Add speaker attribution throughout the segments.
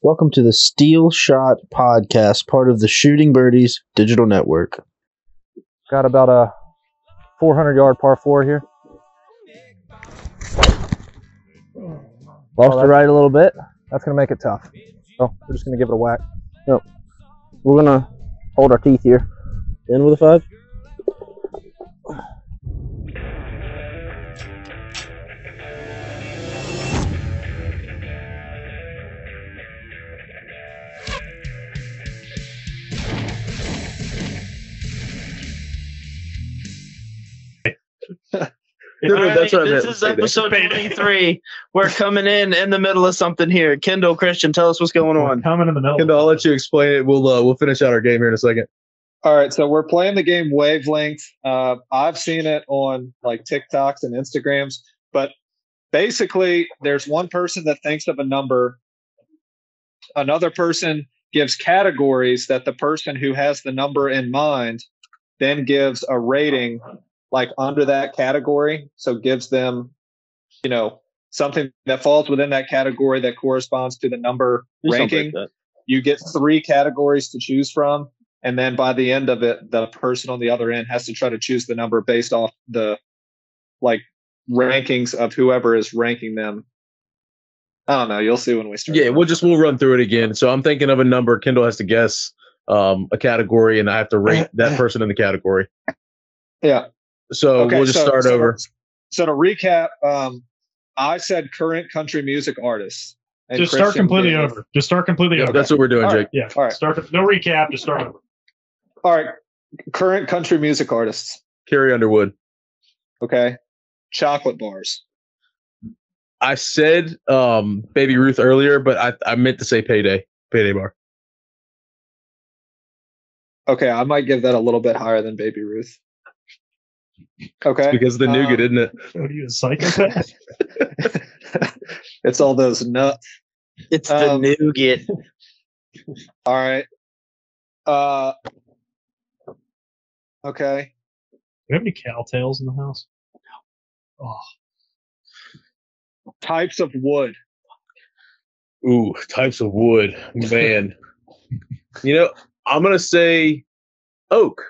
Speaker 1: Welcome to the Steel Shot Podcast, part of the Shooting Birdies Digital Network.
Speaker 2: Got about a 400 yard par four here.
Speaker 3: Lost
Speaker 2: Oh,
Speaker 3: it right a little bit.
Speaker 2: That's going to make it tough. So we're just going to give it a whack.
Speaker 3: We're gonna hold our teeth here.
Speaker 1: In with a five?
Speaker 4: All right,
Speaker 5: that's what I meant
Speaker 4: this
Speaker 5: to
Speaker 4: is
Speaker 5: say there.
Speaker 4: episode 23. We're coming in in the middle of something here. Kendall, Christian, tell us what's going on.
Speaker 6: Coming in the middle.
Speaker 5: And I'll let you explain it. We'll uh, we'll finish out our game here in a second.
Speaker 7: All right, so we're playing the game Wavelength. Uh, I've seen it on like TikToks and Instagrams, but basically, there's one person that thinks of a number. Another person gives categories that the person who has the number in mind then gives a rating like under that category. So gives them, you know, something that falls within that category that corresponds to the number ranking you get three categories to choose from and then by the end of it the person on the other end has to try to choose the number based off the like rankings of whoever is ranking them i don't know you'll see when we start
Speaker 5: Yeah, we'll just we'll run through it again. So I'm thinking of a number. Kendall has to guess um, a category, and I have to rate that person in the category.
Speaker 7: Yeah.
Speaker 5: So we'll just
Speaker 7: so-
Speaker 5: start
Speaker 7: so-
Speaker 5: over.
Speaker 7: so to recap um i said current country music artists and
Speaker 6: Just start
Speaker 7: Christian
Speaker 6: completely
Speaker 7: did-
Speaker 6: over. Just start completely over.
Speaker 5: That's what we're doing,
Speaker 7: All right.
Speaker 5: Jake.
Speaker 6: yeah.
Speaker 7: all right.
Speaker 6: Start. No recap. Just start over.
Speaker 7: all right current country music artists
Speaker 5: Carrie Underwood.
Speaker 7: okay chocolate bars
Speaker 5: I said um, Baby Ruth earlier, but I, I meant to say Payday. Payday bar.
Speaker 7: okay i might give that a little bit higher than baby ruth okay
Speaker 5: Because of the nougat,
Speaker 7: um,
Speaker 5: isn't it?
Speaker 6: What are you a psychopath?
Speaker 7: it's all those nuts
Speaker 4: It's the
Speaker 7: Um,
Speaker 4: nougat.
Speaker 7: All right. Uh. Okay.
Speaker 6: Do we have any cow tails in the house? Oh,
Speaker 7: Types of wood.
Speaker 5: Ooh, types of wood, man. you know, I'm gonna say oak.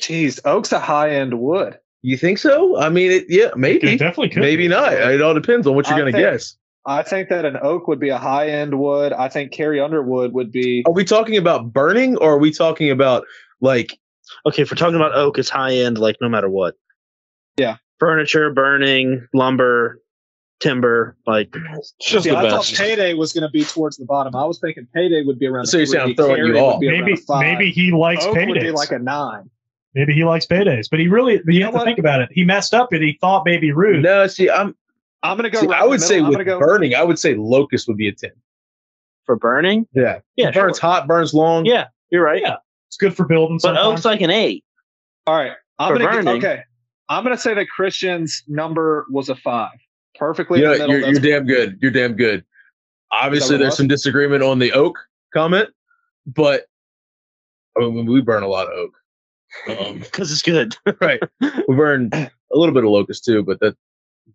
Speaker 7: Jeez, oak's a high-end wood.
Speaker 5: You think so? I mean, it, yeah,
Speaker 6: it
Speaker 5: maybe,
Speaker 6: definitely could.
Speaker 5: maybe not. It all depends on what you're
Speaker 7: I
Speaker 5: gonna
Speaker 7: think-
Speaker 5: guess.
Speaker 7: I think that an oak would be a high-end wood. I think Carrie Underwood would be.
Speaker 5: Are we talking about burning, or are we talking about like?
Speaker 4: Okay, if we're talking about oak, it's high end, like no matter what.
Speaker 7: Yeah.
Speaker 4: Furniture, burning, lumber, timber, like
Speaker 5: Just
Speaker 7: See, I thought payday was going to be towards the bottom. I was thinking payday would be around. a
Speaker 5: Seriously, I'm
Speaker 7: three.
Speaker 5: throwing
Speaker 7: Carrie
Speaker 5: you
Speaker 7: would
Speaker 5: off.
Speaker 7: be around
Speaker 6: Maybe
Speaker 7: a five.
Speaker 6: maybe he likes
Speaker 7: oak would be
Speaker 6: paydays.
Speaker 7: like a nine.
Speaker 6: maybe he likes paydays, but he really you,
Speaker 7: know
Speaker 6: have to
Speaker 7: what?
Speaker 6: think about it. He messed up and he thought Baby Ruth.
Speaker 5: No, see, I'm.
Speaker 7: I'm going to go.
Speaker 5: See,
Speaker 7: right
Speaker 5: I
Speaker 7: in the
Speaker 5: would say
Speaker 7: middle. I'm
Speaker 5: with
Speaker 7: gonna go,
Speaker 5: burning, I would say locust would be a ten.
Speaker 4: for burning.
Speaker 5: Yeah,
Speaker 4: Yeah,
Speaker 5: burns hot, burns long.
Speaker 4: Yeah, you're right.
Speaker 6: Yeah. It's good for building.
Speaker 4: But oak's
Speaker 6: Sometimes.
Speaker 4: like an eight.
Speaker 7: All right. I'm
Speaker 4: For
Speaker 7: going to.
Speaker 4: burning.
Speaker 7: Okay. I'm going to say that Christian's number was a five. Perfectly
Speaker 5: you
Speaker 7: in
Speaker 5: know,
Speaker 7: the middle.
Speaker 5: you're,
Speaker 7: That's
Speaker 5: you're damn good. You're damn good. Obviously,
Speaker 7: what it
Speaker 5: there's
Speaker 7: was?
Speaker 5: some disagreement on the oak comment, but I mean, we burn a lot of oak. Um,
Speaker 4: Because it's good.
Speaker 5: right, we burn a little bit of locust too, but that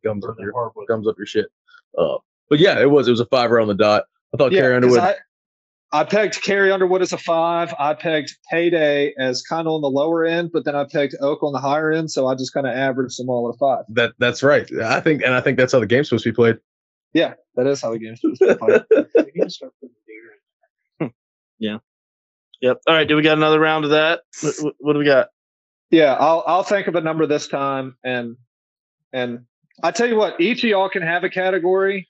Speaker 5: gums up your
Speaker 6: hardwood.
Speaker 5: gums up your shit. Uh, but yeah, it was it was a five on the dot. I thought Carrie
Speaker 7: 'cause
Speaker 5: Underwood.
Speaker 7: I, I pegged Carrie Underwood as a five. I pegged Payday as kind of on the lower end, but then I pegged Oak on the higher end. So I just kind of averaged them all at a five.
Speaker 5: That that's right. I think, and I think that's how the game's supposed to be played.
Speaker 7: That is how the game's supposed to be played.
Speaker 4: Yep. All right. Do we got another round of that? What, what, what do we got?
Speaker 7: yeah, I'll I'll think of a number this time, and and I tell you what, each of y'all can have a category.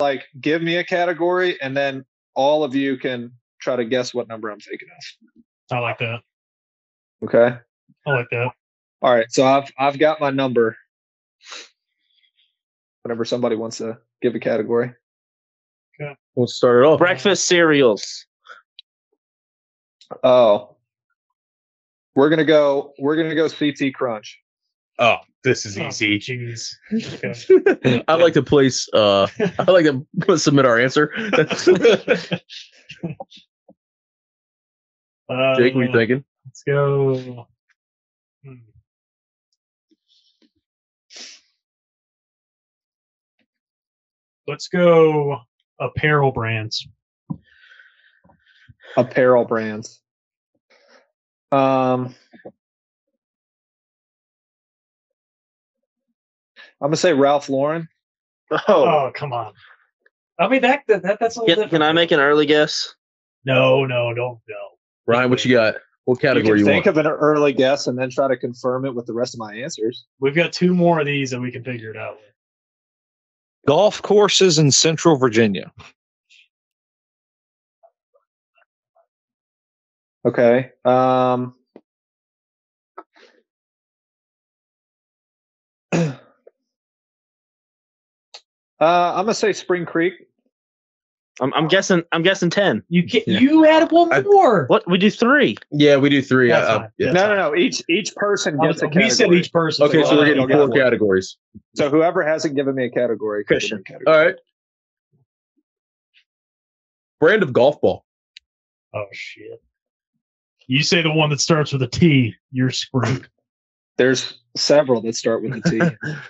Speaker 7: Like, give me a category, and then all of you can try to guess what number I'm thinking
Speaker 6: I like that.
Speaker 7: of. Okay.
Speaker 6: I like that.
Speaker 7: All right. So I've I've got my number. Whenever somebody wants to give a category.
Speaker 5: We'll start it off.
Speaker 4: Breakfast cereals.
Speaker 7: Oh. We're gonna go we're gonna go CT crunch.
Speaker 5: Oh, this is
Speaker 6: Oh,
Speaker 5: easy.
Speaker 6: Jeez. Okay.
Speaker 5: I'd like to place. Uh, I'd like to submit our answer.
Speaker 6: Uh,
Speaker 5: Jake, what are you thinking?
Speaker 6: Let's go. Hmm. Let's go apparel brands.
Speaker 7: apparel brands. Um, I'm gonna say Ralph Lauren.
Speaker 4: Oh,
Speaker 6: Oh, come on. I mean that, that, that that's a little
Speaker 4: can,
Speaker 6: different.
Speaker 4: can I make an early guess?
Speaker 6: No, no, don't no.
Speaker 5: Ryan, what you got? What
Speaker 7: You can
Speaker 5: category you,
Speaker 7: think
Speaker 5: want?
Speaker 7: of an early guess and then try to confirm it with the rest of my answers.
Speaker 6: We've got two more of these that we can figure it out with.
Speaker 8: Golf courses in Central Virginia.
Speaker 7: Okay. Um, uh, I'm gonna say Spring Creek.
Speaker 4: I'm, I'm guessing. I'm guessing ten.
Speaker 6: You can
Speaker 5: Yeah.
Speaker 6: not you had one
Speaker 5: I-
Speaker 6: more.
Speaker 4: What we do three?
Speaker 5: yeah, we do three.
Speaker 6: That's
Speaker 5: I- I-
Speaker 6: fine.
Speaker 5: yeah.
Speaker 7: No,
Speaker 6: That's
Speaker 7: no, no. Each each person
Speaker 6: I
Speaker 7: gets
Speaker 6: was-
Speaker 7: a
Speaker 6: we said
Speaker 7: category.
Speaker 6: each person.
Speaker 5: Okay, so
Speaker 7: Well,
Speaker 5: we're
Speaker 7: I
Speaker 5: getting
Speaker 7: don't
Speaker 5: four
Speaker 7: get one.
Speaker 5: categories.
Speaker 7: So whoever hasn't given me a category, can give me a category.
Speaker 5: All right. Brand of golf ball.
Speaker 6: Oh shit! You say the one that starts with a T, you're screwed.
Speaker 7: There's several that start with a T.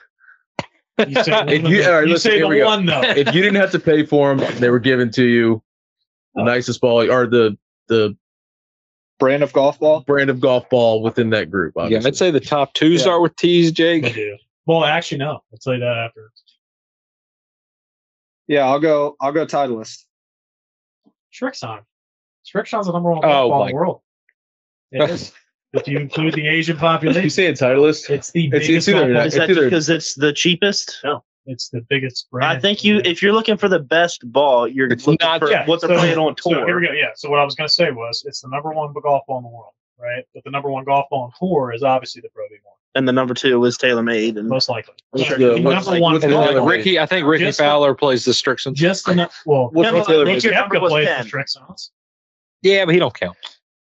Speaker 6: You say, one
Speaker 5: If
Speaker 6: of
Speaker 5: you-
Speaker 6: the,
Speaker 5: all right,
Speaker 6: you
Speaker 5: listen,
Speaker 6: say
Speaker 5: here
Speaker 6: the
Speaker 5: we go.
Speaker 6: one though.
Speaker 5: If you didn't have to pay for them, they were given to you. The nicest ball or the the
Speaker 7: Brand of golf ball.
Speaker 5: brand of golf ball within that group.
Speaker 8: Yeah,
Speaker 5: Obviously.
Speaker 8: I'd say the top two
Speaker 7: Yeah.
Speaker 8: start with T's,
Speaker 6: I
Speaker 8: Jake.
Speaker 6: do. Well, actually, no. I'll tell you that after.
Speaker 7: Yeah, I'll go. I'll go Titleist.
Speaker 6: Shrixon. Shrixon's the number one
Speaker 8: Oh,
Speaker 6: football in
Speaker 8: my-
Speaker 6: the world. It is. if you include the Asian
Speaker 5: you
Speaker 6: population,
Speaker 5: saying Titleist?
Speaker 6: it's the
Speaker 5: It's-
Speaker 6: biggest.
Speaker 5: it's either that-
Speaker 6: golf ball-
Speaker 4: Is that
Speaker 5: either-
Speaker 4: because it's the cheapest?
Speaker 6: It's the biggest brand.
Speaker 4: I think you. If you're looking for the best ball, you're
Speaker 8: It's
Speaker 4: looking
Speaker 8: not-
Speaker 4: for
Speaker 6: Yeah,
Speaker 4: what's
Speaker 6: so-
Speaker 4: they're playing on
Speaker 6: So here
Speaker 4: tour.
Speaker 6: we go. Yeah. So what I was going to say was, it's the number one golf ball in the world, right? But the number one golf ball in tour is obviously the Pro V one,
Speaker 4: and the number two is TaylorMade. And
Speaker 6: most likely.
Speaker 5: What's
Speaker 6: Sure.
Speaker 5: Mm-hmm. the-
Speaker 6: The
Speaker 5: what's-
Speaker 6: number one
Speaker 5: what's
Speaker 8: And
Speaker 5: the
Speaker 6: golf
Speaker 5: other
Speaker 8: then
Speaker 6: ball.
Speaker 5: one?
Speaker 8: Ricky, I think Ricky
Speaker 6: Just-
Speaker 8: Fowler plays the Strixon.
Speaker 6: Just enough. Well,
Speaker 5: What's- what's the other
Speaker 4: one?
Speaker 6: Kepka
Speaker 4: Number
Speaker 6: plays
Speaker 4: 10.
Speaker 6: the Shrixons.
Speaker 8: Yeah, but he don't count.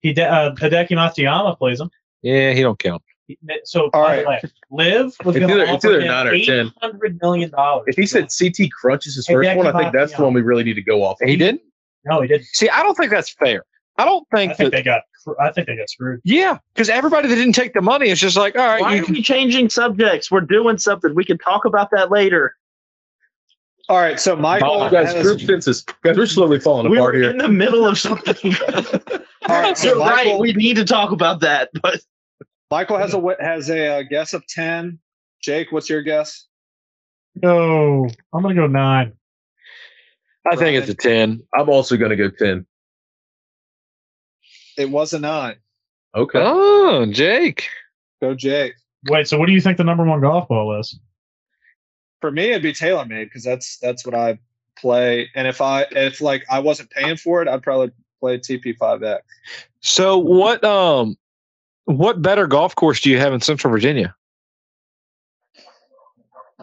Speaker 6: He de- uh, Hideki Matsuyama plays them.
Speaker 8: Yeah, he don't count.
Speaker 6: He- So
Speaker 7: All
Speaker 6: by the way, Liv was
Speaker 5: It's
Speaker 6: going
Speaker 5: either-
Speaker 6: to
Speaker 5: it's
Speaker 6: offer
Speaker 5: either
Speaker 6: him
Speaker 5: nine or
Speaker 6: eight
Speaker 5: 10.
Speaker 6: hundred million dollars.
Speaker 5: If he said CT Crunch is his
Speaker 6: Hey,
Speaker 5: first
Speaker 6: Jackie
Speaker 5: one, I think
Speaker 6: Bob,
Speaker 5: that's the
Speaker 6: yeah.
Speaker 5: one we really need to go off. of.
Speaker 8: He didn't.
Speaker 6: no, he didn't.
Speaker 8: See, I don't think that's fair. I don't think,
Speaker 6: I think
Speaker 8: that.
Speaker 6: they got. cr- I think they got screwed.
Speaker 8: yeah, because everybody that didn't take the money is just like, all right,
Speaker 4: Why
Speaker 8: you
Speaker 4: are we changing subjects? We're doing something. We can talk about that later.
Speaker 7: All right. So Michael
Speaker 5: Oh, guys,
Speaker 7: has.
Speaker 5: group census. Guys, we're slowly falling
Speaker 4: We were
Speaker 5: apart here.
Speaker 4: in the middle of something.
Speaker 7: all right, so
Speaker 4: You're right.
Speaker 7: Michael,
Speaker 4: We need to talk about that. But
Speaker 7: Michael has a wi- has a uh, guess of ten. Jake, what's your guess?
Speaker 6: No, I'm going to go nine.
Speaker 8: I think it's a ten.
Speaker 5: I'm also going to go 10.
Speaker 7: It was a nine.
Speaker 5: Okay.
Speaker 8: Oh, Jake.
Speaker 7: Go Jake.
Speaker 6: Wait. So what do you think the number one golf ball is?
Speaker 7: For me, it'd be TaylorMade because that's that's what I play. And if I if like I wasn't paying for it, I'd probably play TP5X.
Speaker 8: So what? Um, what better golf course do you have in Central Virginia?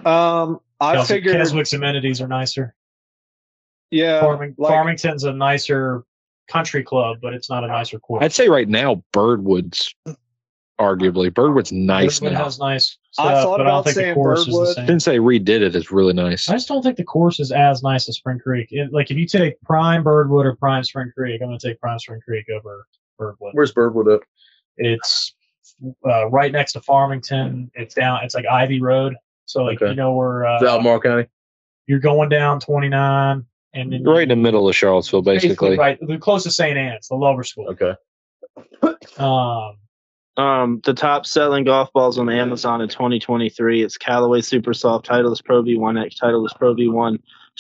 Speaker 7: Um, I
Speaker 6: Kelsey-
Speaker 7: figured.
Speaker 6: Keswick's amenities are nicer.
Speaker 7: yeah.
Speaker 6: Farming,
Speaker 7: like-
Speaker 6: Farmington's a nicer country club, but it's not a nicer course.
Speaker 8: I'd say right now Birdwood's arguably Birdwood's nice
Speaker 6: Birdwood
Speaker 8: now.
Speaker 6: has nice
Speaker 7: I
Speaker 6: stuff,
Speaker 7: thought
Speaker 6: but I
Speaker 7: about
Speaker 6: don't think the
Speaker 7: saying
Speaker 6: course is
Speaker 7: Birdwood.
Speaker 6: the same.
Speaker 8: Since they redid it, it's really nice.
Speaker 6: I just don't think the course is as nice as Spring Creek. It- like if you take Prime Birdwood or Prime Spring Creek, I'm going to take Prime Spring Creek over Birdwood.
Speaker 5: Where's Birdwood up?
Speaker 6: It's uh, right next to Farmington. It's down. It's like Ivy Road. So like
Speaker 5: Okay.
Speaker 6: you know where
Speaker 5: Is that
Speaker 6: uh,
Speaker 5: Albemarle County?
Speaker 6: you're going down 29, and then
Speaker 8: Right in the middle of Charlottesville, basically.
Speaker 6: right the closest St. Anne's, the Lover School.
Speaker 5: Okay.
Speaker 6: Um,
Speaker 4: um, the top selling golf balls on Amazon in 2023 it's Callaway Super Soft, Titleist Pro V1 X, Titleist Pro V1,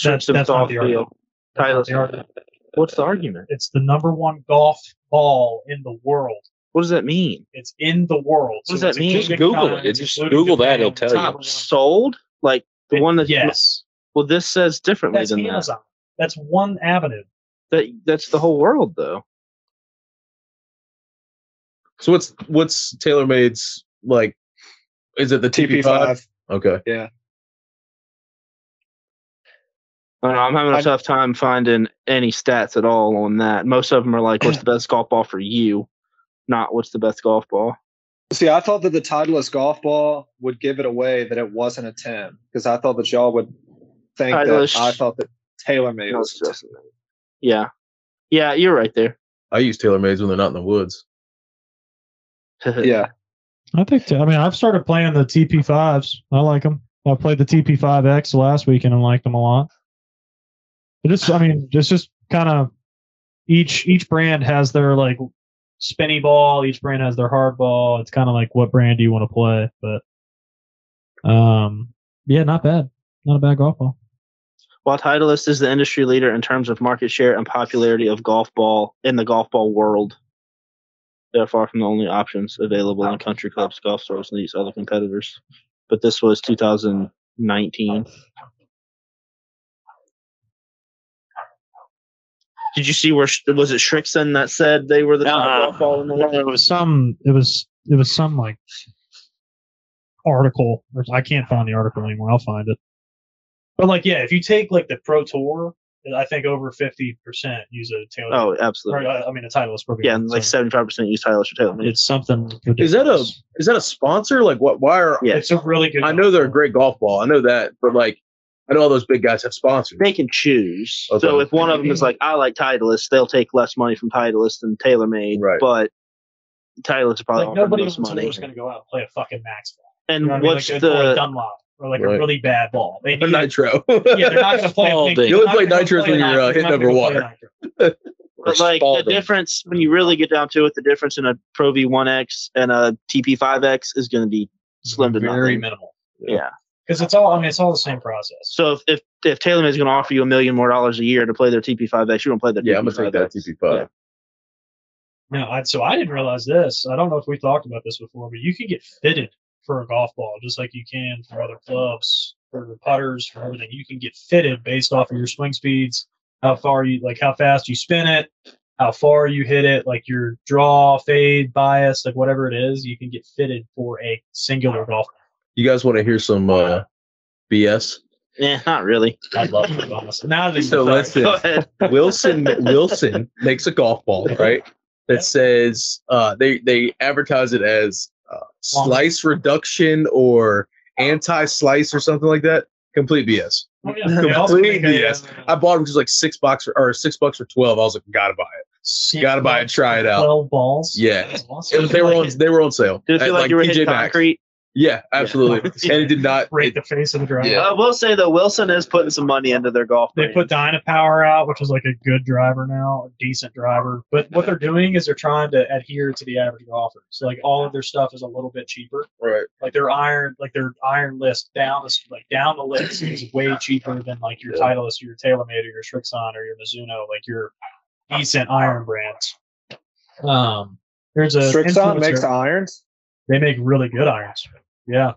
Speaker 6: That's-
Speaker 4: Shrixon
Speaker 6: that's
Speaker 4: Soft
Speaker 6: not the argument.
Speaker 4: Feel.
Speaker 6: that's not
Speaker 4: Titleist.
Speaker 6: the argument.
Speaker 4: What's the argument?
Speaker 6: It's the number one golf ball in the world.
Speaker 4: What does that mean?
Speaker 6: It's in the world.
Speaker 4: What does that
Speaker 6: it's
Speaker 4: mean?
Speaker 8: Just Google it.
Speaker 6: It's
Speaker 8: Just
Speaker 6: including
Speaker 8: Google that,
Speaker 6: Japan,
Speaker 8: it'll tell you.
Speaker 6: number
Speaker 4: Top
Speaker 6: one.
Speaker 4: sold? Like the one that's
Speaker 6: yes,
Speaker 4: well, this says differently
Speaker 6: that's
Speaker 4: than
Speaker 6: Amazon. That's one avenue.
Speaker 4: that. That that's the whole world though.
Speaker 5: So what's what's TaylorMade's like? Is it the TP5?
Speaker 7: TP5.
Speaker 5: Okay.
Speaker 4: I don't know, I'm having a
Speaker 7: I-
Speaker 4: tough time finding any stats at all on that. Most of them are like, "What's the best golf ball for you?" Not what's the best golf ball.
Speaker 7: See, I thought that the Titleist golf ball would give it away that it wasn't a ten because I thought that y'all would think
Speaker 4: Titleist-
Speaker 7: that I thought that TaylorMade
Speaker 4: No,
Speaker 7: was.
Speaker 4: it's just- yeah, yeah, you're right there.
Speaker 5: I use TaylorMade's when they're not in the woods.
Speaker 7: yeah,
Speaker 6: I think. I mean, I've started playing the TP fives. I like them. I played the TP five X last weekend and liked them a lot. It is. I mean, it's just kind of each each brand has their like spinny ball. Each brand has their hard ball. It's kind of like what brand do you want to play? But um, yeah, not bad. Not a bad golf ball.
Speaker 4: While Titleist is the industry leader in terms of market share and popularity of golf ball in the golf ball world, they're far from the only options available in country clubs, golf stores, and these other competitors. But this was 2019. Did you see where was it Shrixon that said they were the top
Speaker 6: Uh-uh.
Speaker 4: golf ball in the world?
Speaker 6: It was some. It was it was some like article. Or I can't find the article anymore. I'll find it. But like, yeah, if you take like the pro tour, I think over fifty percent use a Taylor.
Speaker 4: Oh,
Speaker 6: or,
Speaker 4: absolutely.
Speaker 6: uh, I mean a Titleist program.
Speaker 4: Yeah, and like
Speaker 6: so
Speaker 4: 75% use Titleist or Taylor.
Speaker 6: it's something.
Speaker 5: Is that a
Speaker 6: ridiculous.
Speaker 5: is that a sponsor? Like what? Why are?
Speaker 4: Yeah.
Speaker 6: It's a really good.
Speaker 5: I know they're a great golf ball. I know that, but like I know all those big guys have sponsors.
Speaker 4: they can choose.
Speaker 5: Okay.
Speaker 4: So if one of them is like, I like Titleist, they'll take less money from Titleist than TaylorMade.
Speaker 5: Right.
Speaker 4: But Titleist probably
Speaker 6: Like
Speaker 4: offer the
Speaker 6: nobody
Speaker 4: most
Speaker 6: wants to
Speaker 4: money.
Speaker 6: just going to go out and play a fucking max ball.
Speaker 4: And
Speaker 6: You know what I mean?
Speaker 4: what's
Speaker 6: like, or a
Speaker 4: the
Speaker 6: Dunlop or like
Speaker 5: Right.
Speaker 6: a really bad ball? They
Speaker 5: They're
Speaker 6: need,
Speaker 5: nitro.
Speaker 6: yeah, they're not going to play.
Speaker 8: All
Speaker 6: a
Speaker 8: day.
Speaker 6: pink,
Speaker 8: You
Speaker 5: only
Speaker 6: they're
Speaker 5: play
Speaker 6: not gonna
Speaker 5: nitro
Speaker 6: play
Speaker 5: when
Speaker 6: a
Speaker 5: you're, uh,
Speaker 6: nitro,
Speaker 5: hitting
Speaker 6: they're not
Speaker 5: over
Speaker 6: gonna play
Speaker 5: water.
Speaker 6: nitro.
Speaker 4: but like the
Speaker 8: Spalding.
Speaker 4: difference when you really get down to it, the difference in a Pro V1X and a TP5X is going to be slim to
Speaker 6: Very
Speaker 4: nothing.
Speaker 6: minimal.
Speaker 4: Yeah.
Speaker 6: Because it's all. I mean, it's all the same process.
Speaker 4: So if if, if TaylorMade is going to offer you a million more dollars a year to play their TP5X, you don't play their
Speaker 5: yeah, I'm gonna
Speaker 4: TP5X.
Speaker 5: take that TP five.
Speaker 6: No, I, so I didn't realize this. I don't know if we talked about this before, but you can get fitted for a golf ball just like you can for other clubs, for the putters, for everything. You can get fitted based off of your swing speeds, how far you like, how fast you spin it, how far you hit it, like your draw, fade, bias, like whatever it is. You can get fitted for a singular golf.
Speaker 5: You guys want to hear some uh, BS?
Speaker 4: Yeah, not really.
Speaker 6: ball. I love it. honestly. Now that
Speaker 5: So
Speaker 6: sorry.
Speaker 5: listen.
Speaker 4: Go ahead.
Speaker 5: Wilson Wilson makes a golf ball, right? That says uh, they they advertise it as uh, slice reduction or anti slice or something like that. Complete BS.
Speaker 6: Oh, yeah. They also
Speaker 5: Complete
Speaker 6: make a,
Speaker 5: BS.
Speaker 6: uh,
Speaker 5: I bought it just like six bucks for, or six bucks for twelve. I was like, gotta buy it.
Speaker 6: six
Speaker 5: gotta buy it,
Speaker 6: balls,
Speaker 5: try it out.
Speaker 6: Twelve balls.
Speaker 5: Yeah.
Speaker 6: That's
Speaker 5: It
Speaker 6: awesome.
Speaker 5: was- they were on they were on sale
Speaker 4: Did it feel
Speaker 5: at,
Speaker 4: like, you were
Speaker 5: TJ
Speaker 4: hitting
Speaker 5: Maxx.
Speaker 4: concrete?
Speaker 5: Yeah, absolutely. And it did not.
Speaker 6: break
Speaker 5: it-
Speaker 6: the face of the driver.
Speaker 5: Yeah.
Speaker 4: I will say though, Wilson is putting some money into their golf.
Speaker 6: They
Speaker 4: brand.
Speaker 6: put Dynapower out, which is like a good driver now, a decent driver. But what they're doing is they're trying to adhere to the average golfer. So like all of their stuff is a little bit cheaper.
Speaker 5: right.
Speaker 6: Like their iron, like their iron list down the like down the list is way cheaper than like your
Speaker 5: Yeah.
Speaker 6: Titleist, or your TaylorMade, or your Strixon, or your Mizuno, like your decent iron brands. Um, there's a
Speaker 7: Strixon makes
Speaker 6: influencer-
Speaker 7: irons.
Speaker 6: they make really good irons. Yeah.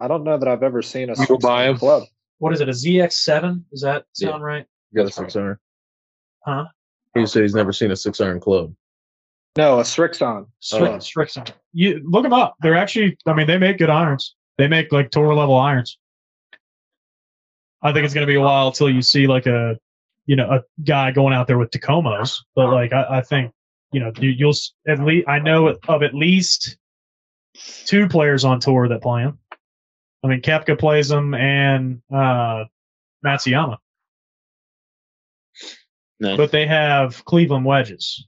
Speaker 7: I don't know that I've ever seen a
Speaker 8: You go buy 'em?
Speaker 7: Strixon club.
Speaker 6: What is it? A ZX7? Does that sound right?
Speaker 5: Got a six iron.
Speaker 6: Huh?
Speaker 5: He said he's never seen a six iron club.
Speaker 7: No, a Strixon.
Speaker 6: Strict,
Speaker 5: Oh.
Speaker 6: Strixon. You look them up. They're actually, I mean, they make good irons. They make like tour level irons. I think it's going to be a while till you see like a, you know, a guy going out there with Tacomas. But like, I, I think, you know, you, you'll s- at least, I know of at least two players on tour that play them. I mean, Kepka plays them and uh, Matsuyama.
Speaker 4: Nice.
Speaker 6: But they have Cleveland wedges.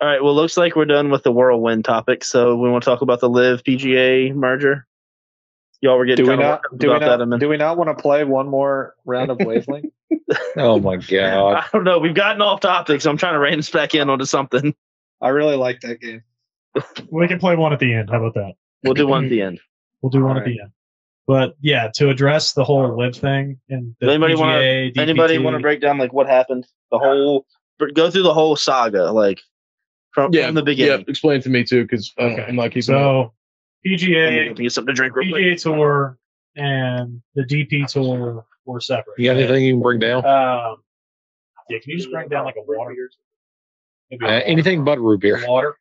Speaker 4: All right. Well, looks like we're done with the whirlwind topic. So we want to talk about the Live PGA merger. Y'all were getting
Speaker 7: Do we
Speaker 4: kinda
Speaker 7: not?
Speaker 4: worked up
Speaker 7: Do we
Speaker 4: about that a
Speaker 7: not?
Speaker 4: minute.
Speaker 7: Do we not want to play one more round of wavelength?
Speaker 8: Oh my god.
Speaker 4: I don't know. We've gotten off topic, so I'm trying to rein us back in onto something.
Speaker 7: I really like that game.
Speaker 6: We can play one at the end. How about that?
Speaker 4: We'll do one at the end.
Speaker 6: We'll do one at the end. But yeah, to address the whole live thing and the
Speaker 4: Does anybody wanna-
Speaker 6: PGA,
Speaker 4: Anybody
Speaker 6: DPT,
Speaker 4: want to break down like what happened? The whole go through the whole saga, like from,
Speaker 5: Yeah,
Speaker 4: from the beginning.
Speaker 5: Yeah, explain it to me too, because
Speaker 6: Okay.
Speaker 5: I'm not keeping. up.
Speaker 6: So
Speaker 4: I'm gonna
Speaker 6: PGA,
Speaker 4: Get something to drink real quick.
Speaker 6: PGA tour, and the DP tour were separate.
Speaker 8: You got anything you can bring down?
Speaker 6: Um, yeah, can you just bring down like a water? Maybe
Speaker 8: Uh,
Speaker 6: a water.
Speaker 8: anything but root beer.
Speaker 6: Water.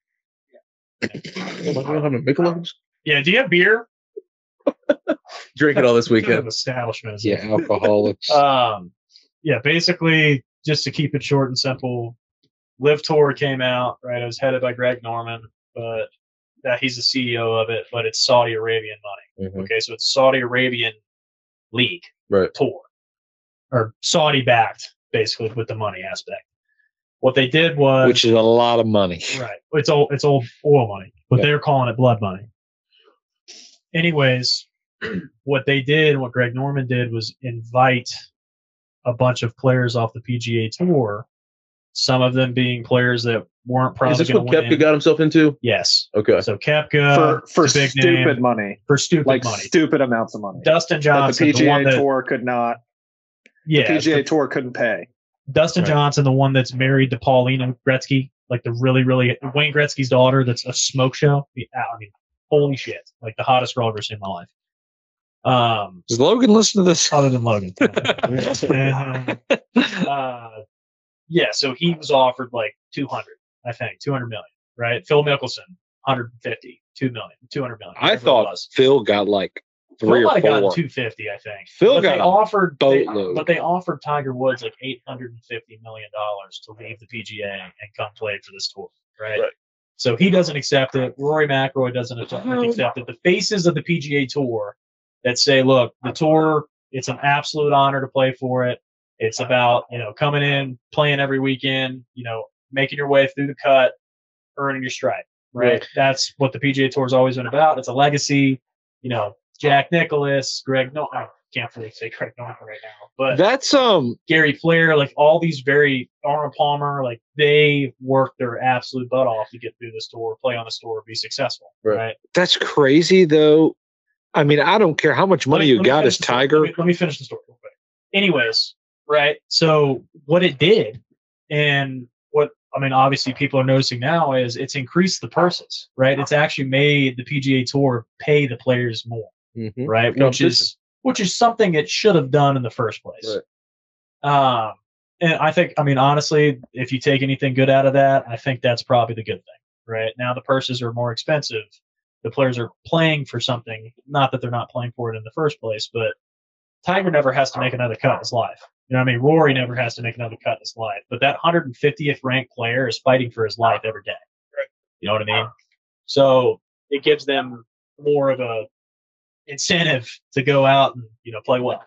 Speaker 5: Oh, my God, I'm having Michelob's.
Speaker 6: Yeah. Do you have beer?
Speaker 5: Drinking all this
Speaker 6: Kind of
Speaker 5: weekend.
Speaker 6: establishment. isn't it?
Speaker 8: Yeah, alcoholics.
Speaker 6: Um, yeah, basically, just to keep it short and simple, Live Tour came out, right? It was headed by Greg Norman, but that he's the CEO of it, but it's Saudi Arabian money.
Speaker 5: Mhm.
Speaker 6: Okay, so it's Saudi Arabian league
Speaker 5: Right.
Speaker 6: tour or Saudi backed, basically, with the money aspect. What they did was
Speaker 8: which is a lot of money.
Speaker 6: Right. It's old. It's old oil money, but
Speaker 8: Yeah.
Speaker 6: they're calling it blood money. Anyways, what they did, what Greg Norman did, was invite a bunch of players off the PGA Tour, some of them being players that weren't
Speaker 5: Is
Speaker 6: probably
Speaker 5: this
Speaker 6: going
Speaker 5: what
Speaker 6: to win.
Speaker 5: Kepka got himself into?
Speaker 6: yes.
Speaker 5: Okay.
Speaker 6: So Kepka
Speaker 7: for for
Speaker 6: Uh, it's a big
Speaker 7: stupid
Speaker 6: name.
Speaker 7: money,
Speaker 6: for stupid
Speaker 7: like
Speaker 6: money.
Speaker 7: stupid amounts of money.
Speaker 6: Dustin
Speaker 7: That the
Speaker 6: Johnson, the, one
Speaker 7: PGA
Speaker 6: that
Speaker 7: Tour could not.
Speaker 6: yeah,
Speaker 7: PGA Tour couldn't pay.
Speaker 6: Dustin
Speaker 5: Right.
Speaker 6: Johnson, the one that's married to Paulina Gretzky, like the really, really Wayne Gretzky's daughter, that's a smoke show. Yeah, I mean, holy shit, like the hottest girl I've ever seen in my life. Um,
Speaker 8: Does Logan listen to this?
Speaker 6: other than Logan. um, uh, yeah, so he was offered like 200, I think, 200 million, right? Phil Mickelson, 150, 2 million, 200 million.
Speaker 8: I
Speaker 6: whatever it
Speaker 8: thought
Speaker 6: was.
Speaker 8: Phil got like three
Speaker 6: Phil might
Speaker 8: or
Speaker 6: have gotten
Speaker 8: four.
Speaker 6: 250, I think.
Speaker 8: Phil
Speaker 6: but
Speaker 8: got
Speaker 6: they
Speaker 8: a
Speaker 6: offered they-
Speaker 8: boatload.
Speaker 6: but they offered Tiger Woods like 850 million dollars to leave the PGA and come play for this tour, right?
Speaker 5: Right.
Speaker 6: So he doesn't accept it. Rory McIlroy doesn't accept accept it. The faces of the PGA Tour that say, "Look, the tour, it's an absolute honor to play for it. It's about you know coming in, playing every weekend, you know, making your way through the cut, earning your stripe, right? That's what the PGA Tour's always been about. It's a legacy, you know." Jack Nicholas, Greg, no, I can't really say Greg Norman right now, but
Speaker 8: That's um
Speaker 6: Gary Flair, like all these very Arnold Palmer, like they worked their absolute butt off to get through this tour, play on this tour, be successful.
Speaker 5: Right.
Speaker 6: Right.
Speaker 8: that's crazy though. I mean, I don't care how much
Speaker 6: Let
Speaker 8: money
Speaker 6: me-
Speaker 8: you
Speaker 6: let me
Speaker 8: got
Speaker 6: finish
Speaker 8: as
Speaker 6: the story.
Speaker 8: Tiger.
Speaker 6: Let me, let me finish the story real quick. Anyways, right. So what it did and what I mean, obviously people are noticing now is it's increased the purses, right? It's actually made the PGA tour pay the players more.
Speaker 5: Mhm.
Speaker 6: right? Which is which is something it should have done in the first place. Um, and I think, I mean, honestly, if you take anything good out of that, I think that's probably the good thing, right? Now the purses are more expensive. The players are playing for something. Not that they're not playing for it in the first place, but Tiger never has to make another cut in his life. You know what I mean? Rory never has to make another cut in his life. But that 150th ranked player is fighting for his life every day. You know what I mean? So it gives them more of a incentive to go out and you know play well.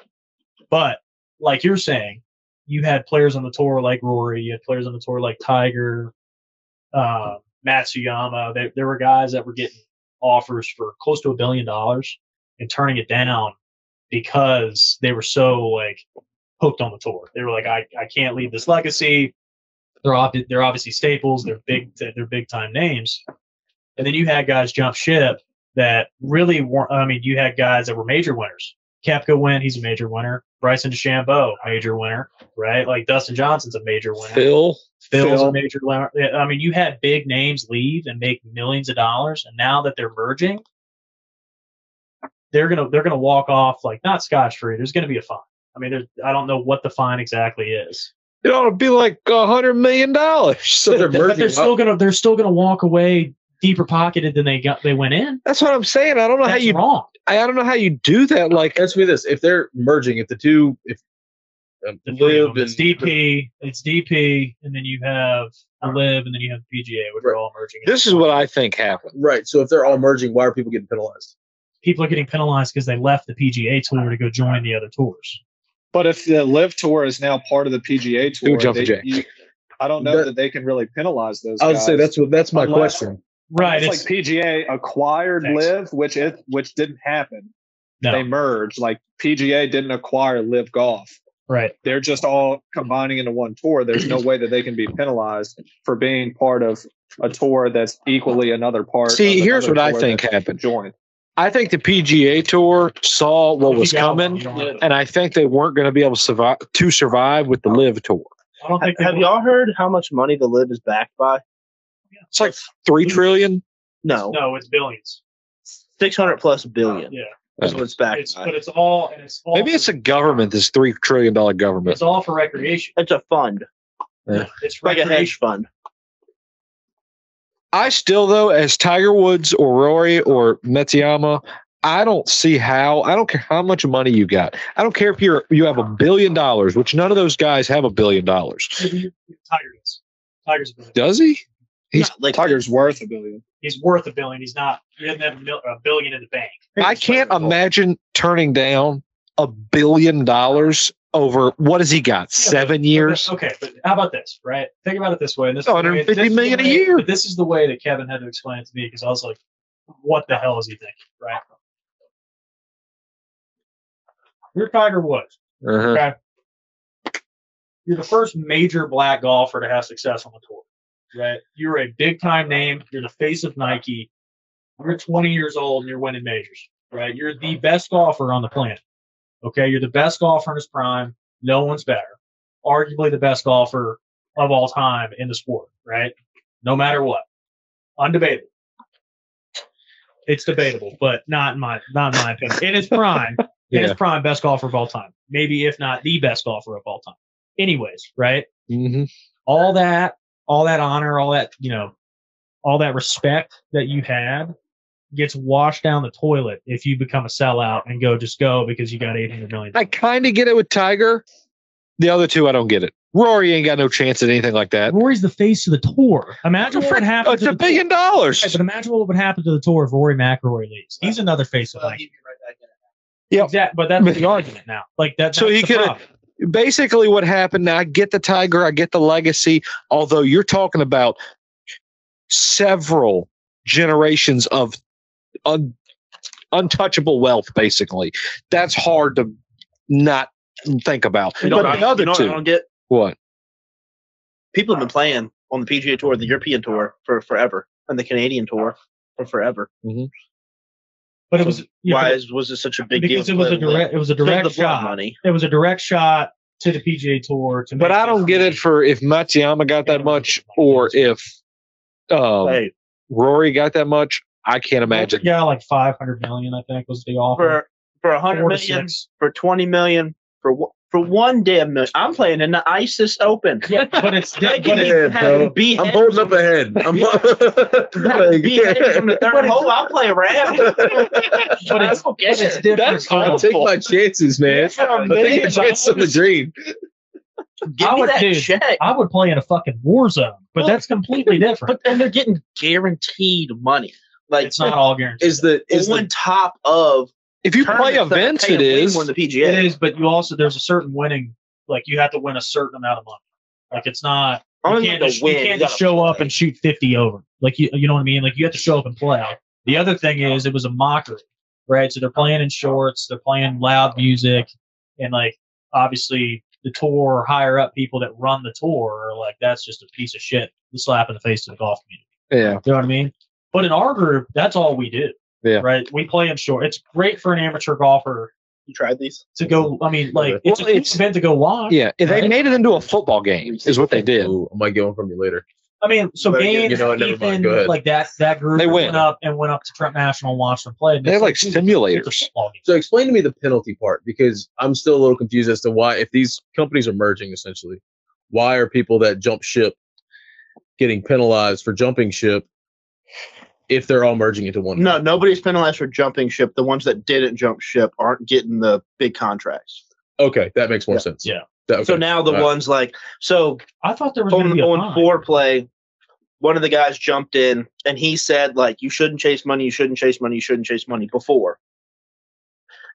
Speaker 6: But like you're saying, you had players on the tour like Rory, you had players on the tour like Tiger, uh, Matsuyama. There, there were guys that were getting offers for close to a billion dollars and turning it down because they were so like hooked on the tour. They were like, I, I can't leave this legacy. They're ob- they're obviously staples. They're big. They're big time names. And then you had guys jump ship that really weren't. I mean, you had guys that were major winners. Capco win, he's a major winner. Bryson DeChambeau, major winner, right? Like Dustin Johnson's a major winner.
Speaker 8: Phil,
Speaker 6: Phil's
Speaker 7: Phil.
Speaker 6: a major. la- I mean, you had big names leave and make millions of dollars, and now that they're merging, they're gonna they're gonna walk off like not scotch free. There's gonna be a fine. I mean, there's, I don't know what the fine exactly is,
Speaker 8: it ought to be like a hundred million dollars.
Speaker 5: So they're
Speaker 6: but,
Speaker 5: merging.
Speaker 6: they're still
Speaker 5: up.
Speaker 6: gonna they're still gonna walk away deeper pocketed than they got they went in.
Speaker 8: That's what I'm saying. I don't know
Speaker 6: That's
Speaker 8: how you.
Speaker 6: wrong.
Speaker 8: I I don't know how you do that. Like
Speaker 5: Answer me this: If they're merging, if the two, if um,
Speaker 6: The three
Speaker 5: live
Speaker 6: of them.
Speaker 5: and
Speaker 6: It's DP, it's DP, and then you have Live, and then you have PGA, which are all merging.
Speaker 8: this is what I think happened.
Speaker 5: right, so if they're all merging, why are people getting penalized?
Speaker 6: people are getting penalized because they left the PGA tour to go join the other tours.
Speaker 7: But if the Live Tour is now part of the PGA
Speaker 8: Ooh,
Speaker 7: Tour,
Speaker 8: jump
Speaker 7: they-
Speaker 8: jack.
Speaker 7: you- I don't know
Speaker 5: That-
Speaker 7: that, they can really penalize those.
Speaker 5: I was gonna
Speaker 7: guys.
Speaker 5: say that's what that's my
Speaker 7: Unless-
Speaker 5: question.
Speaker 6: Right.
Speaker 7: It's, like PGA acquired
Speaker 6: Thanks.
Speaker 7: Live, which it which didn't happen.
Speaker 6: No.
Speaker 7: They merged. Like PGA didn't acquire Live Golf.
Speaker 6: right.
Speaker 7: They're just all combining into one tour. There's no way that they can be penalized for being part of a tour that's equally another part.
Speaker 8: See,
Speaker 7: of
Speaker 8: here's
Speaker 7: another
Speaker 8: what I
Speaker 7: tour
Speaker 8: think
Speaker 7: that
Speaker 8: happened.
Speaker 7: Joined.
Speaker 8: I think the PGA Tour saw what was coming, and I think they weren't going to be able to survive to survive with the Live Tour.
Speaker 6: I don't think they
Speaker 4: Have
Speaker 6: will.
Speaker 4: y'all heard how much money the lid is backed by?
Speaker 8: It's like three
Speaker 6: Mm-hmm.
Speaker 8: trillion.
Speaker 4: No,
Speaker 6: No, it's billions.
Speaker 4: six hundred plus billion.
Speaker 6: Yeah.
Speaker 4: That's what it's backed
Speaker 6: It's
Speaker 4: by.
Speaker 6: but it's all and it's all
Speaker 8: Maybe it's a government. This three trillion dollar government.
Speaker 6: it's all for recreation.
Speaker 4: It's a fund,
Speaker 8: Yeah.
Speaker 6: It's
Speaker 4: like a hedge
Speaker 6: recreation.
Speaker 4: fund.
Speaker 8: I still though, as Tiger Woods or Rory or Metsuyama, I don't see how. I don't care how much money you got. I don't care if you're you have a billion dollars, which none of those guys have a billion dollars.
Speaker 6: Tiger is. Tiger's a billion.
Speaker 8: Does he? He's-
Speaker 4: Not like
Speaker 7: Tiger's worth a billion.
Speaker 6: He's worth a billion. He's not. He doesn't have a, mil- a billion in the bank.
Speaker 8: I can't imagine turning down a billion dollars over what has he got?
Speaker 6: Yeah,
Speaker 8: Seven
Speaker 6: but-
Speaker 8: years?
Speaker 6: Okay, but how about this, right? Think about it this way. And this is the way-
Speaker 8: 150
Speaker 6: this is the
Speaker 8: million a
Speaker 6: way-
Speaker 8: year.
Speaker 6: but This is the way that Kevin had to explain it to me because I was like, what the hell is he thinking, right? You're Tiger Woods.
Speaker 8: Uh-huh.
Speaker 6: Okay. you're the first major black golfer to have success on the tour, right? You're a big time name. You're the face of Nike. You're 20 years old and you're winning majors, right? You're the best golfer on the planet. Okay, you're the best golfer in his prime. No one's better. Arguably the best golfer of all time in the sport, right? No matter what, undebatable. It's debatable, but not in my not in my opinion. In his prime, in his
Speaker 8: Yeah.
Speaker 6: prime, best golfer of all time. Maybe if not the best golfer of all time. Anyways, right?
Speaker 8: Mm-hmm.
Speaker 6: All that, all that honor, all that you know, all that respect that you had gets washed down the toilet if you become a sellout and go just go because you got eight hundred million.
Speaker 8: I kind of get it with Tiger. The other two, I don't get it. Rory ain't got no chance at anything like that.
Speaker 6: Rory's the face of the tour. Imagine what would
Speaker 8: Oh,
Speaker 6: happen.
Speaker 8: it's
Speaker 6: to
Speaker 8: a
Speaker 6: the
Speaker 8: billion
Speaker 6: Right,
Speaker 8: dollars.
Speaker 6: but imagine what would happen to the tour if Rory McIlroy leaves. He's another face of Nike.
Speaker 8: Yep.
Speaker 6: Exactly, but that's the argument now. Like that's
Speaker 8: So
Speaker 6: that's
Speaker 8: he
Speaker 6: the
Speaker 8: coulda-
Speaker 6: problem.
Speaker 8: Basically, what happened, now I get the Tiger, I get the legacy, although you're talking about several generations of un- untouchable wealth, basically. That's hard to not think about.
Speaker 4: You know,
Speaker 8: but
Speaker 4: what I-
Speaker 8: the other
Speaker 4: you know what I
Speaker 8: two,
Speaker 4: don't get
Speaker 8: what?
Speaker 4: people have been playing on the PGA Tour, the European Tour for forever, and the Canadian Tour for forever.
Speaker 6: But it was yeah,
Speaker 4: Why
Speaker 6: but-
Speaker 4: is, was it such a big
Speaker 6: because
Speaker 4: deal?
Speaker 6: it was a
Speaker 4: politically?
Speaker 6: direct it was a
Speaker 4: Because of
Speaker 6: direct
Speaker 4: the blood
Speaker 6: shot.
Speaker 4: money.
Speaker 6: It was a direct shot to the PGA Tour. To
Speaker 8: But
Speaker 6: make
Speaker 8: I don't
Speaker 6: this
Speaker 8: get it
Speaker 6: money.
Speaker 8: for if Matsuyama got that much or if um,
Speaker 4: Hey,
Speaker 8: Rory got that much. I can't imagine.
Speaker 6: Yeah, like five hundred million, I think, was the offer.
Speaker 4: for for a hundred
Speaker 6: Four to
Speaker 4: million,
Speaker 6: six.
Speaker 4: for twenty million, for one- for one damn million. I'm playing in the ISIS Open.
Speaker 6: Yeah, but it's
Speaker 4: They
Speaker 6: but
Speaker 4: can
Speaker 6: it's-
Speaker 5: Yeah, bro.
Speaker 4: have behead.
Speaker 5: I'm holding up a head. I'm
Speaker 4: behead from the third hole. I'll play around.
Speaker 6: but it's, but it's different.
Speaker 8: That's
Speaker 5: I'll take my chances, man.
Speaker 4: I
Speaker 5: I'm taking a chance on the dream.
Speaker 4: Give
Speaker 6: I
Speaker 4: me
Speaker 6: would-
Speaker 4: that
Speaker 6: dude.
Speaker 4: check.
Speaker 6: I would play in a fucking war zone, but that's completely different.
Speaker 4: But and they're getting guaranteed money. Like
Speaker 6: It's not all guaranteed.
Speaker 5: Is the is
Speaker 4: on
Speaker 5: the
Speaker 4: top of
Speaker 8: If you play
Speaker 4: tournaments that
Speaker 8: events,
Speaker 4: pay
Speaker 8: it
Speaker 4: way
Speaker 8: is.
Speaker 4: more than the
Speaker 6: It
Speaker 4: PGA.
Speaker 6: is, but you also there's a certain winning. Like you have to win a certain amount of money. Like it's not you
Speaker 4: Only
Speaker 6: can't
Speaker 4: the
Speaker 6: just,
Speaker 4: win,
Speaker 6: you can't
Speaker 4: you
Speaker 6: just
Speaker 4: gotta
Speaker 6: show up
Speaker 4: play.
Speaker 6: and shoot fifty over. Like you you know what I mean. Like you have to show up and play. The other thing is it was a mockery, right? So they're playing in shorts, they're playing loud music, and like obviously the tour higher up people that run the tour are like that's just a piece of shit, the slap in the face to the golf community.
Speaker 8: Yeah.
Speaker 6: You know what I mean? But in our group, that's all we do.
Speaker 8: Yeah.
Speaker 6: Right. We play in short. It's great for an amateur golfer
Speaker 4: You tried these?
Speaker 6: to go. I mean, like it's
Speaker 8: Well,
Speaker 6: a
Speaker 8: it's-
Speaker 6: it's, event to go watch.
Speaker 8: Yeah. If They
Speaker 6: Right.
Speaker 8: made it into a football game, is what they did.
Speaker 5: Ooh, I might get one from you later.
Speaker 6: I mean, so
Speaker 4: But again,
Speaker 6: Gaines,
Speaker 5: you know what, never mind,
Speaker 6: Ethan,
Speaker 5: go ahead.
Speaker 6: like that that group
Speaker 8: They win.
Speaker 6: went up and went up to Trent National and watched them play. And
Speaker 8: They're
Speaker 6: it's
Speaker 8: like
Speaker 6: dude, it's a
Speaker 8: simulators.
Speaker 6: football game.
Speaker 5: So explain to me the penalty part because I'm still a little confused as to why if these companies are merging essentially, why are people that jump ship getting penalized for jumping ship if they're all merging into one?
Speaker 4: No, nobody's penalized for jumping ship. The ones that didn't jump ship aren't getting the big contracts.
Speaker 5: Okay, that makes more sense.
Speaker 6: Yeah.
Speaker 5: That- okay.
Speaker 4: So now the
Speaker 5: All right.
Speaker 4: ones like so
Speaker 6: I thought there was going to
Speaker 4: on
Speaker 6: be a
Speaker 4: on
Speaker 6: on
Speaker 4: foreplay, one of the guys jumped in and he said like you shouldn't chase money, you shouldn't chase money, you shouldn't chase money before.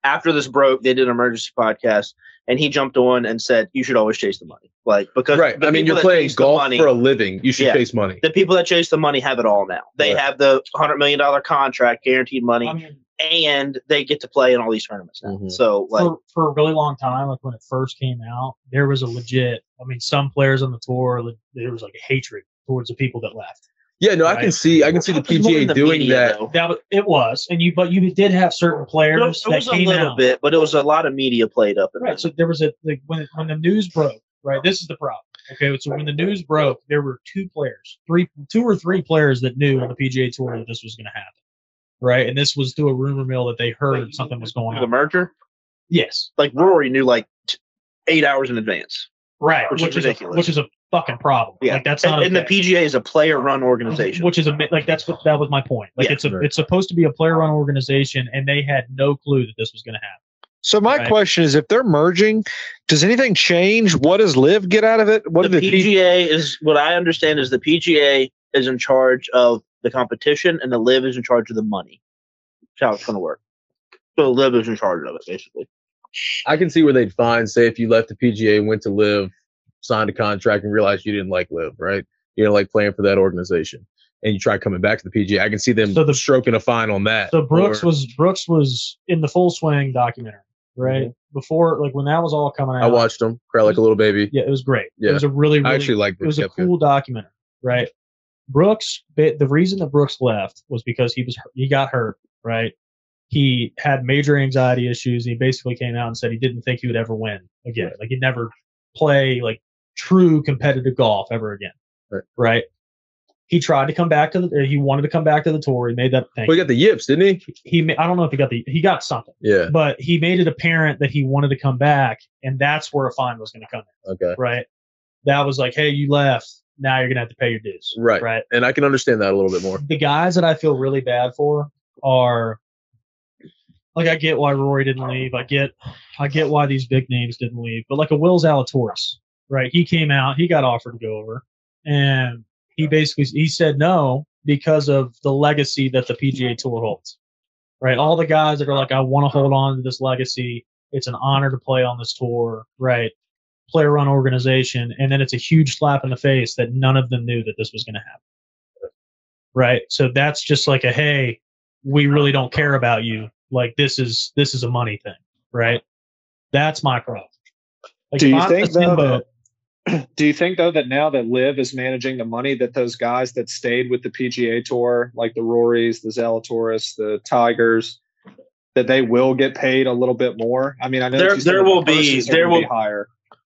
Speaker 4: After this broke, they did an emergency podcast and he jumped on and said you should always chase the money. Like because
Speaker 5: right.
Speaker 4: the
Speaker 5: I mean,
Speaker 4: people
Speaker 5: you're
Speaker 4: that
Speaker 5: playing
Speaker 4: chase the
Speaker 5: golf
Speaker 4: money-
Speaker 5: for a living. You should
Speaker 4: Yeah.
Speaker 5: chase money.
Speaker 4: the people that chase the money have it all now. They
Speaker 5: Right.
Speaker 4: have the hundred million dollar contract, guaranteed money,
Speaker 6: I mean,
Speaker 4: and they get to play in all these tournaments now.
Speaker 5: Mhm.
Speaker 4: So like
Speaker 6: for, for a really long time, like when it first came out, there was a legit. I mean, some players on the tour, like, there was like hatred towards the people that left.
Speaker 5: Yeah, no, I can
Speaker 6: Right.
Speaker 5: see I can see the
Speaker 4: It's more in
Speaker 5: PGA doing
Speaker 4: media,
Speaker 5: that.
Speaker 4: though.
Speaker 6: That was, it was, and you but you did have certain
Speaker 4: It
Speaker 6: players
Speaker 4: was it
Speaker 6: that
Speaker 4: was a
Speaker 6: came
Speaker 4: little
Speaker 6: out.
Speaker 4: bit, but it was a lot of media played up in
Speaker 6: Right.
Speaker 4: it.
Speaker 6: So there was a like when when the news broke. Right. This is the problem. Okay. So when the news broke, there were two players, three, two or three players that knew on the PGA Tour that this was going to happen. Right. And this was through a rumor mill that they heard something was going
Speaker 4: the
Speaker 6: on.
Speaker 4: merger.
Speaker 6: Yes.
Speaker 4: Like Rory knew like t- eight hours in advance.
Speaker 6: Right.
Speaker 4: Which
Speaker 6: Which,
Speaker 4: is
Speaker 6: is, a,
Speaker 4: ridiculous.
Speaker 6: which is a fucking problem.
Speaker 4: Yeah.
Speaker 6: Like that's
Speaker 4: And,
Speaker 6: not.
Speaker 4: and the
Speaker 6: okay.
Speaker 4: PGA is a player-run organization.
Speaker 6: Which is a mi- like that's what that was my point. Like
Speaker 4: Yeah,
Speaker 6: it's a
Speaker 5: right.
Speaker 6: it's supposed to be a player run organization, and they had no clue that this was going to happen.
Speaker 8: So my
Speaker 6: Right.
Speaker 8: question is, if they're merging, does anything change? What does Live get out of it? What
Speaker 4: the,
Speaker 8: did the PG-
Speaker 4: PGA is what I understand is the PGA is in charge of the competition and the Live is in charge of the money. That's how it's going to work. So Live is in charge of it basically.
Speaker 5: I can see where they'd find, say, if you left the PGA, went to live, signed a contract, and realized you didn't like live, right? You didn't like playing for that organization, and you try coming back to the PGA. I can see them
Speaker 6: So the-
Speaker 5: stroking a fine on that.
Speaker 6: So Brooks
Speaker 5: Or-
Speaker 6: was Brooks was in the full swing documentary, right?
Speaker 4: Mm-hmm.
Speaker 6: before, like when that was all coming out.
Speaker 5: I watched him cry like a little baby.
Speaker 6: Yeah, it was great.
Speaker 5: Yeah.
Speaker 6: It was a really, really
Speaker 5: I actually liked
Speaker 6: it was a
Speaker 5: Kepka.
Speaker 6: cool documentary, right? Brooks, ba- the reason that Brooks left was because he was he got hurt, right? He had major anxiety issues. He basically came out and said he didn't think he would ever win again. Like he'd never play like true competitive golf ever again,
Speaker 5: Right.
Speaker 6: He tried to come back to the. He wanted to come back to the tour. He made that thing.
Speaker 5: Well, he got the yips, didn't he?
Speaker 6: he ma- I don't know if he got the. He got something,
Speaker 5: Yeah.
Speaker 6: but he made it apparent that he wanted to come back, and that's where a fine was going to come
Speaker 5: Okay.
Speaker 6: right? That was like, hey, you left. Now you're gonna have to pay your dues,
Speaker 5: Right.
Speaker 6: Right.
Speaker 5: And I can understand that a little bit more.
Speaker 6: The guys that I feel really bad for are like I get why Rory didn't leave. I get I get why these big names didn't leave. But like a Will's Alatoris, right? He came out, he got offered to go over, and he basically he said no because of the legacy that the PGA Tour holds. Right? All the guys that are like, I want to hold on to this legacy. It's an honor to play on this tour, right? Player run organization, and then it's a huge slap in the face that none of them knew that this was going to happen. Right? So that's just like a hey, we really don't care about you. Like this is this is a money thing, right? That's my problem. Like,
Speaker 7: Do
Speaker 6: if
Speaker 7: you
Speaker 6: I'm
Speaker 7: think,
Speaker 6: a
Speaker 7: though,
Speaker 6: Timbo-
Speaker 7: that- Do you think though that now that Liv is managing the money that those guys that stayed with the PGA Tour, like the Rorys, the Zalatoris, the Tigers, that they will get paid a little bit more? I mean, I know that
Speaker 4: There-
Speaker 7: you said
Speaker 4: there
Speaker 7: the
Speaker 4: will be-
Speaker 7: purses are
Speaker 4: there
Speaker 7: gonna
Speaker 4: will-
Speaker 7: higher.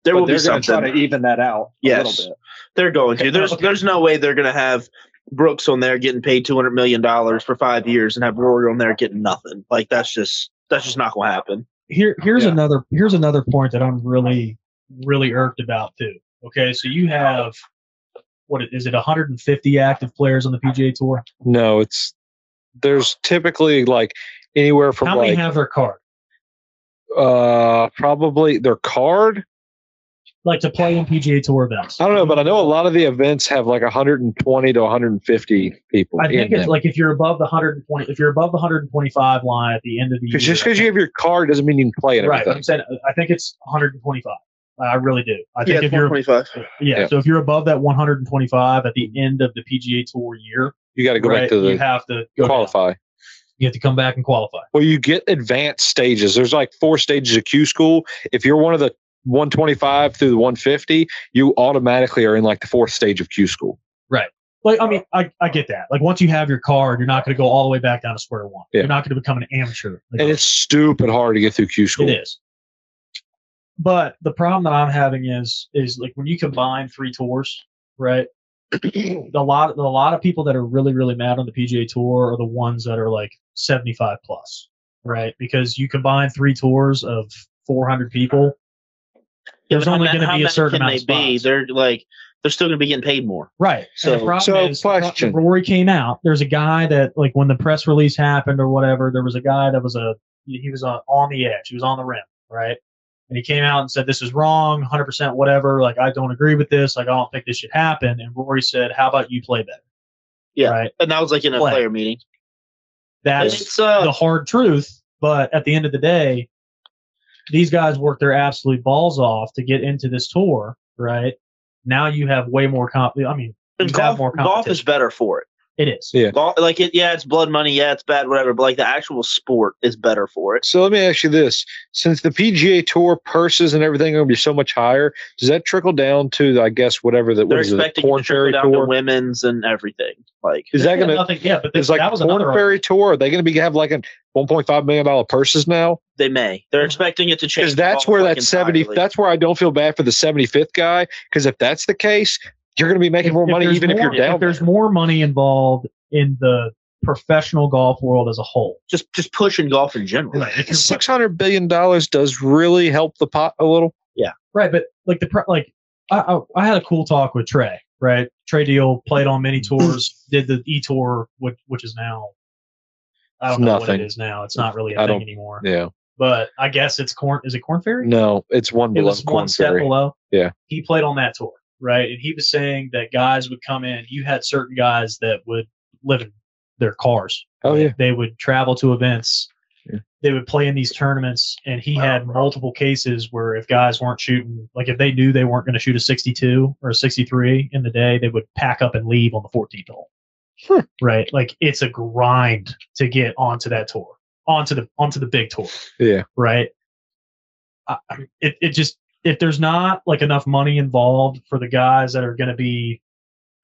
Speaker 4: There
Speaker 7: but
Speaker 4: will be
Speaker 7: they're gonna
Speaker 4: something.
Speaker 7: try to even that out.
Speaker 4: Yes.
Speaker 7: a little bit.
Speaker 4: They're going to. There's there's no way they're going to have Brooks on there getting paid two hundred million dollars for five years and have Rory on there getting nothing. Like that's just that's just not going to happen.
Speaker 6: here here's
Speaker 7: Yeah.
Speaker 6: another here's another point that I'm really really irked about too. Okay, so you have what is it 150 active players on the PGA Tour?
Speaker 8: No, it's there's typically like anywhere from
Speaker 6: How many
Speaker 8: like
Speaker 6: have their card?
Speaker 8: uh probably their card.
Speaker 6: Like to play in PGA Tour events?
Speaker 8: I don't know, but I know a
Speaker 6: Mm.
Speaker 8: lot of the events have like 120 to 150 people
Speaker 6: I think it's
Speaker 8: in them.
Speaker 6: like if you're above the 120, if you're above the 125 line at the end of the year,
Speaker 8: 'Cause just because you have your card doesn't mean you can play it.
Speaker 6: right?
Speaker 8: Right.
Speaker 6: I'm saying I think it's 125. I really do. I think if you're
Speaker 4: five.
Speaker 6: yeah,
Speaker 8: Yeah.
Speaker 6: so if you're above that 125 at the end of the PGA Tour year,
Speaker 8: You got to go
Speaker 6: right,
Speaker 8: back to
Speaker 6: you
Speaker 8: the
Speaker 6: have to go down.
Speaker 8: qualify.
Speaker 6: You have to come back and qualify.
Speaker 8: Well, you get advanced stages. There's like four stages of Q school. If you're one of the 125 through the 150, you automatically are in like the fourth stage of Q school.
Speaker 6: like I mean, I, I get that. Like once you have your card, you're not going to go all the way back down to square one.
Speaker 8: Yeah.
Speaker 6: You're not going to become an amateur. Like,
Speaker 8: And it's stupid hard to get through Q school.
Speaker 6: it is. But the problem that I'm having is is like when you combine three tours, right? a lot a lot of people that are really really mad on the PGA Tour are the ones that are like 75 plus, right? Because you combine three tours of 400 people, there's only going to be a certain amount of spots.
Speaker 4: They're like they're still going to be getting paid more.
Speaker 6: Right.
Speaker 4: So-
Speaker 6: And the problem
Speaker 8: so
Speaker 6: is,
Speaker 8: question.
Speaker 6: Rory came out. There's a guy that, like, when the press release happened or whatever, there was a guy that was a he was on, on the edge. He was on the rim, right? And he came out and said, "This is wrong, 100 percent, whatever. Like, I don't agree with this. Like, I don't think this should happen." And Rory said, "How about you play better?"
Speaker 4: Yeah.
Speaker 6: Right.
Speaker 4: And that was like in a
Speaker 6: Play.
Speaker 4: player meeting.
Speaker 6: That's
Speaker 4: It's uh,
Speaker 6: the hard truth. But at the end of the day, these guys worked their absolute balls off to get into this tour, right? Now you have way more comp. I mean, you
Speaker 4: and
Speaker 6: have
Speaker 4: golf,
Speaker 6: more
Speaker 4: golf is
Speaker 6: competition.
Speaker 4: better for it.
Speaker 6: It is.
Speaker 4: Golf, like it, yeah, it's blood money. Yeah, it's bad, whatever. But like the actual sport is better for it.
Speaker 8: So let me ask you this: since the PGA Tour purses and everything are going to be so much higher, does that trickle down to, I guess, whatever the
Speaker 4: They're
Speaker 8: what is it, the
Speaker 4: expecting you
Speaker 8: Corn
Speaker 4: to trickle
Speaker 8: Ferry
Speaker 4: down to
Speaker 8: Tour?
Speaker 4: women's and everything. Like
Speaker 8: Is that
Speaker 6: Yeah,
Speaker 8: going to?
Speaker 6: nothing? Yeah, but this,
Speaker 8: Is like
Speaker 6: that was
Speaker 8: Corn
Speaker 6: another
Speaker 8: Ferry Tour? Are they going to be have like a 1.5 million dollar purses now?
Speaker 4: they may. They're expecting it to change.
Speaker 8: Because that's
Speaker 4: golf,
Speaker 8: where
Speaker 4: like,
Speaker 8: that 70.
Speaker 4: entirely.
Speaker 8: That's where I don't feel bad for the 75th guy. Because if that's the case, you're going to be making more money
Speaker 6: there's
Speaker 8: even if
Speaker 6: more-
Speaker 8: you're down.
Speaker 6: there's
Speaker 8: there.
Speaker 6: more money involved in the professional golf world as a whole.
Speaker 4: just just pushing golf in general.
Speaker 6: If you're-
Speaker 8: Six hundred billion dollars does really help the pot a little.
Speaker 6: right, but like the pro- like I, I I had a cool talk with Trey. Right, Trey Deal played on many tours, did the E Tour, which which is now I
Speaker 8: It's
Speaker 6: don't know what
Speaker 8: nothing.
Speaker 6: it is now. It's not really a
Speaker 8: I
Speaker 6: thing
Speaker 8: don't-
Speaker 6: anymore.
Speaker 8: Yeah.
Speaker 6: But I guess it's corn. Is it Corn Ferry?
Speaker 8: No, it's one
Speaker 6: it
Speaker 8: below
Speaker 6: was
Speaker 8: Corn
Speaker 6: one step
Speaker 8: Ferry.
Speaker 6: below.
Speaker 8: Yeah.
Speaker 6: He played on that tour, right? And he was saying that guys would come in. You had certain guys that would live in their cars.
Speaker 8: Oh,
Speaker 6: right?
Speaker 8: yeah.
Speaker 6: They would travel to events.
Speaker 8: Yeah.
Speaker 6: They would play in these tournaments, and he had multiple cases where if guys weren't shooting, like if they knew they weren't going to shoot a 62 or a 63 in the day, they would pack up and leave on the 14th hole.
Speaker 8: Hmm.
Speaker 6: Right, like it's a grind to get onto that tour, onto the onto the big tour
Speaker 8: Yeah.
Speaker 6: right? I, I mean, it, it just if there's not like enough money involved for the guys that are going to be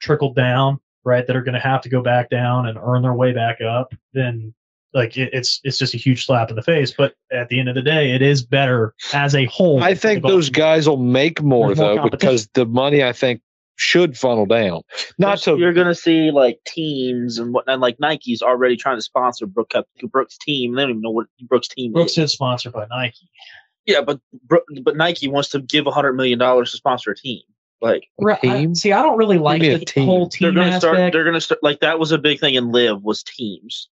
Speaker 6: trickled down, right? That are going to have to go back down and earn their way back up, then like it, it's it's just a huge slap in the face. But at the end of the day, it is better as a whole.
Speaker 8: I think
Speaker 6: for the
Speaker 8: those guys will make more
Speaker 6: There's more
Speaker 8: though because the money I think should funnel down. Not
Speaker 4: There's-
Speaker 8: to
Speaker 4: you're gonna see like teams and what and like Nike's already trying to sponsor Brook Brooks team. They don't even know what Brooks team
Speaker 6: Brooks
Speaker 4: is.
Speaker 6: is sponsored by Nike,
Speaker 4: Yeah, but Bro- but Nike wants to give hundred million dollars to sponsor a team. Like
Speaker 8: Right, I- Team?
Speaker 6: see, I don't really like
Speaker 8: mean a
Speaker 6: the
Speaker 8: team?
Speaker 6: whole
Speaker 4: they're
Speaker 6: team
Speaker 4: gonna start.
Speaker 6: aspect.
Speaker 4: They're gonna start. Like that was a big thing in Live was teams.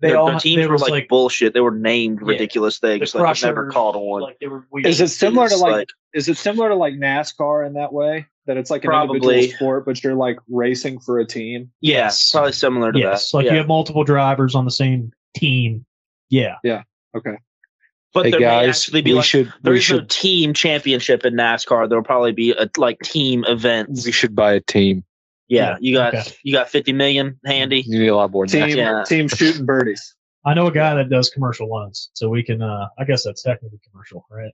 Speaker 6: They
Speaker 4: their,
Speaker 6: all
Speaker 4: their teams
Speaker 6: there
Speaker 4: were
Speaker 6: was,
Speaker 4: like, bullshit. They were named
Speaker 6: Yeah.
Speaker 4: ridiculous
Speaker 6: the
Speaker 4: things. Like they never
Speaker 6: Crushers,
Speaker 4: called on.
Speaker 6: Like, they were weird.
Speaker 7: Is it similar to
Speaker 4: It's
Speaker 7: like, is it similar to like NASCAR in that way that it's like an
Speaker 4: Probably.
Speaker 7: individual sport but you're like racing for a team?
Speaker 4: yeah,
Speaker 6: Yes.
Speaker 4: probably similar to
Speaker 6: yes,
Speaker 4: that.
Speaker 6: like
Speaker 4: yeah.
Speaker 6: you have multiple drivers on the same team. Yeah,
Speaker 4: but
Speaker 8: hey
Speaker 4: there may
Speaker 8: guys,
Speaker 4: actually
Speaker 8: we
Speaker 4: be like
Speaker 8: should
Speaker 4: there
Speaker 8: we
Speaker 4: is no
Speaker 8: should
Speaker 4: team championship in NASCAR. There'll probably be a like team events.
Speaker 8: we should buy a team.
Speaker 4: Yeah, you got
Speaker 6: okay.
Speaker 4: you got fifty million handy.
Speaker 8: You need a lot more than that.
Speaker 7: Team
Speaker 4: Yeah.
Speaker 7: team shooting birdies.
Speaker 6: I know a guy that does commercial loans, so we can. uh I guess that's technically commercial, right?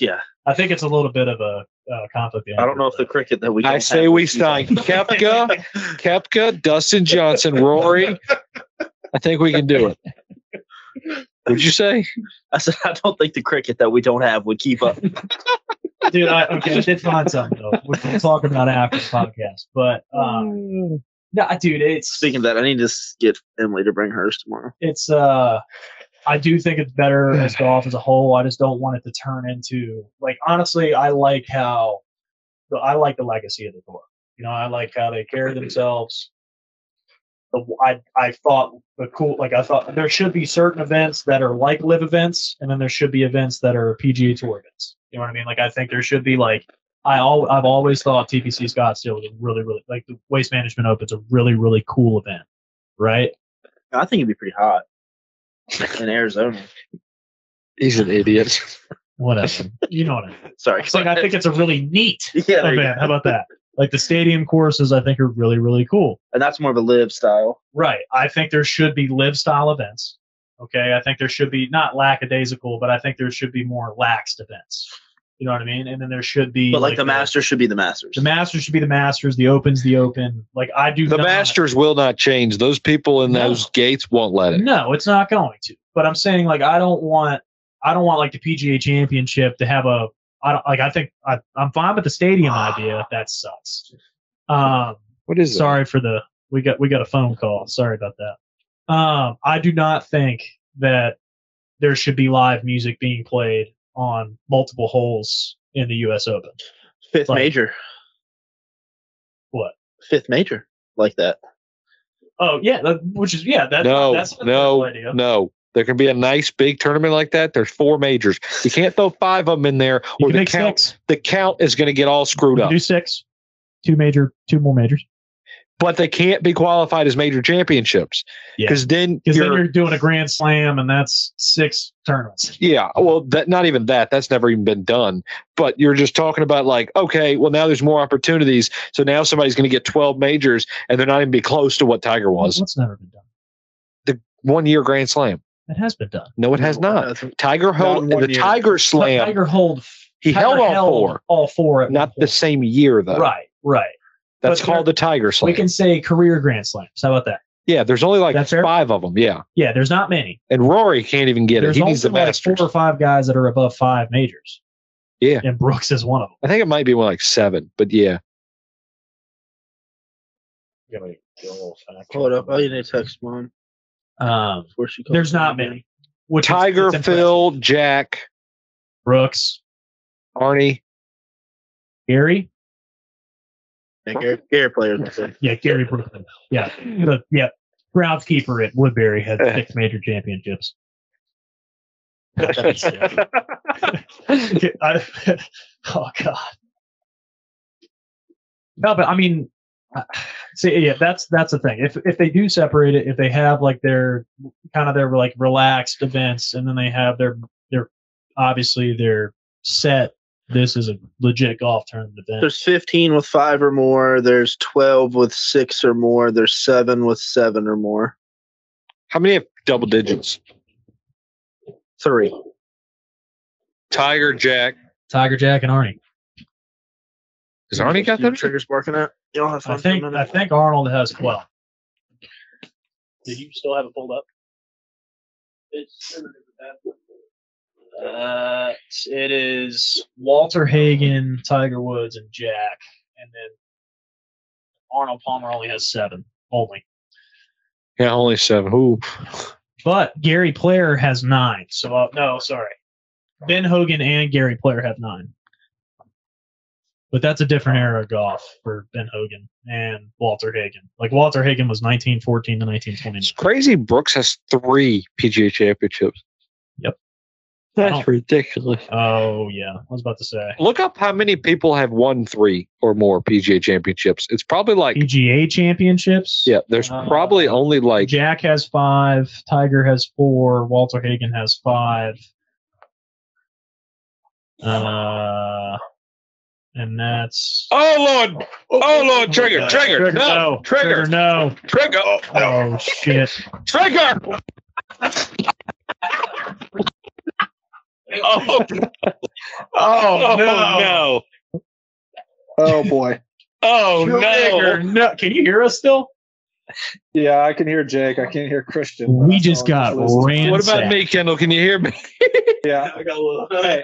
Speaker 4: Yeah,
Speaker 6: I think it's a little bit of a uh, conflict.
Speaker 4: I don't know if the cricket that we
Speaker 8: I
Speaker 4: don't
Speaker 8: say
Speaker 4: have
Speaker 8: we
Speaker 4: is-
Speaker 8: sign Kepka, Kepka, Dustin Johnson, Rory. I think we can do it. Would you say?
Speaker 4: I said I don't think the cricket that we don't have would keep up.
Speaker 6: dude. I, okay, I did find something though. We'll we'll talk about it after the podcast, but um, no, dude, it's
Speaker 4: Speaking of that, I need to s- get Emily to bring hers tomorrow.
Speaker 6: it's uh I do think it's better as golf as a whole. I just don't want it to turn into like honestly, I like how I like the legacy of the tour. You know, I like how they carry themselves. The, I I thought the cool like I thought there should be certain events that are like live events, and then there should be events that are PGA Tour events. You know what I mean? Like I think there should be like I al- I've always thought TPC Scottsdale was a really really like the Waste Management Open's a really really cool event, right?
Speaker 4: I think it'd be pretty hot in Arizona.
Speaker 8: He's an idiot.
Speaker 6: whatever. you know what I mean.
Speaker 4: Sorry,
Speaker 6: It's like I think Oh, it's a really neat
Speaker 4: yeah, there you go.
Speaker 6: event. How about that? Like the stadium courses, I think are really really cool.
Speaker 4: and that's more of a live style.
Speaker 6: Right. I think there should be live style events. Okay. I think there should be not lackadaisical, but I think there should be more laxed events. You know what I mean? And then there should be
Speaker 4: But like, the Masters should be the Masters.
Speaker 6: The Masters should be the Masters. The Open's the Open. Like I do.
Speaker 8: The
Speaker 6: not-
Speaker 8: Masters will not change. Those people in
Speaker 6: No.
Speaker 8: those gates won't let it.
Speaker 6: No, it's not going to. But I'm saying like I don't want I don't want like the PGA Championship to have a I don't like I think I I'm fine with the stadium idea. That sucks. Um,
Speaker 8: Ah. What is that?
Speaker 6: sorry for the we got we got a phone call. Sorry about that. Um, I do not think that there should be live music being played on multiple holes in the U.S. Open.
Speaker 4: Fifth
Speaker 6: Like-
Speaker 4: major.
Speaker 6: What?
Speaker 4: Fifth major like that.
Speaker 6: Oh yeah, that, which is yeah that
Speaker 8: no,
Speaker 6: that's a terrible
Speaker 8: no,
Speaker 6: idea.
Speaker 8: no. There can be a nice big tournament like that. There's four majors. You can't throw five of them in there,
Speaker 6: You
Speaker 8: or
Speaker 6: can
Speaker 8: the
Speaker 6: make
Speaker 8: count
Speaker 6: six.
Speaker 8: the count is going to get all
Speaker 6: You
Speaker 8: screwed
Speaker 6: can
Speaker 8: up.
Speaker 6: do six. Two major, two more majors.
Speaker 8: But they can't be qualified as major championships
Speaker 6: Yeah.
Speaker 8: because then
Speaker 6: Because then
Speaker 8: you're-
Speaker 6: you're doing a grand slam, and that's six tournaments.
Speaker 8: Yeah, well, that not even that. That's never even been done. But you're just talking about like, okay, well now there's more opportunities. So now somebody's going to get 12 majors, and they're not even be close to what Tiger was.
Speaker 6: What's never been done?
Speaker 8: One year Grand Slam.
Speaker 6: It has been done.
Speaker 8: No, it has not. Tiger held
Speaker 7: in one
Speaker 8: the
Speaker 7: year.
Speaker 8: Tiger
Speaker 6: But
Speaker 8: Slam,
Speaker 6: Tiger hold.
Speaker 8: He
Speaker 6: Tiger
Speaker 8: held all four.
Speaker 6: All four. At
Speaker 8: not
Speaker 6: one
Speaker 8: the same year though.
Speaker 6: point. Right. Right.
Speaker 8: That's
Speaker 6: but
Speaker 8: called
Speaker 6: there-
Speaker 8: the Tiger
Speaker 6: We
Speaker 8: Slam.
Speaker 6: can say career grand slams. How about that?
Speaker 8: yeah, there's only like
Speaker 6: That's fair?
Speaker 8: five of them. Yeah,
Speaker 6: Yeah. There's not many.
Speaker 8: and Rory can't even get
Speaker 6: there's
Speaker 8: it. He needs the
Speaker 6: only like
Speaker 8: Masters.
Speaker 6: four or five guys that are above five majors.
Speaker 8: Yeah.
Speaker 6: And Brooks is one of
Speaker 8: I think it might be more like seven, but yeah.
Speaker 6: them.
Speaker 4: Hold up, Oh, I need to text mom.
Speaker 6: Um,
Speaker 4: Before she calls
Speaker 6: there's
Speaker 4: me
Speaker 6: not
Speaker 4: again.
Speaker 6: many. Which is-
Speaker 8: Tiger,
Speaker 6: it's impressive.
Speaker 8: Phil, Jack,
Speaker 6: Brooks,
Speaker 8: Arnie.
Speaker 6: Gary.
Speaker 4: Yeah, Gary, Gary players. my friend.
Speaker 6: Yeah, Gary Brooklyn. Yeah, the, yeah. Groundskeeper at Woodbury had six major championships. I- oh God. No, but I mean, uh, see, yeah, that's that's the thing. If if they do separate it, if they have like their kind of their like relaxed events, and then they have their their obviously their set. This is a legit golf tournament event.
Speaker 4: There's 15 with five or more. There's 12 with six or more. There's seven with seven or more.
Speaker 8: How many have double digits?
Speaker 4: Three.
Speaker 8: Tiger Jack.
Speaker 6: Tiger Jack and Arnie.
Speaker 8: Has Arnie got
Speaker 4: them
Speaker 8: them?
Speaker 4: triggers barking at? Y'all have fun
Speaker 6: I think
Speaker 4: for a
Speaker 6: I
Speaker 4: minute.
Speaker 6: think Arnold has twelve.
Speaker 4: Did you still have it pulled up? It's
Speaker 6: Uh, it is Walter Hagen, Tiger Woods, and Jack, and then Arnold Palmer only has seven only.
Speaker 8: Yeah, only seven. Ooh.
Speaker 6: But Gary Player has nine. So uh, no, sorry, Ben Hogan and Gary Player have nine. But that's a different era of golf for Ben Hogan and Walter Hagen. Like Walter Hagen was 1914 to
Speaker 8: It's
Speaker 6: 1929.
Speaker 8: crazy. Brooks has three PGA championships.
Speaker 6: Yep.
Speaker 8: That's
Speaker 6: Wow.
Speaker 8: ridiculous.
Speaker 6: Oh yeah, I was about to say
Speaker 8: Look up how many people have won three or more PGA championships. It's probably like,
Speaker 6: PGA championships.
Speaker 8: yeah, there's
Speaker 6: Uh,
Speaker 8: probably only like
Speaker 6: Jack has five, Tiger has four, Walter Hagen has five. Uh, and that's
Speaker 8: Oh Lord! Oh Lord! Trigger!
Speaker 6: Uh,
Speaker 8: Trigger! no! Trigger!
Speaker 6: no.
Speaker 8: Trigger! Oh, no.
Speaker 6: Oh shit.
Speaker 8: Trigger! oh, oh
Speaker 6: no.
Speaker 8: no!
Speaker 7: Oh boy.
Speaker 8: Oh
Speaker 6: Trigger, no. Can you hear us still?
Speaker 7: Yeah, I can hear Jake. I can't hear Christian.
Speaker 6: We just got
Speaker 7: ran.
Speaker 6: ransacked.
Speaker 8: What about me, Kendall? Can you hear me?
Speaker 7: Yeah. Hey,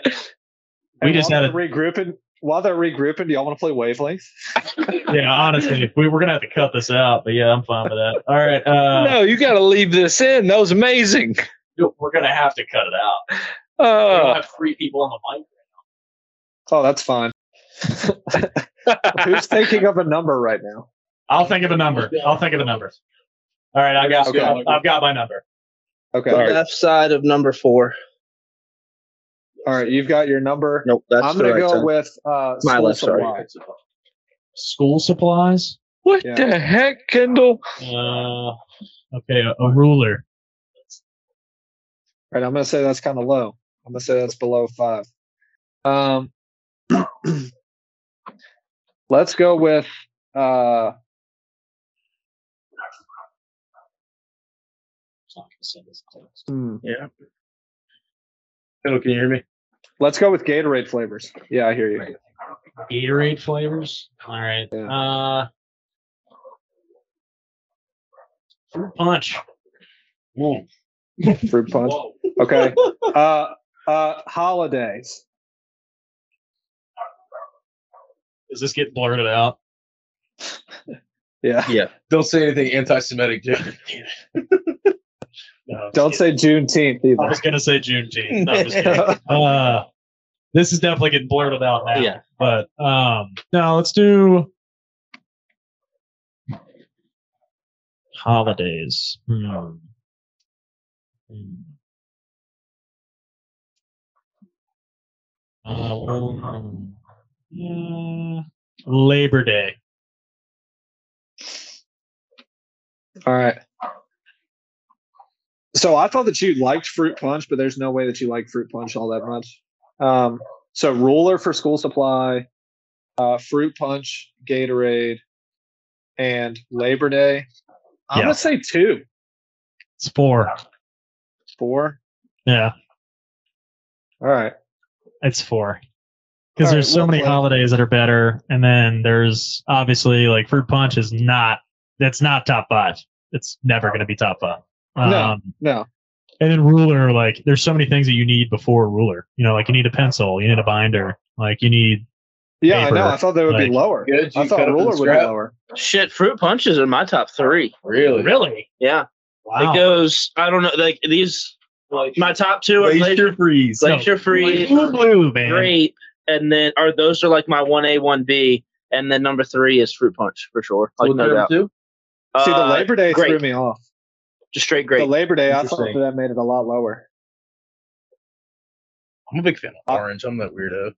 Speaker 6: We
Speaker 7: hey, while
Speaker 6: just had a-
Speaker 7: they're regrouping. While they're regrouping, do y'all want to play wavelength?
Speaker 6: Yeah, honestly, we were gonna have to cut this out, but yeah, I'm fine with that. All right, uh,
Speaker 8: no, you got to leave this in. That was amazing.
Speaker 6: we're gonna have to cut it out. We don't
Speaker 8: Uh,
Speaker 6: have three people on the mic.
Speaker 7: Oh, that's fine. Who's thinking of a number right now?
Speaker 6: I'll think of a number. I'll think of a number. All right, I got.
Speaker 7: Okay.
Speaker 6: I've, I've got my number.
Speaker 7: Okay.
Speaker 4: the
Speaker 7: All right.
Speaker 4: left side of number four.
Speaker 7: You've got your number.
Speaker 4: Nope, that's
Speaker 7: I'm
Speaker 4: the
Speaker 7: gonna
Speaker 4: right
Speaker 7: go
Speaker 4: side.
Speaker 7: with uh,
Speaker 4: My
Speaker 7: school
Speaker 4: left, sorry.
Speaker 7: supply.
Speaker 6: School supplies.
Speaker 8: what
Speaker 7: Yeah.
Speaker 8: the heck, Kendall?
Speaker 6: Uh, okay, a, a ruler.
Speaker 7: Right. I'm gonna say that's kind of low. I'm gonna say that's below five. Um, let's go with uh, hmm,
Speaker 4: Yeah. Kendall, can you hear me?
Speaker 7: let's go with Gatorade flavors. Yeah, I hear you.
Speaker 6: Gatorade flavors. All right.
Speaker 7: Yeah.
Speaker 6: Uh, fruit punch. Whoa.
Speaker 7: Fruit Mm, punch.
Speaker 6: Whoa.
Speaker 7: Okay. Uh, uh, holidays.
Speaker 6: Does this get blurted out?
Speaker 7: Yeah.
Speaker 5: Don't say anything anti-Semitic. Jake.
Speaker 6: No,
Speaker 7: Don't say Juneteenth
Speaker 6: I
Speaker 7: either.
Speaker 6: was gonna say Juneteenth. No, I'm just kidding. uh, this is definitely getting blurted out now.
Speaker 4: Yeah.
Speaker 6: But um, now let's do holidays. Hmm. Hmm. Uh, well, yeah. Labor Day.
Speaker 7: All right. So I thought that you liked fruit punch, but there's no way that you like fruit punch all that much. Um, so ruler for school supply, uh, fruit punch, Gatorade, and Labor Day. I'm
Speaker 6: Yeah.
Speaker 7: gonna say two,
Speaker 6: It's four.
Speaker 7: four.
Speaker 6: Yeah,
Speaker 7: All right.
Speaker 6: it's four.
Speaker 7: All
Speaker 6: Because
Speaker 7: right,
Speaker 6: there's so
Speaker 7: well
Speaker 6: many
Speaker 7: played.
Speaker 6: holidays that are better, and then there's obviously like fruit punch is not. That's not top five. It's never going to be top five. Um,
Speaker 7: No. No.
Speaker 6: And then ruler, like there's so many things that you need before a ruler. You know, like you need a pencil, you need a binder, like you need.
Speaker 7: Yeah, I know.
Speaker 6: Paper.
Speaker 7: I thought they would
Speaker 6: Like-
Speaker 7: be lower.
Speaker 5: Good, you
Speaker 7: I thought
Speaker 5: cut up
Speaker 7: ruler
Speaker 5: and
Speaker 7: would be
Speaker 5: scrap?
Speaker 7: lower.
Speaker 4: Shit, fruit punches are my top three.
Speaker 5: Really?
Speaker 6: Really?
Speaker 4: Yeah.
Speaker 6: Wow.
Speaker 4: It goes. I don't know. Like these. My top two are glacier,
Speaker 5: Glacier freeze.
Speaker 4: glacier freeze,
Speaker 6: Blue, blue, man.
Speaker 4: grape, and then are those are like my one A, one B, and then number three is fruit punch for sure. Like
Speaker 5: What
Speaker 4: no
Speaker 5: number
Speaker 4: doubt.
Speaker 5: two?
Speaker 7: See, the
Speaker 4: Uh,
Speaker 7: Labor Day threw
Speaker 4: grape.
Speaker 7: me off.
Speaker 4: just straight
Speaker 7: The
Speaker 4: grape.
Speaker 7: Labor Day, I thought that,
Speaker 5: Interesting.
Speaker 7: that made it a lot lower.
Speaker 5: I'm a big fan of orange. I'm that weirdo.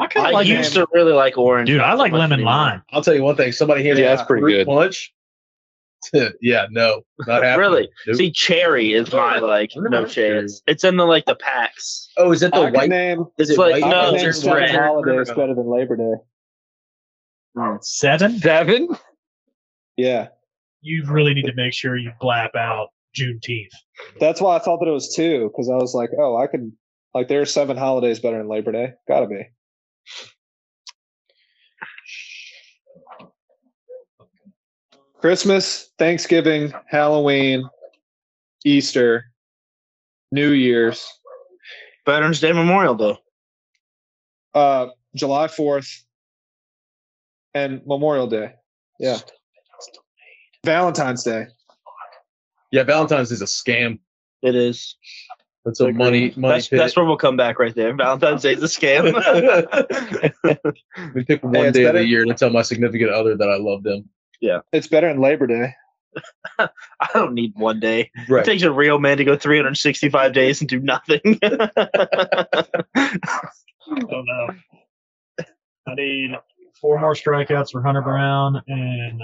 Speaker 6: I kind
Speaker 4: I
Speaker 6: of like
Speaker 4: used to really like orange.
Speaker 6: Dude,
Speaker 4: not
Speaker 6: I
Speaker 4: so
Speaker 6: like
Speaker 4: much
Speaker 6: lemon
Speaker 4: anymore.
Speaker 6: lime.
Speaker 5: I'll tell you one thing. Somebody handed
Speaker 8: Yeah,
Speaker 5: me
Speaker 8: that's
Speaker 5: a
Speaker 8: pretty
Speaker 5: fruit
Speaker 8: good.
Speaker 5: Punch. yeah, no, not happening.
Speaker 4: Really?
Speaker 5: Nope.
Speaker 4: See, cherry is my like no chance. It's in the like the packs.
Speaker 5: oh, is it the
Speaker 7: I could
Speaker 5: white?
Speaker 7: name,
Speaker 4: It's
Speaker 5: Is it
Speaker 4: like
Speaker 5: white?
Speaker 7: I
Speaker 4: no,
Speaker 7: could
Speaker 5: it's
Speaker 7: name
Speaker 4: it's
Speaker 7: seven
Speaker 4: red.
Speaker 7: holidays better than Labor Day.
Speaker 6: Seven.
Speaker 8: Seven?
Speaker 7: Yeah.
Speaker 6: You really need to make sure you blap out Juneteenth.
Speaker 7: That's why I thought that it was two because I was like, oh, I can Like there are seven holidays better than Labor Day. Gotta be. Christmas, Thanksgiving, Halloween, Easter, New Year's,
Speaker 4: Veterans Day Memorial Day.
Speaker 7: uh, July 4th, and Memorial Day. Yeah. Valentine's Day.
Speaker 5: Yeah, Valentine's is a scam.
Speaker 4: It is.
Speaker 5: That's a money money
Speaker 4: That's, that's where we'll come back right there. Valentine's Day is a scam.
Speaker 5: pit. we pick one
Speaker 7: Hey, it's
Speaker 5: day of
Speaker 7: better-
Speaker 5: the year to tell my significant other that I love them.
Speaker 7: It's better than Labor Day.
Speaker 4: I don't need one day. It
Speaker 5: Right.
Speaker 4: takes a real man to go 365 days and do nothing.
Speaker 6: Oh no. I need four more strikeouts for Hunter Brown and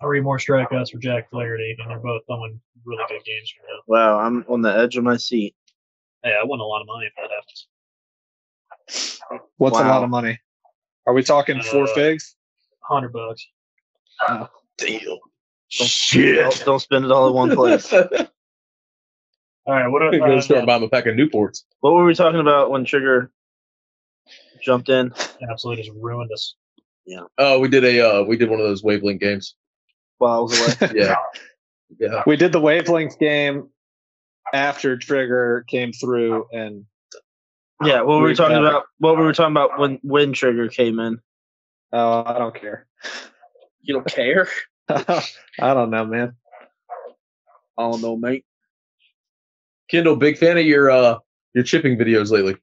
Speaker 6: three more strikeouts for Jack Flaherty, and they're both throwing really good games right now.
Speaker 4: wow, I'm on the edge of my seat.
Speaker 6: Hey, I won a lot of money if that happens.
Speaker 7: What's a
Speaker 4: Wow.
Speaker 7: lot of money? Are we talking four
Speaker 6: Uh,
Speaker 7: figs?
Speaker 6: Hundred bucks.
Speaker 5: Damn.
Speaker 4: Don't, don't spend it all in one place.
Speaker 6: All right, what
Speaker 5: I'm
Speaker 6: are
Speaker 5: gonna go to
Speaker 6: uh,
Speaker 5: the store and buy him a pack of Newports.
Speaker 4: what were we talking about when Sugar jumped in?
Speaker 6: uh, absolutely just ruined us.
Speaker 5: Oh, we did a uh, we did one of those wavelength games.
Speaker 4: While I was away.
Speaker 5: Yeah. yeah.
Speaker 7: We did the wavelength game after Trigger came through and
Speaker 4: Yeah, what were we
Speaker 7: We've
Speaker 4: talking
Speaker 7: got-
Speaker 4: about? What were we talking about when when Trigger came in?
Speaker 7: oh, I don't care.
Speaker 4: You don't care.
Speaker 7: I don't know, man.
Speaker 4: I don't know, mate.
Speaker 5: Kendall, big fan of your uh your chipping videos lately.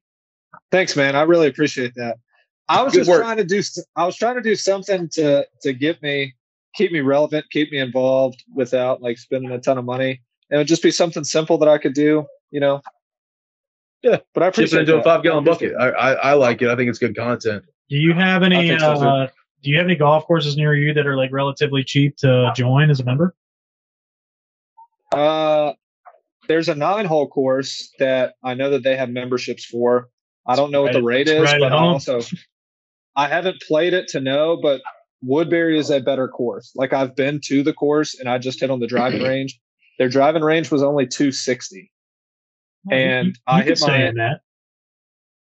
Speaker 7: Thanks, man. I really appreciate that. I was
Speaker 5: Good
Speaker 7: just
Speaker 5: work.
Speaker 7: trying to do. s- I was trying to do something to to get me, keep me relevant, keep me involved without like spending a ton of money. It would just be something simple that I could do, you know.
Speaker 5: Yeah.
Speaker 7: but I
Speaker 5: Chipping
Speaker 7: appreciate
Speaker 5: into a
Speaker 7: that.
Speaker 5: five gallon
Speaker 7: I appreciate
Speaker 5: bucket. I, I I like it. I think it's good content.
Speaker 6: Do you have any?
Speaker 5: think so, too.
Speaker 6: uh, do you have any golf courses near you that are like relatively cheap to join as a member?
Speaker 7: that. Uh, there's a nine hole course that I know that they have memberships for. I don't know what the
Speaker 6: Right-
Speaker 7: rate is,
Speaker 6: right
Speaker 7: but I
Speaker 6: on.
Speaker 7: also I haven't played it to know, but Woodbury is a better course. Like I've been to the course and I just hit on the driving range. Their driving range was only 260. And
Speaker 6: You- you
Speaker 7: I
Speaker 6: could
Speaker 7: hit
Speaker 6: stay
Speaker 7: my-
Speaker 6: in that.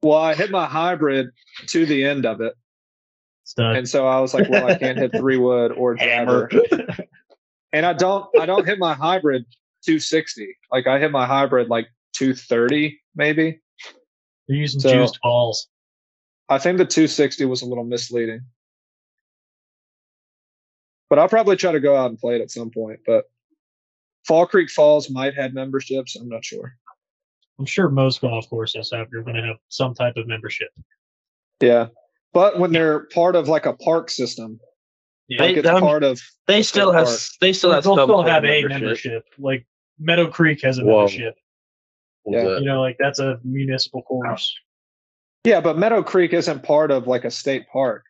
Speaker 7: Well, I hit my hybrid to the end of it.
Speaker 6: Stud.
Speaker 7: And so I was like, well, I can't hit three wood or driver. And I don't I don't hit my hybrid 260. Like I hit my hybrid like 230 maybe.
Speaker 6: They're using
Speaker 7: So-
Speaker 6: juiced balls.
Speaker 7: I think the 260 was a little misleading. But I'll probably try to go out and play it at some point, but Fall Creek Falls might have memberships, I'm not sure.
Speaker 6: I'm sure most golf courses have. You're going to have some type of membership.
Speaker 7: Yeah. But when they're part of like a park system,
Speaker 6: Yeah.
Speaker 7: like
Speaker 4: They-
Speaker 7: it's
Speaker 4: um,
Speaker 7: part of
Speaker 4: They still have they still
Speaker 6: They'll
Speaker 4: have some
Speaker 6: still
Speaker 4: sort of
Speaker 6: have a membership. Like Meadow Creek has a
Speaker 8: Whoa.
Speaker 6: membership.
Speaker 5: What was
Speaker 7: Yeah.
Speaker 5: that?
Speaker 6: You know, like that's a municipal course.
Speaker 7: Yeah, but Meadow Creek isn't part of like a state park.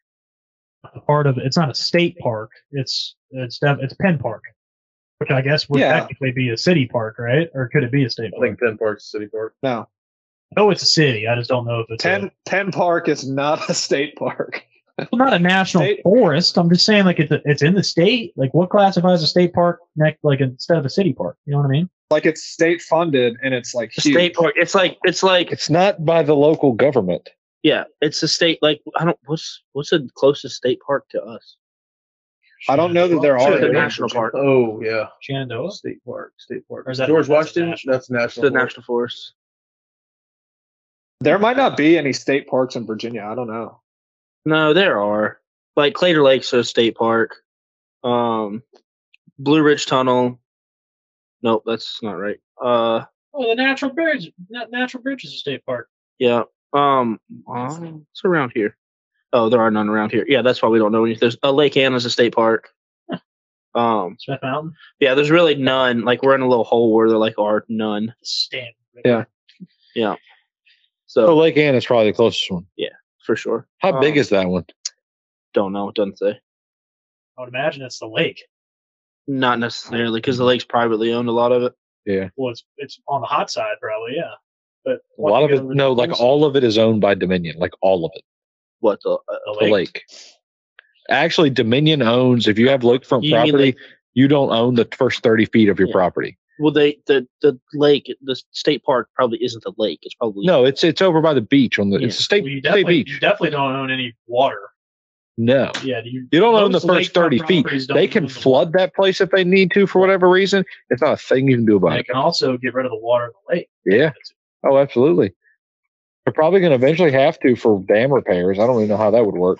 Speaker 6: A part of it's not a state park. It's it's def- it's Penn Park, which I guess would
Speaker 7: Yeah.
Speaker 6: technically be a city park, right? Or could it be a state
Speaker 5: I
Speaker 6: park?
Speaker 5: think Penn Park's City Park.
Speaker 7: No.
Speaker 6: Oh, it's a city. I just don't know if it's a-
Speaker 7: Penn Penn Park is not a state park.
Speaker 6: Well, not a national
Speaker 7: State-
Speaker 6: forest. I'm just saying, like it's a, it's in the state. Like what classifies a state park next, like instead of a city park? You know what I mean?
Speaker 7: Like it's state funded and it's like
Speaker 4: The
Speaker 7: huge.
Speaker 4: state park. It's like it's like
Speaker 8: It's not by the local government.
Speaker 4: yeah. It's a state like I don't what's what's the closest state park to us?
Speaker 7: I don't know that there
Speaker 4: Sure,
Speaker 7: are.
Speaker 4: the
Speaker 7: any.
Speaker 4: national park.
Speaker 5: Oh yeah.
Speaker 6: Shenandoah.
Speaker 5: State Park. State Park.
Speaker 6: Or is that-
Speaker 5: George
Speaker 6: that's a
Speaker 5: Washington?
Speaker 6: national-
Speaker 5: That's national.
Speaker 4: The
Speaker 5: Park.
Speaker 4: national forest.
Speaker 7: There might not be any state parks in Virginia. I don't know.
Speaker 4: No, there are like Crater Lake's a state park. Um, Blue Ridge Tunnel. Nope, that's not right. Uh,
Speaker 6: Oh, the Natural Bridge. Not Natural Bridge is a state park.
Speaker 4: Yeah. Um, uh, it's around here. Oh, there are none around here. Yeah, that's why we don't know any. There's uh, Lake Anna's a state park. Um,
Speaker 6: Smith Mountain.
Speaker 4: yeah, there's really none. Like we're in a little hole where there like are none.
Speaker 6: Stanford.
Speaker 7: Yeah.
Speaker 8: Oh,
Speaker 4: So
Speaker 8: Lake Ann is probably the closest one.
Speaker 4: for sure,
Speaker 8: How
Speaker 4: Oh.
Speaker 8: big is that one?
Speaker 4: don't know. It doesn't say.
Speaker 6: I would imagine it's the lake.
Speaker 4: Not necessarily because the lake's privately owned. A lot of it.
Speaker 6: Well, it's it's on the hot side probably. Yeah. But
Speaker 8: A lot of it, no, like all of it is owned by Dominion, like all of it.
Speaker 4: What the? Uh,
Speaker 6: the
Speaker 8: The
Speaker 6: lake.
Speaker 8: lake. Actually, Dominion owns. If you have lakefront
Speaker 4: You mean
Speaker 8: property, you don't own the first thirty feet of your
Speaker 4: Yeah.
Speaker 8: property.
Speaker 4: Well, they the the lake, the state park probably isn't the lake. It's probably
Speaker 8: No, it's it's over by the beach on the.
Speaker 4: Yeah.
Speaker 8: It's a
Speaker 6: Well, you
Speaker 8: state state
Speaker 6: definitely, you
Speaker 8: beach.
Speaker 6: definitely don't own any water.
Speaker 8: No,
Speaker 6: Yeah, you,
Speaker 8: you don't own the
Speaker 6: those
Speaker 8: first
Speaker 6: lakefront
Speaker 8: thirty feet.
Speaker 6: properties don't
Speaker 8: They can
Speaker 6: own the
Speaker 8: flood that place if they need to for whatever reason. It's not a thing you can do
Speaker 6: water.
Speaker 8: about
Speaker 6: They
Speaker 8: it.
Speaker 6: can also get rid of the water in the lake.
Speaker 8: Yeah. Oh, absolutely. They're probably going to eventually have to for dam repairs. I don't even know how that would work.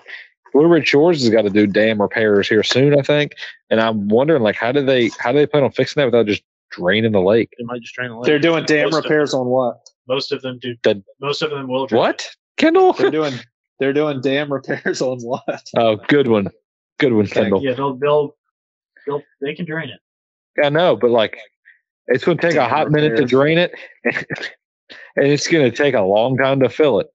Speaker 8: Blue Ridge Shores has got to do dam repairs here soon, I think. And I'm wondering, like, how do they how do they plan on fixing that without just draining the lake?
Speaker 4: They might just drain the lake.
Speaker 7: They're doing dam
Speaker 6: Most of-
Speaker 7: repairs on what?
Speaker 6: Most of them do.
Speaker 8: The-
Speaker 6: most of them will. Drain.
Speaker 8: What, Kendall?
Speaker 7: They're doing they're doing dam repairs on what?
Speaker 8: Oh, good one, good one, Kendall.
Speaker 6: Yeah, they'll they'll, they'll they can drain it.
Speaker 8: I know, but like, it's going to take a
Speaker 7: Dam
Speaker 8: hot minute to
Speaker 7: repairs.
Speaker 8: drain it, and it's going to take a long time to fill it.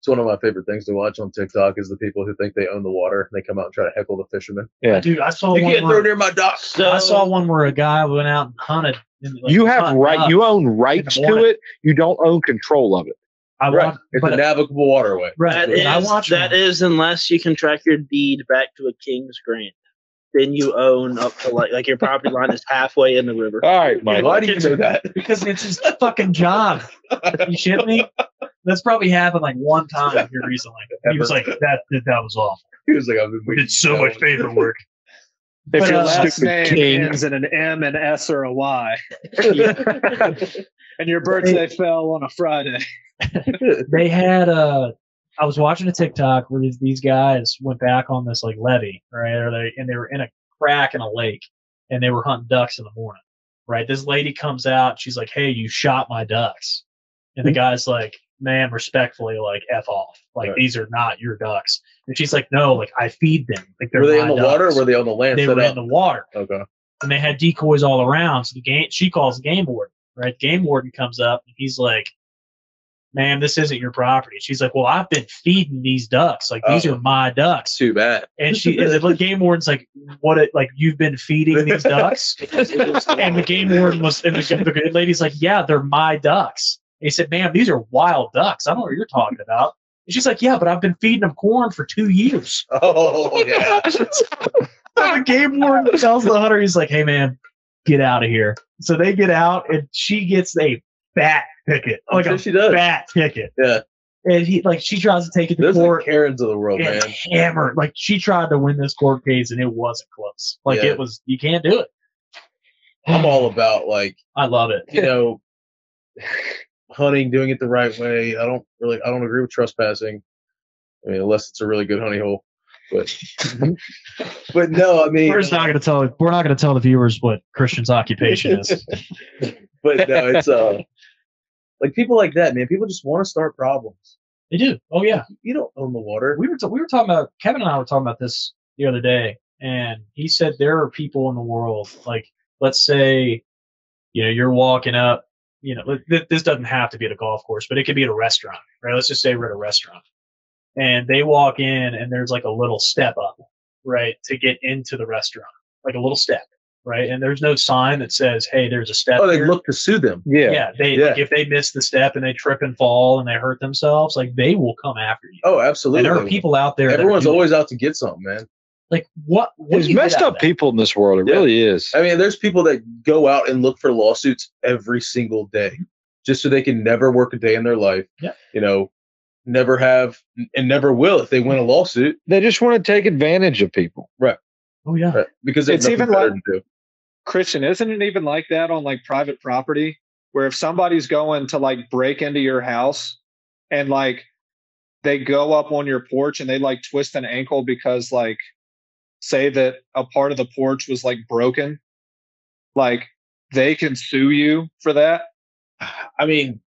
Speaker 5: It's one of my favorite things to watch on TikTok is the people who think they own the water and they come out and try to heckle the fishermen.
Speaker 8: Yeah.
Speaker 6: Dude, I saw
Speaker 5: You
Speaker 6: one.
Speaker 5: can't throw
Speaker 6: Where,
Speaker 5: near my dock.
Speaker 4: So
Speaker 6: I saw one where a guy went out and hunted. And, like,
Speaker 8: you have
Speaker 6: hunted
Speaker 8: right.
Speaker 6: up.
Speaker 8: You own rights to
Speaker 6: morning.
Speaker 8: it. You don't own control of it.
Speaker 6: I
Speaker 5: Right.
Speaker 6: watched,
Speaker 5: It's a
Speaker 6: but,
Speaker 5: navigable waterway.
Speaker 6: right,
Speaker 4: That
Speaker 6: and I
Speaker 4: is,
Speaker 6: watched
Speaker 4: that
Speaker 6: one.
Speaker 4: is unless you can track your deed back to a king's grant. Then you own up to like like your property line is halfway in the river.
Speaker 8: All right, Mike.
Speaker 5: Why do you know that?
Speaker 6: because it's his fucking job. You shit me? That's probably happened like one time here recently. He was like, "That that, that was awful.
Speaker 5: He was like, I've been
Speaker 6: We
Speaker 5: waiting
Speaker 6: did so
Speaker 5: for
Speaker 6: much
Speaker 5: that
Speaker 6: paperwork."
Speaker 8: If
Speaker 6: But,
Speaker 8: you're
Speaker 6: uh,
Speaker 8: a
Speaker 7: last
Speaker 8: stupid
Speaker 7: name
Speaker 8: king,
Speaker 7: ends in an M and S or a Y, and your birthday fell on a Friday.
Speaker 6: They had uh I was watching a TikTok where these, these guys went back on this like levee, right? Or they and they were in a crack in a lake and they were hunting ducks in the morning. Right? This lady comes out, she's like, Hey, you shot my ducks. And the guy's like, Man, respectfully, like F off.
Speaker 5: Mm-hmm.
Speaker 6: Like
Speaker 5: Right.
Speaker 6: these are not your ducks. And she's like, No, like I feed them. Like they're
Speaker 5: Were they
Speaker 6: my
Speaker 5: on the
Speaker 6: ducks."
Speaker 5: water or were they on the land
Speaker 6: they
Speaker 5: set
Speaker 6: were
Speaker 5: up?
Speaker 6: in the water.
Speaker 5: okay.
Speaker 6: and they had decoys all around. So the game, she calls the game warden, right? The game warden comes up and he's like, "Ma'am, this isn't your property." She's like, "Well, I've been feeding these ducks. Like these
Speaker 5: Oh.
Speaker 6: are my ducks."
Speaker 5: Too bad.
Speaker 6: And she, and the game warden's like, "What? It, like you've been feeding these ducks?" and the game warden was, and the, the good lady's like, "Yeah, they're my ducks." And he said, "Ma'am, these are wild ducks. I don't know what you're talking about." And she's like, "Yeah, but I've been feeding them corn for two years."
Speaker 5: Oh yeah.
Speaker 6: And the game warden tells the hunter, he's like, hey, man, get out of here. So they get out, and she gets a bat ticket,
Speaker 5: I'm
Speaker 6: like
Speaker 5: sure
Speaker 6: a
Speaker 5: she does.
Speaker 6: bat ticket.
Speaker 5: Yeah.
Speaker 6: And he, like, she tries to take it to
Speaker 5: Those are the
Speaker 6: court
Speaker 5: Karens of the world,
Speaker 6: and
Speaker 5: man.
Speaker 6: hammered. Like, she tried to win this court case, and it wasn't close. Like,
Speaker 5: Yeah.
Speaker 6: it was, you can't do it.
Speaker 5: I'm all about like
Speaker 6: I love it.
Speaker 5: you know, hunting, doing it the right way. I don't really, I don't agree with trespassing. I mean, unless it's a really good honey hole, but but no, I mean,
Speaker 6: We're just not going to tell. We're not going to tell the viewers what Christian's occupation is.
Speaker 5: but no, it's uh, like people like that, man. People just want to start problems.
Speaker 6: They do. Oh yeah.
Speaker 5: You don't own the water.
Speaker 6: we were t- we were talking about Kevin and I were talking about this the other day, and he said there are people in the world like let's say, you know, you're walking up, you know, like, th- this doesn't have to be at a golf course, but it could be at a restaurant, right? Let's just say we're at a restaurant, and they walk in, and there's like a little step up, right, to get into the restaurant, like a little step, right, and there's no sign that says, hey, there's a step.
Speaker 5: Oh, they
Speaker 6: here.
Speaker 5: look to sue them.
Speaker 8: yeah.
Speaker 6: Yeah, they
Speaker 5: Yeah.
Speaker 6: like if they miss the step and they trip and fall and they hurt themselves, like they will come after you.
Speaker 5: Oh,
Speaker 6: and
Speaker 5: absolutely.
Speaker 6: there are people out there. that are
Speaker 5: Everyone's
Speaker 6: doing
Speaker 5: always out to get something, man.
Speaker 6: like what? what
Speaker 8: There's
Speaker 6: do you get
Speaker 8: messed
Speaker 6: out of
Speaker 8: up
Speaker 6: that?
Speaker 8: people in this world. It
Speaker 5: Yeah.
Speaker 8: really is.
Speaker 5: I mean, there's people that go out and look for lawsuits every single day just so they can never work a day in their life.
Speaker 6: Yeah.
Speaker 5: You know, never have and never will if they win a lawsuit.
Speaker 8: They just want to take advantage of people.
Speaker 6: Oh yeah,
Speaker 5: Right. Because it's
Speaker 7: It's
Speaker 5: even
Speaker 7: even
Speaker 5: better
Speaker 7: like-
Speaker 5: to do.
Speaker 7: Christian, isn't it even like that on like private property where if somebody's going to like break into your house and like they go up on your porch and they like twist an ankle because like say that a part of the porch was like broken, like they can sue you for that.
Speaker 5: I mean,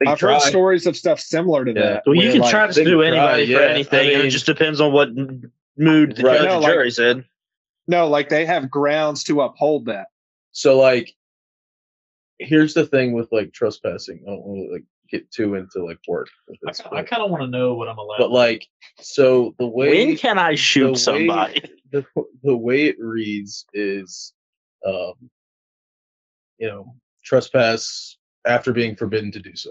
Speaker 5: they
Speaker 7: I've
Speaker 5: try.
Speaker 7: heard stories of stuff similar to
Speaker 5: Yeah.
Speaker 7: that.
Speaker 4: Well, you
Speaker 7: where,
Speaker 4: can
Speaker 7: like,
Speaker 4: try to
Speaker 5: they
Speaker 4: sue
Speaker 5: can try,
Speaker 4: anybody for
Speaker 5: yeah.
Speaker 4: anything.
Speaker 5: I
Speaker 4: and
Speaker 5: mean-
Speaker 4: it just depends on what m- mood the
Speaker 5: Right.
Speaker 4: judge
Speaker 7: No,
Speaker 4: and
Speaker 7: like-
Speaker 4: jury's in.
Speaker 7: No, like they have grounds to uphold that.
Speaker 5: So like here's the thing with like trespassing. I don't want to like get too into like work with
Speaker 6: I,
Speaker 5: this.
Speaker 6: ki- I
Speaker 5: but,
Speaker 6: kind of want to know what I'm allowed.
Speaker 5: but like so the way
Speaker 4: When can I
Speaker 5: the
Speaker 4: shoot
Speaker 5: way-
Speaker 4: somebody?
Speaker 5: The, the way it reads is, um, you know, trespass after being forbidden to do so.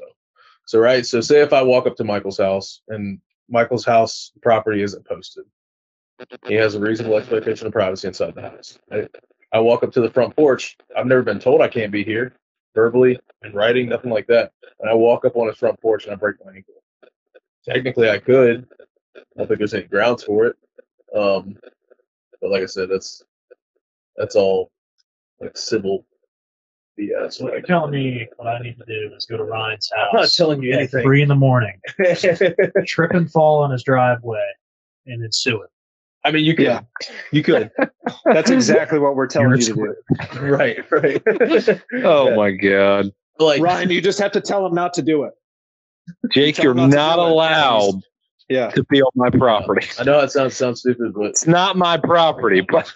Speaker 5: So right. So say if I walk up to Michael's house and Michael's house property isn't posted, he has a reasonable expectation of privacy inside the house. I, I walk up to the front porch. I've never been told I can't be here, verbally and writing, nothing like that. And I walk up on his front porch and I break my ankle. Technically, I could. I don't think there's any grounds for it. Um, but like I said, that's that's all like civil BS.
Speaker 6: So you're telling me what I need to do is go to Ryan's house.
Speaker 5: uh, I'm not telling you
Speaker 6: at
Speaker 5: anything.
Speaker 6: Three in the morning, trip and fall on his driveway, and then sue him.
Speaker 5: I mean, you could,
Speaker 7: Yeah.
Speaker 5: you could,
Speaker 7: That's exactly what we're telling
Speaker 5: You're
Speaker 7: you to do.
Speaker 5: right, right.
Speaker 8: Oh
Speaker 5: Yeah.
Speaker 8: my god,
Speaker 5: Like,
Speaker 7: Ryan, you just have to tell him not to do it.
Speaker 8: Jake,
Speaker 7: Tell
Speaker 8: you're
Speaker 7: him not to
Speaker 8: not
Speaker 7: do it.
Speaker 8: allowed
Speaker 7: Yeah.
Speaker 8: to be on my property.
Speaker 5: I know that sounds sounds stupid, but
Speaker 8: It's not my property, but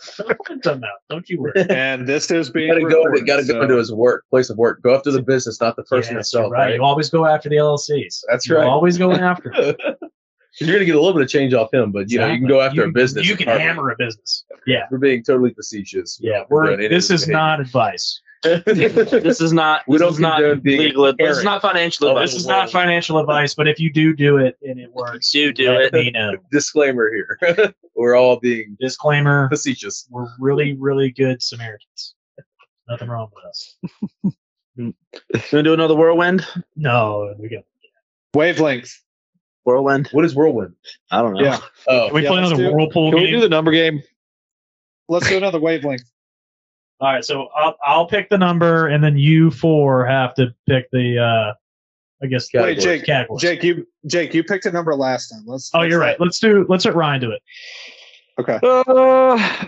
Speaker 6: Come out. Don't you worry.
Speaker 7: And this is being
Speaker 5: gotta go.
Speaker 7: recorded,
Speaker 5: Gotta
Speaker 7: so-
Speaker 5: go to his work, place of work. Go after the business, not the person
Speaker 6: Yeah,
Speaker 5: itself.
Speaker 6: you're right.
Speaker 5: Right.
Speaker 6: You always go after the LLCs.
Speaker 5: That's
Speaker 6: You're
Speaker 5: right.
Speaker 6: Always going after. them.
Speaker 5: You're gonna get a little bit of change off him, but you know you can
Speaker 6: Exactly.
Speaker 5: go after
Speaker 6: You
Speaker 5: a business.
Speaker 6: You can
Speaker 5: partner.
Speaker 6: hammer a business. Yeah.
Speaker 5: We're being totally facetious.
Speaker 6: Yeah.
Speaker 5: We're
Speaker 6: We're,
Speaker 5: doing it
Speaker 6: this
Speaker 5: as
Speaker 6: is
Speaker 5: behavior.
Speaker 6: not advice.
Speaker 5: This
Speaker 4: This is not.
Speaker 5: We
Speaker 4: This
Speaker 5: don't
Speaker 4: is not
Speaker 5: condone being
Speaker 4: legal. ad- This
Speaker 5: parent
Speaker 4: Oh, is not financial
Speaker 5: of
Speaker 4: advice.
Speaker 6: This is not financial advice, but if you do do it and it works,
Speaker 4: You do
Speaker 6: let
Speaker 4: it.
Speaker 6: me know.
Speaker 5: Disclaimer here: we're all being
Speaker 6: Disclaimer:
Speaker 5: facetious.
Speaker 6: We're really, really good Samaritans. Nothing wrong with us.
Speaker 4: Gonna do another whirlwind.
Speaker 6: No, we go.
Speaker 7: Wavelength.
Speaker 4: Whirlwind.
Speaker 5: What is whirlwind?
Speaker 4: I don't know.
Speaker 7: Yeah.
Speaker 5: Oh,
Speaker 6: Can we
Speaker 7: Yeah,
Speaker 6: play
Speaker 7: let's
Speaker 6: another
Speaker 7: do-
Speaker 6: whirlpool
Speaker 8: can we
Speaker 6: game?
Speaker 8: do the number game?
Speaker 7: Let's do another wavelength.
Speaker 6: All right, so I'll I'll pick the number, and then you four have to pick the. uh I guess the
Speaker 7: Wait, Jake.
Speaker 6: category.
Speaker 7: Jake, you Jake, you picked a number last time. Let's.
Speaker 6: Oh,
Speaker 7: let's
Speaker 6: you're right. Let's do. Let's let Ryan do it.
Speaker 7: Okay.
Speaker 8: Uh,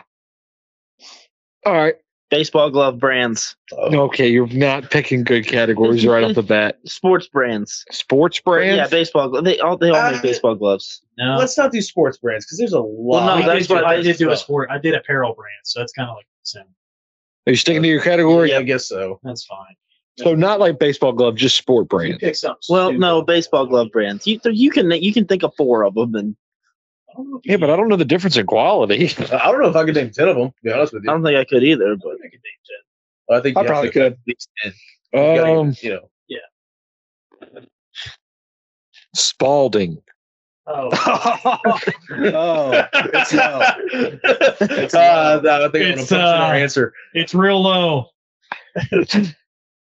Speaker 8: all right.
Speaker 4: Baseball glove brands.
Speaker 8: Okay, you're not picking good categories right off the bat.
Speaker 4: Sports brands.
Speaker 8: Sports
Speaker 4: Yeah,
Speaker 8: brands.
Speaker 4: baseball. glo- They all they all
Speaker 5: Uh,
Speaker 4: make baseball gloves.
Speaker 6: No,
Speaker 5: let's not do sports brands because there's a lot.
Speaker 4: no,
Speaker 6: I,
Speaker 4: that's
Speaker 6: did do,
Speaker 4: what
Speaker 6: I
Speaker 4: this
Speaker 6: did do a
Speaker 4: is.
Speaker 6: sport. I did apparel brand, so that's kind of like the same.
Speaker 8: Are you sticking to your category?
Speaker 5: Yeah, I guess so.
Speaker 6: That's fine.
Speaker 8: So not like baseball glove, just sport brand.
Speaker 6: pick something.
Speaker 4: Well,
Speaker 6: stupid.
Speaker 4: no, baseball glove brands. You you can you can think of four of them, and
Speaker 6: I don't know if you
Speaker 8: Yeah, but I don't know the difference in quality.
Speaker 5: I don't know if I could name ten of them. To be honest
Speaker 4: I
Speaker 5: with you,
Speaker 4: don't think I could either. But
Speaker 6: can make a name, Jed.
Speaker 5: I think
Speaker 7: I
Speaker 5: you have
Speaker 7: probably
Speaker 5: to have
Speaker 7: could.
Speaker 5: at least 10. You gotta get,
Speaker 8: Um,
Speaker 5: you know,
Speaker 8: Spalding.
Speaker 6: Oh,
Speaker 7: Oh, it's low.
Speaker 5: uh, it's
Speaker 7: low.
Speaker 5: uh, no, I think I'm gonna
Speaker 6: It's,
Speaker 5: punch in our
Speaker 6: uh,
Speaker 5: answer.
Speaker 6: it's real low.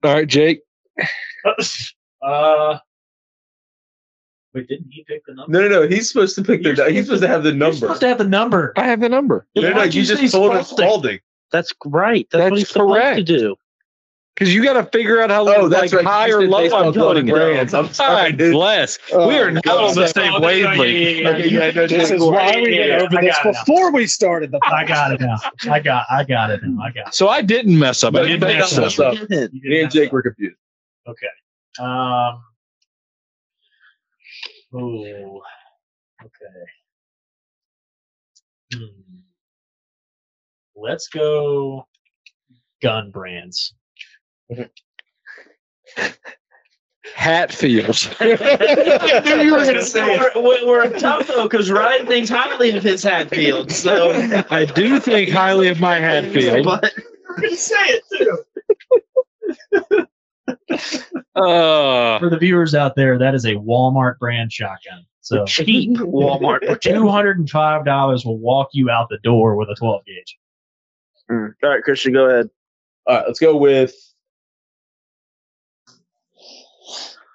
Speaker 8: All right, Jake.
Speaker 6: uh, wait, didn't he pick the number?
Speaker 5: No, no, no. He's supposed to pick the.
Speaker 6: You're
Speaker 5: He's supposed to have the
Speaker 6: You're
Speaker 5: number.
Speaker 6: supposed to have the number.
Speaker 8: I have the number
Speaker 5: No, no, no,
Speaker 4: Why'd
Speaker 5: you
Speaker 4: you say
Speaker 5: just told him
Speaker 4: Spalding?
Speaker 5: Spalding.
Speaker 4: that's right. That's, what
Speaker 8: That's
Speaker 4: he's supposed
Speaker 8: correct.
Speaker 4: to do.
Speaker 8: because you got to figure out how
Speaker 5: Oh, that's right.
Speaker 8: like, high or
Speaker 5: You said
Speaker 8: low
Speaker 5: baseball
Speaker 8: I'm
Speaker 5: glove
Speaker 8: putting
Speaker 5: brands.
Speaker 8: it.
Speaker 5: I'm sorry,
Speaker 8: God
Speaker 5: dude.
Speaker 8: bless. we
Speaker 7: Oh,
Speaker 8: are not
Speaker 7: God.
Speaker 8: on the same wavelength.
Speaker 5: Okay, yeah, no,
Speaker 7: This
Speaker 5: just-
Speaker 7: is why we
Speaker 6: Yeah,
Speaker 7: went over
Speaker 6: I
Speaker 7: this
Speaker 6: got it now.
Speaker 7: before we started the.
Speaker 6: I got it now. I got. I got it now. I got.
Speaker 8: So I didn't mess up.
Speaker 5: No,
Speaker 8: I
Speaker 5: you
Speaker 8: didn't
Speaker 5: did
Speaker 8: mess
Speaker 5: not
Speaker 8: up.
Speaker 5: mess up.
Speaker 4: Hint.
Speaker 6: You did
Speaker 5: Me and
Speaker 6: that
Speaker 5: Jake
Speaker 6: stuff.
Speaker 5: were confused.
Speaker 6: Um. Ooh. Okay. Hmm. Let's go. Gun brands.
Speaker 8: Hatfield.
Speaker 5: knew you were gonna say it.
Speaker 4: We're, we're, we're tough though, because Ryan thinks highly of his Hatfield. So,
Speaker 8: I do think highly of my Hatfield.
Speaker 4: but
Speaker 6: You're gonna say it too.
Speaker 8: Uh,
Speaker 6: For the viewers out there, that is a Walmart brand shotgun. So
Speaker 4: cheap Walmart.
Speaker 6: two hundred and five dollars will walk you out the door with a twelve gauge.
Speaker 4: Mm. All right, Christian, go ahead.
Speaker 5: All right, let's go with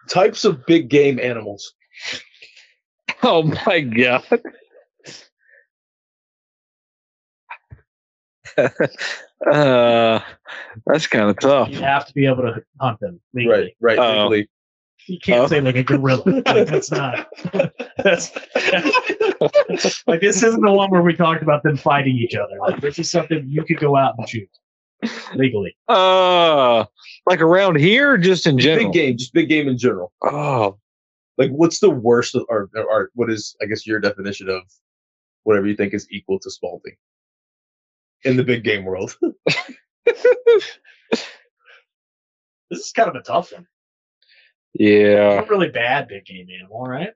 Speaker 5: types of big game animals.
Speaker 8: oh my god. uh, that's kind of tough.
Speaker 6: You have to be able to hunt them legally.
Speaker 5: Right, right.
Speaker 8: Oh.
Speaker 5: legally.
Speaker 6: You can't
Speaker 8: Oh.
Speaker 6: say like a gorilla. Like, that's not. That's, like this isn't the one where we talked about them fighting each other. Like this is something you could go out and shoot legally.
Speaker 8: Uh, like around here, or just in general.
Speaker 5: Big game, just big game in general.
Speaker 8: Oh,
Speaker 5: Like, what's the worst of, or, or what is, I guess, your definition of whatever you think is equal to Spalding in the big game world?
Speaker 6: This is kind of a tough one.
Speaker 8: yeah.
Speaker 6: Not really bad big game animal, right?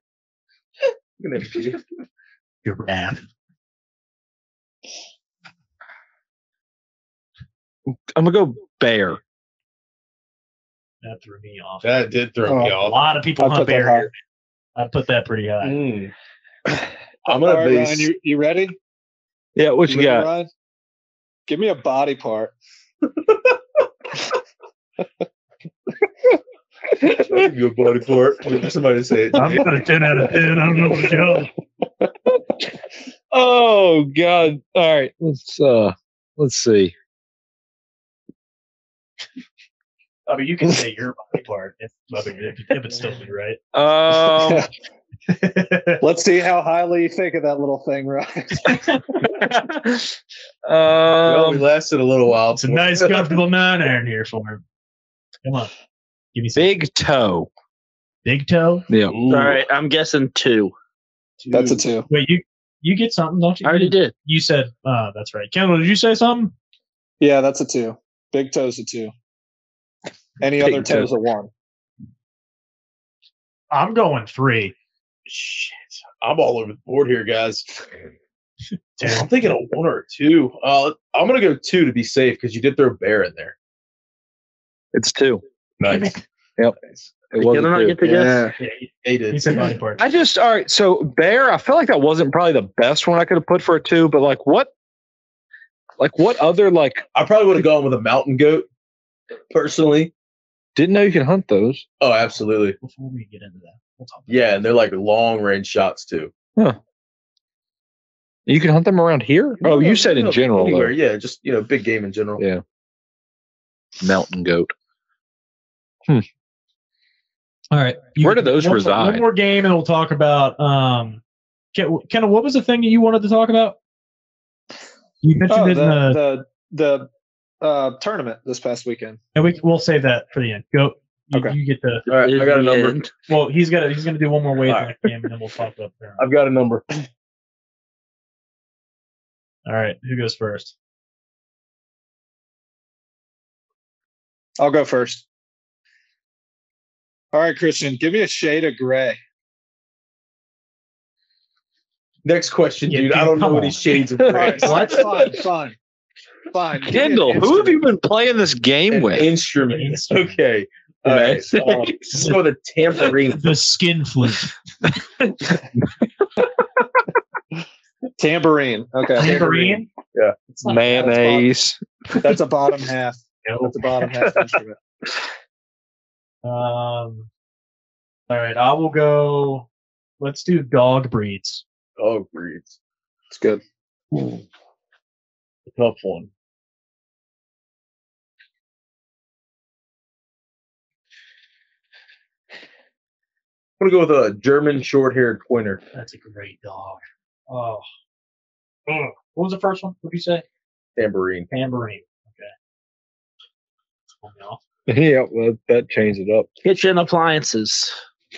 Speaker 6: You're bad.
Speaker 8: I'm gonna go bear.
Speaker 6: That threw me off.
Speaker 5: that did throw me
Speaker 6: a
Speaker 5: off.
Speaker 6: lot of people
Speaker 7: I'll
Speaker 6: hunt
Speaker 7: put that
Speaker 6: bear.
Speaker 7: high.
Speaker 6: here. I put that pretty high.
Speaker 5: Mm. I'm gonna
Speaker 7: All right,
Speaker 5: base.
Speaker 7: Ryan, you, you ready?
Speaker 8: Yeah, what you
Speaker 7: ready,
Speaker 8: got?
Speaker 7: Ryan? Give me a body part.
Speaker 5: I'll give you a body for it. Somebody say it.
Speaker 6: I'm got a ten out of ten. I don't know what y'all.
Speaker 8: Oh God! All right, let's uh, let's see.
Speaker 6: I mean, you can say your body part if, if, if it's still me, right?
Speaker 8: Um,
Speaker 7: Let's see how highly you think of that little thing, right?
Speaker 5: Well, we
Speaker 8: um
Speaker 5: lasted a little while.
Speaker 6: It's a nice, comfortable nine iron here for him. Come on, give me some big,
Speaker 8: big toe.
Speaker 6: toe.
Speaker 8: Yeah,
Speaker 4: All right, I'm guessing two.
Speaker 7: That's a two.
Speaker 6: Wait, you you get something, don't you?
Speaker 4: I already did.
Speaker 6: You said uh, that's right. Kendall, did you say something?
Speaker 7: Yeah, that's a two. Big toe's a two. Any
Speaker 8: Big
Speaker 7: other toe's a one.
Speaker 6: I'm going three.
Speaker 5: Shit. I'm all over the board here, guys.
Speaker 6: Damn.
Speaker 5: I'm thinking a one or a two. Uh, I'm gonna go two to be safe because you did throw bear in there.
Speaker 8: it's two.
Speaker 5: Nice.
Speaker 8: It was
Speaker 4: Did I
Speaker 8: a
Speaker 4: not
Speaker 8: two.
Speaker 4: get to guess?
Speaker 6: Yeah, he-
Speaker 5: They
Speaker 6: he
Speaker 5: did.
Speaker 6: said body part.
Speaker 8: I just all right. So bear, I feel like that wasn't probably the best one I could have put for a two, but like what, like what other like
Speaker 5: I probably would have gone with a mountain goat, personally.
Speaker 8: didn't know you could hunt those.
Speaker 5: Oh, absolutely.
Speaker 6: Before we get into that, we'll talk. About
Speaker 5: Yeah, and they're like long range shots too.
Speaker 8: You can hunt them around here. Oh, you said in
Speaker 5: No,
Speaker 8: general. though.
Speaker 5: Anywhere, yeah, just you know, big game in general.
Speaker 8: Yeah. Mountain goat. Hmm.
Speaker 6: All right.
Speaker 8: Where do those
Speaker 6: one, more- One
Speaker 8: reside?
Speaker 6: more game, and we'll talk about. Um, Ken- Kendall, what was the thing that you wanted to talk about? You mentioned
Speaker 7: Oh,
Speaker 6: it
Speaker 7: the,
Speaker 6: in the,
Speaker 8: uh,
Speaker 7: the, the, uh, tournament this past weekend.
Speaker 6: and we we'll save that for the end. Go. You,
Speaker 7: Okay.
Speaker 6: you get the.
Speaker 5: All right, I got a number.
Speaker 4: And
Speaker 6: Well, he's got. He's going to do one more wave
Speaker 5: All
Speaker 6: in the game, and then we'll talk about. There.
Speaker 5: I've got a number.
Speaker 6: All right. Who goes first?
Speaker 7: I'll go first. All right, Christian, give me a shade of gray.
Speaker 5: Next question,
Speaker 6: Yeah,
Speaker 5: dude.
Speaker 6: dude,
Speaker 5: I don't know
Speaker 6: come
Speaker 5: any
Speaker 6: on.
Speaker 5: shades of
Speaker 7: All
Speaker 5: gray.
Speaker 7: right, fine, fine, fine. Give me an
Speaker 8: Kendall, who have
Speaker 7: instrument.
Speaker 8: you been playing this game
Speaker 5: An
Speaker 8: with?
Speaker 5: instrument.
Speaker 6: Instrument.
Speaker 5: Okay. All right. Um, this is for the tambourine.
Speaker 6: The skin flute.
Speaker 7: Tambourine. Okay.
Speaker 6: Tambourine.
Speaker 7: It's not-
Speaker 8: Mayonnaise.
Speaker 7: That's a bottom half.
Speaker 6: No.
Speaker 7: That's a bottom half instrument.
Speaker 6: Um. All right. I will go. Let's do dog breeds.
Speaker 5: Oh, breeds.
Speaker 7: It's good.
Speaker 5: Tough one. I'm gonna go with a German short-haired pointer.
Speaker 6: That's a great dog. Oh. Ugh. What was the first one? What did you say?
Speaker 5: Tambourine.
Speaker 6: Tambourine. Okay. Well, no.
Speaker 8: yeah, that, that changed it up.
Speaker 4: kitchen appliances.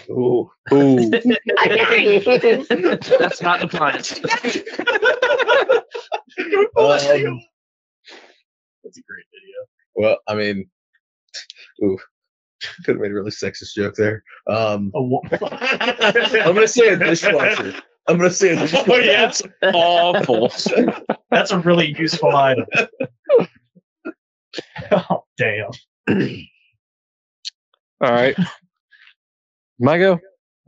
Speaker 5: Ooh.
Speaker 8: Ooh.
Speaker 4: That's not appliance.
Speaker 6: Oh,
Speaker 5: Um,
Speaker 6: That's a great video.
Speaker 5: well, I mean, ooh, could have made a really sexist joke there. Um,
Speaker 6: A wo-
Speaker 5: I'm gonna say a dishwasher. I'm gonna say a dishwasher.
Speaker 6: Oh, yeah?
Speaker 8: Awful.
Speaker 6: That's a really useful item. oh damn.
Speaker 8: All right. My go.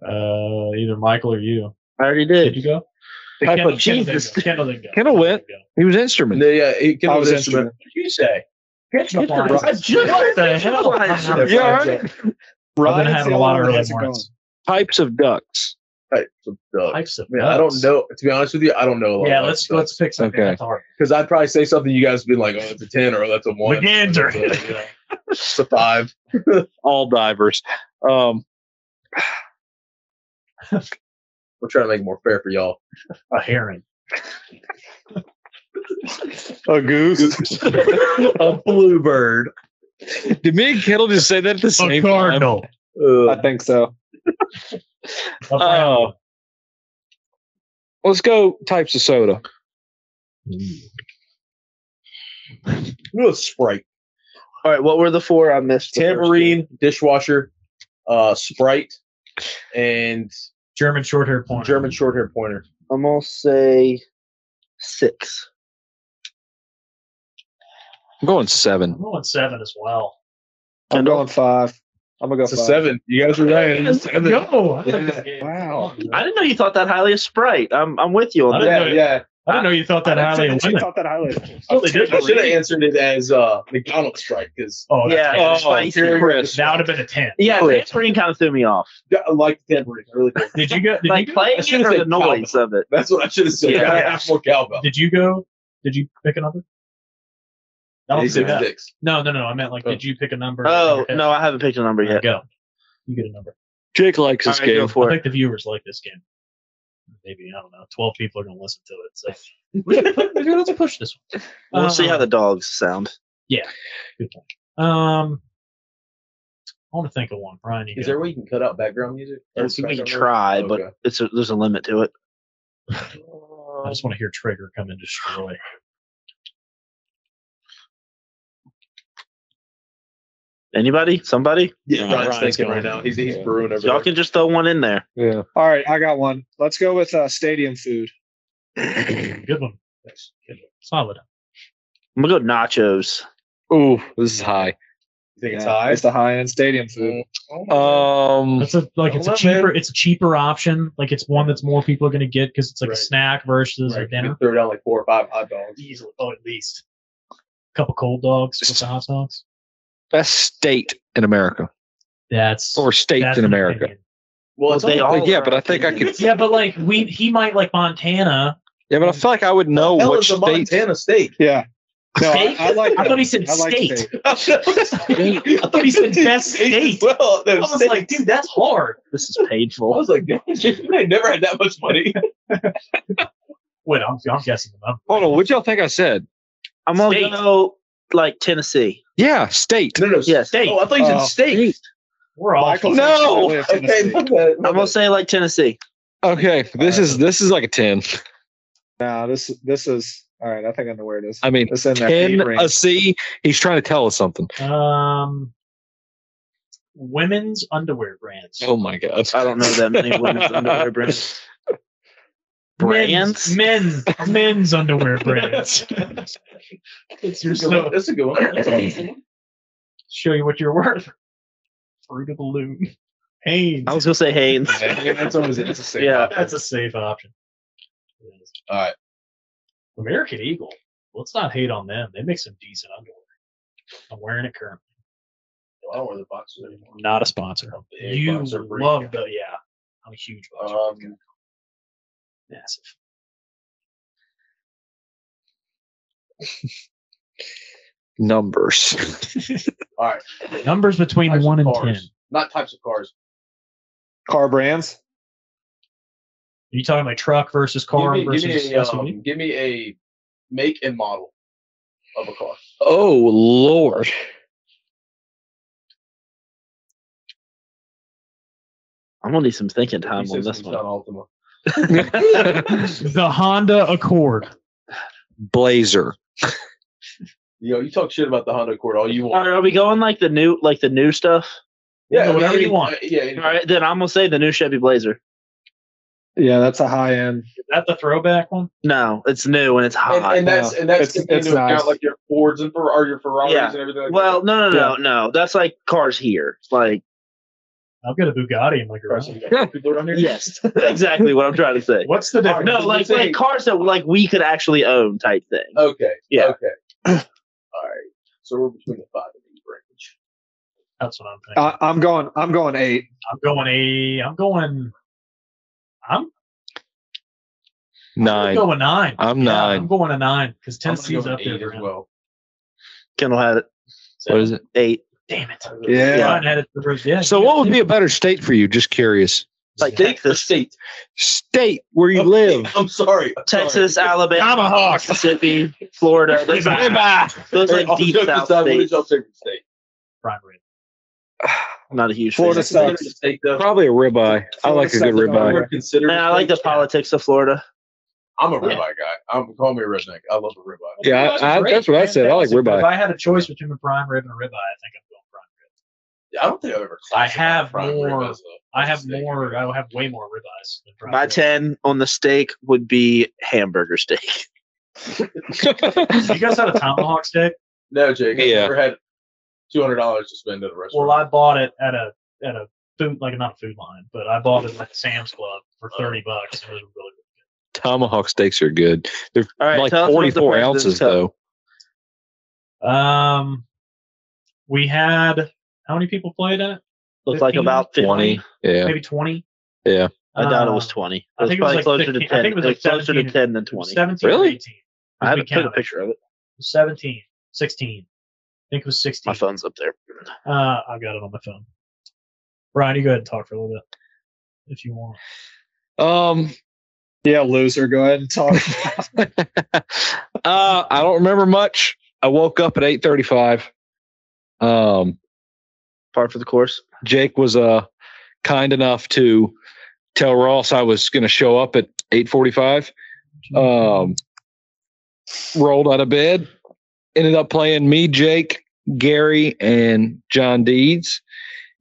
Speaker 6: Uh, either Michael or you.
Speaker 4: I already
Speaker 6: Did
Speaker 4: did.
Speaker 6: you go?
Speaker 8: I
Speaker 6: Kendall-
Speaker 8: put
Speaker 6: Kendall
Speaker 8: Jesus.
Speaker 6: didn't go. Kendall didn't go.
Speaker 8: Kendall went.
Speaker 6: didn't
Speaker 8: He was instrument.
Speaker 5: yeah, it can
Speaker 7: I was
Speaker 5: was
Speaker 7: instrument.
Speaker 5: instrument.
Speaker 6: go. What'd you say? Kitchen appliances.
Speaker 4: I just-
Speaker 6: What the hell?
Speaker 4: Appliances.
Speaker 6: I've
Speaker 8: You
Speaker 6: been
Speaker 8: all right?
Speaker 7: Ryan's
Speaker 6: having
Speaker 7: the
Speaker 6: a lot
Speaker 7: only one that
Speaker 6: of early
Speaker 7: hasn't
Speaker 6: mornings.
Speaker 8: Types of ducks.
Speaker 5: Right, so, uh,
Speaker 6: Types of
Speaker 5: I, mean, I don't
Speaker 6: nuts.
Speaker 5: know. To be honest with you, I don't know a lot.
Speaker 6: Yeah, let's let's pick something
Speaker 8: Okay.
Speaker 6: that's hard.
Speaker 5: because I'd probably say something you guys would be like, oh, it's a ten or oh, that's a one.
Speaker 6: Legander.
Speaker 5: It's a- It's a five.
Speaker 8: All divers. Um,
Speaker 5: We're trying to make it more fair for y'all.
Speaker 6: A heron.
Speaker 7: gone. A goose.
Speaker 5: a bluebird.
Speaker 8: did me and Kendall just say that at the same
Speaker 6: A
Speaker 8: time?
Speaker 6: cardinal.
Speaker 5: Uh,
Speaker 7: I think so.
Speaker 6: A
Speaker 8: Oh. Let's go types of soda.
Speaker 5: real Sprite,
Speaker 4: All right, what were the four I missed? the first
Speaker 5: tambourine, dishwasher, uh, Sprite, and
Speaker 6: German short haired pointer.
Speaker 5: German short hair pointer.
Speaker 4: two? I'm gonna say six.
Speaker 8: I'm going
Speaker 6: I'm
Speaker 8: seven.
Speaker 6: going seven as well.
Speaker 7: I'm going five. I'm gonna go
Speaker 5: It's a
Speaker 7: five.
Speaker 5: seven. You guys are right. It's a seven.
Speaker 6: Yo, I like
Speaker 5: Yeah.
Speaker 6: this game.
Speaker 7: Wow.
Speaker 4: I didn't know you thought that highly of Sprite. I'm I'm with you on
Speaker 6: I
Speaker 4: that.
Speaker 5: Yeah, yeah.
Speaker 6: I didn't know you thought that highly of
Speaker 7: I
Speaker 6: women.
Speaker 7: thought that highly of women.
Speaker 5: I
Speaker 6: Oh, they did.
Speaker 5: should have answered it as uh, McDonald's strike because
Speaker 6: Oh,
Speaker 4: Yeah,
Speaker 6: yeah.
Speaker 4: it was spicy.
Speaker 7: Oh.
Speaker 5: Chris.
Speaker 6: That would have been a 10.
Speaker 4: Yeah,
Speaker 5: Correct.
Speaker 4: tampering kind of threw me off.
Speaker 5: I like the tambourine. I really do.
Speaker 6: Did you go? Did,
Speaker 4: Like
Speaker 6: you,
Speaker 4: playing
Speaker 5: I
Speaker 4: it
Speaker 5: should've
Speaker 4: or the
Speaker 5: said cowbell.
Speaker 4: noise of it.
Speaker 5: That's what I should have said.
Speaker 4: Yeah.
Speaker 5: I gotta have more cowbell.
Speaker 6: did you go? Did you pick a number? I don't
Speaker 5: He
Speaker 6: do
Speaker 5: said
Speaker 6: that.
Speaker 5: six.
Speaker 6: No, no, no. I meant like,
Speaker 5: Oh.
Speaker 6: did you pick a number?
Speaker 4: Oh no, I haven't picked a number
Speaker 6: There you
Speaker 4: yet.
Speaker 6: go. You get a number.
Speaker 8: Jake likes
Speaker 4: All
Speaker 8: this
Speaker 4: right, go
Speaker 8: game.
Speaker 6: I
Speaker 4: for it.
Speaker 6: think the viewers like this game. Maybe I don't know. Twelve people are going to listen to it, so we should put- we're going to push this one.
Speaker 4: We'll see how
Speaker 6: Um,
Speaker 4: the dogs sound.
Speaker 6: Good point. Um, I want to think of one, Brian. You
Speaker 5: Is
Speaker 6: go.
Speaker 5: there a way you can cut out background music? Or
Speaker 4: Yes, we can
Speaker 5: background noise?
Speaker 4: try, but
Speaker 5: Okay.
Speaker 4: it's a, there's a limit to it.
Speaker 6: I just want to hear Trigger come and destroy.
Speaker 4: Anybody? Somebody?
Speaker 5: yeah,
Speaker 8: Yeah,
Speaker 5: Brian's
Speaker 8: Brian's
Speaker 5: thinking
Speaker 8: going.
Speaker 5: right now. He's he's brewing over
Speaker 4: Y'all
Speaker 5: there.
Speaker 4: can just throw one in there.
Speaker 8: Yeah.
Speaker 7: All right, I got one. Let's go with uh, stadium food.
Speaker 6: Good one. Good one. Solid.
Speaker 4: I'm gonna go nachos.
Speaker 8: Ooh, this is high.
Speaker 5: You think it's
Speaker 7: Yeah,
Speaker 5: high?
Speaker 7: It's the high end stadium food.
Speaker 5: Uh,
Speaker 8: Um,
Speaker 6: That's a like it's a
Speaker 5: Hold on,
Speaker 6: cheaper
Speaker 5: man.
Speaker 6: it's a cheaper option. Like it's one that's more people are going to get because it's like
Speaker 5: Right.
Speaker 6: a snack versus
Speaker 5: Right,
Speaker 6: a
Speaker 5: you can
Speaker 6: dinner.
Speaker 5: Throw down like four or five hot dogs.
Speaker 6: Easily, oh, at least a couple cold dogs with the hot dogs.
Speaker 8: best state in America
Speaker 6: That's
Speaker 8: or state
Speaker 6: that's
Speaker 8: in
Speaker 6: an
Speaker 8: America.
Speaker 6: opinion.
Speaker 5: Well, it's
Speaker 4: They
Speaker 5: all-
Speaker 4: all
Speaker 8: yeah,
Speaker 4: are
Speaker 8: but I think I could.
Speaker 5: opinions.
Speaker 6: Yeah, but like we he might like Montana.
Speaker 8: Yeah, but I feel like I would know
Speaker 5: Hell,
Speaker 8: what
Speaker 5: it's a
Speaker 8: state.
Speaker 5: Montana steak.
Speaker 7: Yeah. No, I,
Speaker 6: Steak?
Speaker 7: I like.
Speaker 6: I
Speaker 7: that.
Speaker 6: thought he said
Speaker 7: I like
Speaker 6: state.
Speaker 5: I thought
Speaker 6: he said best steak.
Speaker 5: Well,
Speaker 6: I was like, dude, that's hard.
Speaker 4: This is
Speaker 5: I
Speaker 4: painful.
Speaker 5: was like, damn, I never had that much money.
Speaker 6: Wait, I'm, I'm guessing. I'm,
Speaker 8: Hold on, what y'all think I said?
Speaker 4: I'm gonna
Speaker 6: State.
Speaker 4: go like Tennessee.
Speaker 8: Yeah, state.
Speaker 5: No, no,
Speaker 4: Yeah,
Speaker 5: steak.
Speaker 4: steak.
Speaker 5: Oh, I thought you said
Speaker 7: Oh.
Speaker 5: steak.
Speaker 6: we're all
Speaker 7: Michael
Speaker 8: No!
Speaker 7: Finley of
Speaker 5: Okay,
Speaker 7: Tennessee.
Speaker 5: my bad, my
Speaker 4: I'm gonna
Speaker 5: bad.
Speaker 4: say like Tennessee.
Speaker 8: Okay, this
Speaker 4: Uh,
Speaker 8: is this is like a ten.
Speaker 7: No, this this is all right. I think I know where it is.
Speaker 8: I uh, mean,
Speaker 7: It's in that
Speaker 8: ten
Speaker 7: heat range.
Speaker 8: a C. He's trying to tell us something.
Speaker 6: um women's underwear brands.
Speaker 8: Oh my god.
Speaker 4: I don't know that many women's underwear brands. Brands?
Speaker 6: Men's men's, men's underwear brands.
Speaker 5: That's
Speaker 6: it's your
Speaker 5: a good one.
Speaker 6: so
Speaker 5: That's a good one. That's a good one.
Speaker 6: show you what you're worth. Fruit of the loom. Haynes.
Speaker 4: I was gonna say Haynes.
Speaker 5: Yeah, That's always interesting.
Speaker 4: Yeah.
Speaker 6: That's a safe option.
Speaker 5: All right.
Speaker 6: American Eagle. Let's not hate on them. They make some decent underwear. I'm wearing it currently.
Speaker 5: I don't wear the boxers anymore.
Speaker 6: Not a sponsor.
Speaker 5: Big
Speaker 6: You
Speaker 5: boxer brief.
Speaker 6: love the yeah. I'm a huge boxer.
Speaker 5: Um,
Speaker 6: Massive.
Speaker 8: Numbers.
Speaker 5: all right.
Speaker 6: Numbers between
Speaker 5: Types
Speaker 6: one
Speaker 5: of
Speaker 6: and ten.
Speaker 5: cars.
Speaker 6: Are
Speaker 5: Not types of cars.
Speaker 7: Car brands.
Speaker 6: you talking like truck versus car
Speaker 5: give me, give me
Speaker 6: versus
Speaker 5: a, um,
Speaker 6: SUV?
Speaker 5: give me a make and model of a car.
Speaker 8: Oh lord.
Speaker 4: I'm gonna need some thinking time on this
Speaker 5: Systems,
Speaker 4: one.
Speaker 5: not Altima. um,
Speaker 6: The Honda Accord.
Speaker 8: Blazer.
Speaker 5: You know, you talk shit about the Honda Accord all you
Speaker 4: All
Speaker 5: want.
Speaker 4: right, are we going like the new like the new stuff?
Speaker 6: Yeah, whatever
Speaker 5: any-
Speaker 6: you want.
Speaker 5: uh, Yeah. any-
Speaker 4: All right, then I'm gonna say the new Chevy Blazer.
Speaker 7: Yeah, that's a high end.
Speaker 6: Is that the throwback one?
Speaker 4: No, it's new and it's
Speaker 5: And,
Speaker 4: hot.
Speaker 5: and that's and that's
Speaker 7: It's-
Speaker 5: taking
Speaker 7: it's
Speaker 5: into account
Speaker 7: nice.
Speaker 5: like your Fords and Fer- or your Ferraris
Speaker 4: Yeah.
Speaker 5: and everything. Like
Speaker 4: well,
Speaker 5: that.
Speaker 4: no, no, no, no. That's like cars here. Like
Speaker 6: I've got a Bugatti in my
Speaker 5: Right,
Speaker 6: garage.
Speaker 5: so you got people around here.
Speaker 4: yes, exactly what I'm trying to say.
Speaker 6: What's the
Speaker 5: difference?
Speaker 6: difference?
Speaker 4: No,
Speaker 5: Does it
Speaker 4: like
Speaker 5: say- Uh,
Speaker 4: like cars that like we could actually own type thing.
Speaker 5: Okay.
Speaker 4: Yeah.
Speaker 5: Okay. all right. So we're between the five and eight range.
Speaker 6: That's what I'm thinking.
Speaker 8: Uh,
Speaker 7: I, I'm going. I'm going eight.
Speaker 6: I'm going a. I'm going. I'm
Speaker 8: Nine.
Speaker 6: going nine.
Speaker 8: I'm
Speaker 6: Yeah,
Speaker 8: nine.
Speaker 6: I'm going a nine because
Speaker 5: I'm gonna
Speaker 6: Tennessee's
Speaker 5: go
Speaker 6: up there.
Speaker 5: eight
Speaker 6: for
Speaker 5: as
Speaker 6: him.
Speaker 5: well.
Speaker 4: Kendall had it
Speaker 8: What is it?
Speaker 4: eight.
Speaker 6: Damn it!
Speaker 7: Yeah.
Speaker 6: Brian had it for the- yeah,
Speaker 8: So
Speaker 6: yeah.
Speaker 8: what would be a better state for you? Just curious.
Speaker 4: Like
Speaker 5: State or
Speaker 4: Texas,
Speaker 5: state?
Speaker 8: State where you
Speaker 5: Okay,
Speaker 8: live.
Speaker 5: I'm sorry. I'm
Speaker 4: Texas, Alabama,
Speaker 8: Tomahawk.
Speaker 4: Mississippi, Florida. Those, those
Speaker 5: Sorry.
Speaker 4: like
Speaker 5: All
Speaker 4: deep
Speaker 5: jokes
Speaker 4: south
Speaker 5: aside, what is
Speaker 4: states.
Speaker 5: y'all's favorite state?
Speaker 6: Brian Reed.
Speaker 4: I'm not a huge fan.
Speaker 7: Florida
Speaker 5: Considered
Speaker 7: sucks.
Speaker 5: a state, though.
Speaker 8: Probably a ribeye. I like a good ribeye.
Speaker 5: We're considered
Speaker 4: And
Speaker 5: a
Speaker 4: I like the
Speaker 5: state.
Speaker 4: politics of Florida.
Speaker 5: I'm a ribeye guy. I'm call me a redneck. I love a ribeye.
Speaker 8: Yeah,
Speaker 6: Ribeyes
Speaker 8: I-
Speaker 6: are
Speaker 8: I-
Speaker 6: great.
Speaker 8: that's what I said. I like
Speaker 6: Fantastic. But
Speaker 8: ribeye.
Speaker 6: If I had a choice between a prime rib and a ribeye, I think I'm going prime rib.
Speaker 5: I don't think I've ever.
Speaker 6: I
Speaker 5: classified
Speaker 6: have
Speaker 5: prime rib
Speaker 6: more-
Speaker 5: as a-
Speaker 6: I
Speaker 5: as a
Speaker 6: have
Speaker 5: steak.
Speaker 6: more. I have way more ribeyes than prime
Speaker 4: My
Speaker 6: rib.
Speaker 4: ten on the steak would be hamburger steak.
Speaker 6: You guys had a tomahawk steak?
Speaker 5: No, Jake. I've
Speaker 8: Yeah.
Speaker 5: never had two hundred dollars to spend at a restaurant.
Speaker 6: Well, I bought it at a at
Speaker 8: Oh.
Speaker 6: a food like not a food line, but I bought it at Sam's Club for thirty bucks. It was really
Speaker 8: tomahawk steaks are good. They're
Speaker 4: All right,
Speaker 8: like
Speaker 4: tell us about the
Speaker 8: 44
Speaker 4: price of this
Speaker 8: ounces,
Speaker 4: cup.
Speaker 8: though.
Speaker 6: Um, we had how many people played in it?
Speaker 4: Looked like
Speaker 6: 15,
Speaker 4: about 50.
Speaker 8: 20. Yeah.
Speaker 6: Maybe twenty.
Speaker 8: Yeah.
Speaker 4: I doubt it was
Speaker 6: Uh,
Speaker 4: 20. It
Speaker 6: I
Speaker 4: was
Speaker 6: think it was
Speaker 4: probably
Speaker 6: like
Speaker 4: closer
Speaker 6: 15.
Speaker 4: to
Speaker 6: I
Speaker 4: 10.
Speaker 6: think it was like
Speaker 4: closer
Speaker 6: 17.
Speaker 4: to 10 than 20.
Speaker 6: 17
Speaker 8: Really?
Speaker 6: or 18.
Speaker 4: I
Speaker 6: We
Speaker 4: haven't put a
Speaker 6: counted.
Speaker 4: picture of it.
Speaker 6: 17, 16. I think it was 16.
Speaker 4: My phone's up there.
Speaker 6: Uh, I've got it on my phone. Ryan, you go ahead and talk for a little bit if you want.
Speaker 8: Um,
Speaker 7: Yeah, loser. Go ahead and talk.
Speaker 8: uh, I don't remember much. I woke up at 8.35. Um,
Speaker 4: Part for the course.
Speaker 8: Jake was uh, kind enough to tell Ross I was going to show up at 8:45. Um, rolled out of bed, ended up playing me, Jake, Gary, and John Deeds.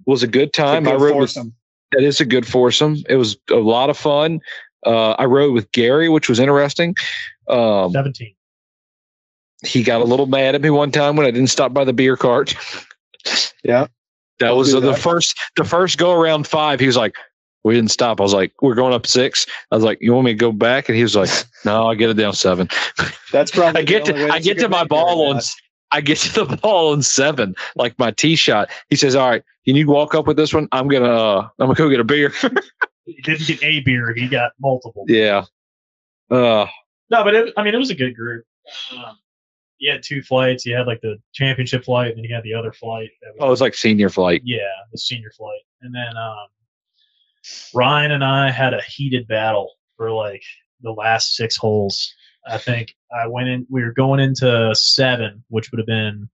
Speaker 8: Was a good time. I
Speaker 7: Good
Speaker 8: rode with,
Speaker 7: foursome.
Speaker 8: that is a good foursome. It was a lot of fun. Uh, I rode with Gary, which was interesting. Um,
Speaker 6: 17.
Speaker 8: he got a little mad at me one time when I didn't stop by the beer cart.
Speaker 7: Yeah.
Speaker 8: That was
Speaker 7: do
Speaker 8: the
Speaker 7: that.
Speaker 8: first the first go around five. He was like, We didn't stop. I was like, We're going up six. I was like, You want me to go back? And he was like, No, I'll get it down seven.
Speaker 7: That's probably
Speaker 8: I get
Speaker 7: the only way
Speaker 8: to I
Speaker 7: that you
Speaker 8: get to
Speaker 7: can
Speaker 8: my
Speaker 7: make it,
Speaker 8: ball on
Speaker 7: Matt.
Speaker 8: s- I get to the ball on seven, like my tee shot. He says, All right, can you walk up with this one? I'm gonna uh, I'm gonna go get a beer.
Speaker 6: He didn't get a beer, he got multiple.
Speaker 8: yeah. Uh
Speaker 6: No, but it, I mean, it was a good group. Um, you had two flights. You had like the championship flight, and then you had the other flight. That
Speaker 8: oh, it's like senior flight.
Speaker 6: yeah, the senior flight. And then um, Ryan and I had a heated battle for like the last six holes. I think I went in, we were going into seven, which would have been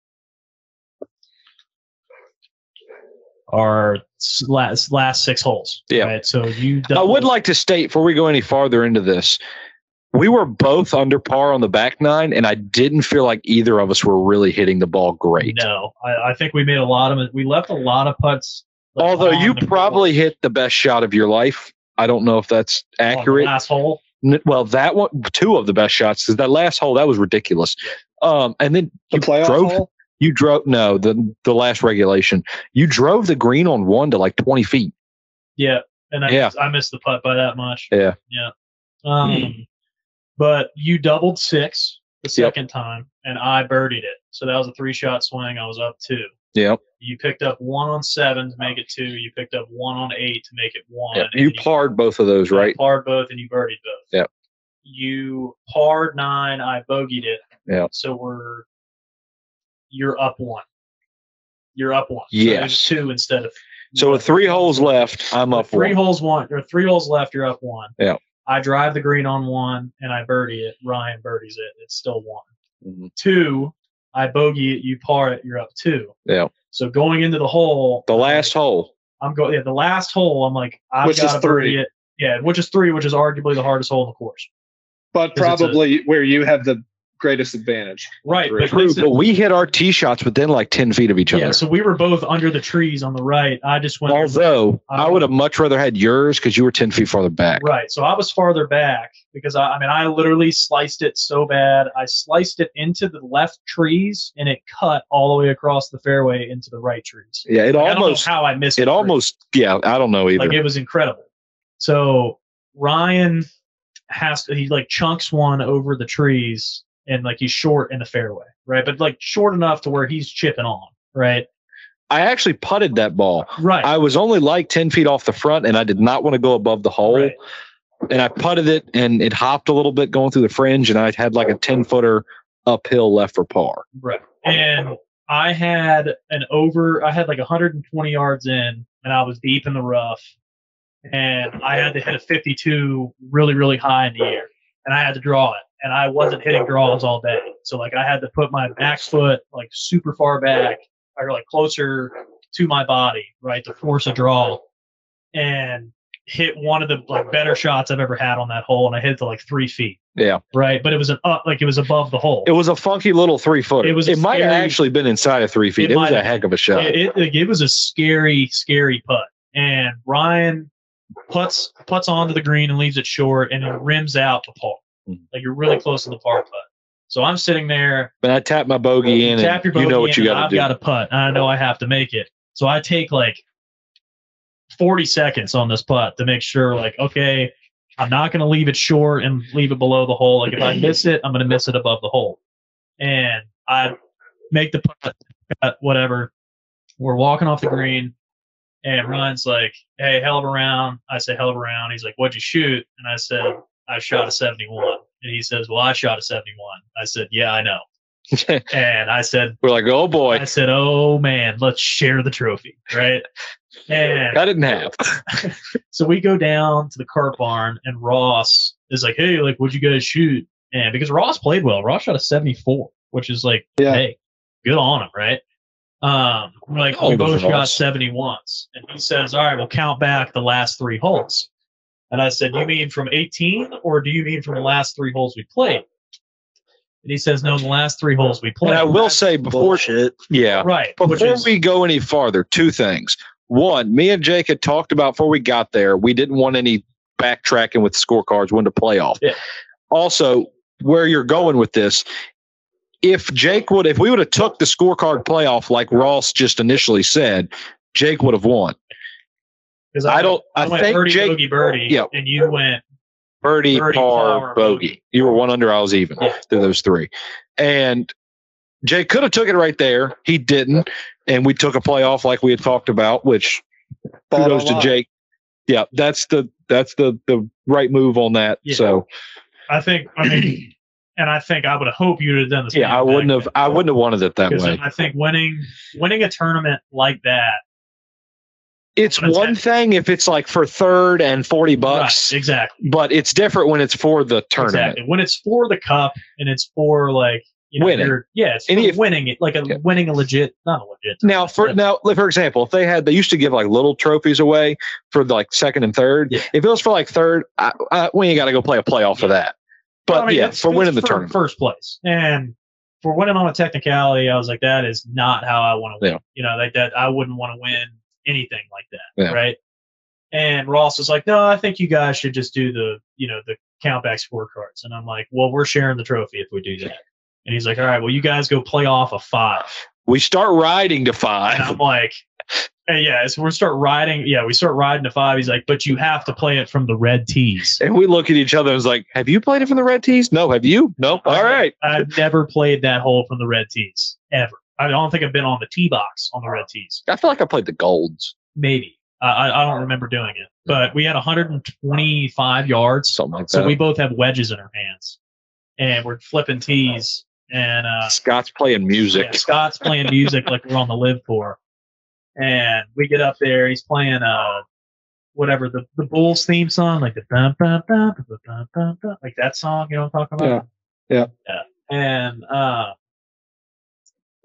Speaker 6: our s- last, last six holes.
Speaker 8: Yeah.
Speaker 6: Right? So you,
Speaker 8: I would like to state before we go any farther into this, we were both under par on the back nine, and I didn't feel like either of us were really hitting the ball great.
Speaker 6: No, I, I think we made a lot of, we left a lot of putts. like,
Speaker 8: Although
Speaker 6: on
Speaker 8: you
Speaker 6: the
Speaker 8: probably
Speaker 6: course Oh,
Speaker 8: hit the best shot of your life. I don't know if that's
Speaker 6: on the
Speaker 8: accurate.
Speaker 6: last hole.
Speaker 8: N- Well, that one, two of the best shots, because that last hole that was ridiculous. Um, and then
Speaker 7: The
Speaker 8: you
Speaker 7: playoff
Speaker 8: drove,
Speaker 7: hole?
Speaker 8: you drove. No, the the last regulation, you drove the green on one to like twenty feet.
Speaker 6: Yeah, and I
Speaker 8: Yeah.
Speaker 6: missed, I missed the putt by that much.
Speaker 8: Yeah. Hmm.
Speaker 6: yeah. Um, but you doubled six the
Speaker 8: Yep.
Speaker 6: second time, and I birdied it. So that was a three-shot swing. I was up two.
Speaker 8: Yeah,
Speaker 6: You picked up one on seven to make it two. You picked up one on eight to make it one. and
Speaker 8: you parred both of those,
Speaker 6: I
Speaker 8: right?
Speaker 6: Parred both, and you birdied both.
Speaker 8: Yep.
Speaker 6: You parred nine. I bogeyed it.
Speaker 8: Yep.
Speaker 6: So we're you're up one. You're up one.
Speaker 8: Yes.
Speaker 6: So it was two instead of.
Speaker 8: So with three holes left, I'm
Speaker 6: With
Speaker 8: up
Speaker 6: three
Speaker 8: one.
Speaker 6: holes one or three holes left, you're up one.
Speaker 8: Yeah.
Speaker 6: I drive the green on one and I birdie it. Ryan birdies it. It's still one.
Speaker 8: Mhm.
Speaker 6: Two, I bogey it. You par it. You're up two.
Speaker 8: Yeah.
Speaker 6: So going into the hole,
Speaker 8: The
Speaker 6: I'm
Speaker 8: last
Speaker 6: like-
Speaker 8: hole.
Speaker 6: I'm going. Yeah, the last hole. I'm like, I've
Speaker 7: Which is
Speaker 6: got to birdie
Speaker 7: three.
Speaker 6: it. Yeah, which is three, which is arguably the hardest hole in the course.
Speaker 7: But
Speaker 6: 'Cause it's a-
Speaker 7: probably where you have the greatest advantage.
Speaker 6: Right.
Speaker 7: but
Speaker 8: True, but we hit our tee shots within like 10 feet of each
Speaker 6: yeah.
Speaker 8: other.
Speaker 6: So we were both under the trees on the right. I just went.
Speaker 8: Although I
Speaker 6: Um,
Speaker 8: would have much rather had yours because you were 10 feet farther back.
Speaker 6: Right. So I was farther back because I, I mean, I literally sliced it so bad. I sliced it into the left trees and it cut all the way across the fairway into the right trees.
Speaker 8: Yeah, it
Speaker 6: Like,
Speaker 8: almost,
Speaker 6: I don't know how I missed
Speaker 8: it
Speaker 6: the tree.
Speaker 8: almost, yeah, I don't know either.
Speaker 6: like it was incredible. So Ryan has to, he like chunks one over the trees and like he's short in the fairway, right? But like short enough to where he's chipping on, right?
Speaker 8: I actually putted that ball.
Speaker 6: Right.
Speaker 8: I was only like 10 feet off the front and I did not want to go above the hole.
Speaker 6: Right.
Speaker 8: And I putted it and it hopped a little bit going through the fringe and I had like a 10 footer uphill left for par.
Speaker 6: Right. And I had an over, I had like 120 yards in, and I was deep in the rough. And I had to hit a 52 really, really high in the air. And I had to draw it. And I wasn't hitting draws all day. So, like, I had to put my back foot like super far back or like closer to my body, right, to force a draw. And hit one of the like better shots I've ever had on that hole, and I hit it to like three feet.
Speaker 8: Yeah.
Speaker 6: Right, but it was an up, like it was above the hole.
Speaker 8: It was a funky little three footer.
Speaker 6: It
Speaker 8: It,
Speaker 6: was
Speaker 8: was
Speaker 6: a
Speaker 8: it might have
Speaker 6: scary-
Speaker 8: actually been inside of three
Speaker 6: It
Speaker 8: feet. It, was
Speaker 6: might have-
Speaker 8: a heck of a shot.
Speaker 6: it, it, like, it was a scary, scary putt. And Ryan puts puts onto the green and leaves it short, and it rims out the par.
Speaker 8: Mhm.
Speaker 6: Like you're really close to the par putt. So I'm sitting there,
Speaker 8: but I tapped my bogey in
Speaker 6: tap your
Speaker 8: and
Speaker 6: bogey,
Speaker 8: you know
Speaker 6: in,
Speaker 8: what you
Speaker 6: and
Speaker 8: got
Speaker 6: I've
Speaker 8: to do.
Speaker 6: got a putt, and I know I have to make it. So I take like 40 seconds on this putt to make sure, like, okay, I'm not going to leave it short and leave it below the hole. Like if I miss it, I'm going to miss it above the hole. And I make the putt, cut, whatever. We're walking off the green, and Ryan's like, "Hey, hell of a round." I say, "Hell of a round." He's like, "What'd you shoot?" And I said, "I shot a 71." And he says, "Well, I shot a 71." I said, "Yeah, I know." and I said,
Speaker 8: We're like, oh
Speaker 6: "I
Speaker 8: boy,
Speaker 6: said, oh man, let's share the trophy, right?" And
Speaker 8: I didn't have.
Speaker 6: so we go down to the cart barn, and Ross is like, "Hey, like, what'd you guys shoot?" And because Ross played well, Ross shot a 74, which is like,
Speaker 7: Yeah.
Speaker 6: hey, good on him, right? Um, we're like,
Speaker 8: Oh,
Speaker 6: we both
Speaker 8: those
Speaker 6: shot
Speaker 8: Ross.
Speaker 6: 71s, and he says, "All right, we'll count back the last three holes." And I said, "You mean from 18, or do you mean from the last three holes we played?" And he says, "No, the last three holes we
Speaker 8: And
Speaker 6: played."
Speaker 8: I will say before,
Speaker 4: Bullshit.
Speaker 8: yeah,
Speaker 6: right, which
Speaker 8: Before
Speaker 6: is-
Speaker 8: we go any farther, two things. One, me and Jake had talked about before we got there, we didn't want any backtracking with scorecards when to play off.
Speaker 6: Yeah.
Speaker 8: Also, where you're going with this, if Jake would if we would have took the scorecard playoff like Ross just initially said, Jake would have won.
Speaker 6: 'cause
Speaker 8: I don't I,
Speaker 6: went
Speaker 8: think
Speaker 6: birdie,
Speaker 8: Jake
Speaker 6: bogey, birdie,
Speaker 8: yeah.
Speaker 6: and you went
Speaker 8: birdie,
Speaker 6: birdie,
Speaker 8: par,
Speaker 6: par,
Speaker 8: bogey.
Speaker 6: bogey.
Speaker 8: You were one under, I was even
Speaker 6: Yeah.
Speaker 8: through those three. And Jake could have took it right there. He didn't. And we took a playoff like we had talked about, which
Speaker 7: Bottom
Speaker 8: kudos to
Speaker 7: line.
Speaker 8: Jake. Yeah, that's the that's the the right move on that.
Speaker 6: Yeah.
Speaker 8: So
Speaker 6: I think I mean, and I think I would have hoped you'd have done this.
Speaker 8: yeah, I wouldn't have I wouldn't have wanted it that
Speaker 6: because
Speaker 8: way.
Speaker 6: I think winning winning a tournament like that,
Speaker 8: It's
Speaker 6: That's
Speaker 8: one
Speaker 6: it.
Speaker 8: thing if it's like for third and forty bucks,
Speaker 6: right, exactly,
Speaker 8: but it's different when it's for the tournament.
Speaker 6: exactly. When it's for the cup and it's for like you know,
Speaker 8: Winning.
Speaker 6: you're- yeah, it's for
Speaker 8: Any-
Speaker 6: winning it, like a
Speaker 8: Yeah.
Speaker 6: winning a legit, not a legit.
Speaker 8: Now, for
Speaker 6: tournament,
Speaker 8: now, like, for example, if they had, they used to give like little trophies away for like second and third.
Speaker 6: Yeah.
Speaker 8: If it was for like third, I, I, we ain't got to go play a playoff for that.
Speaker 6: but-
Speaker 8: But
Speaker 6: I mean,
Speaker 8: yeah,
Speaker 6: it's-
Speaker 8: for
Speaker 6: it's
Speaker 8: winning the
Speaker 6: for
Speaker 8: tournament,
Speaker 6: first place and. For winning on a technicality, I was like, that is not how I want to win.
Speaker 8: Yeah.
Speaker 6: You know, like that, I wouldn't want to win anything like that,
Speaker 8: Yeah.
Speaker 6: right? And Ross was like, no, I think you guys should just do the, you know, the countback scorecards. And I'm like, well, we're sharing the trophy if we do that. And he's like, all right, well, you guys go play off a five.
Speaker 8: we start riding to
Speaker 6: And I'm
Speaker 8: five.
Speaker 6: like, hey, yeah, so we start riding. Yeah, we start riding to five. He's like, but you have to play it from the red tees.
Speaker 8: And we look at each other and it's like, have you played it from the red tees? No, have you? Nope.
Speaker 6: Oh,
Speaker 8: All right.
Speaker 6: I've never played that hole from the red tees ever. I don't think I've been on the tee box on the red tees.
Speaker 8: I feel like I played the golds,
Speaker 6: Maybe. I, I I don't remember doing it. But we had 125 yards.
Speaker 8: something like that.
Speaker 6: So we both have wedges in our hands. And we're flipping tees. And uh,
Speaker 8: Scott's playing music.
Speaker 6: Yeah, Scott's playing music like we're on the live for. And we get up there, he's playing uh whatever the, the Bulls theme song, like the dun, dun, dun, dun, dun, dun, dun, dun, like that song, you know what I'm talking about?
Speaker 7: Yeah,
Speaker 6: Yeah. And uh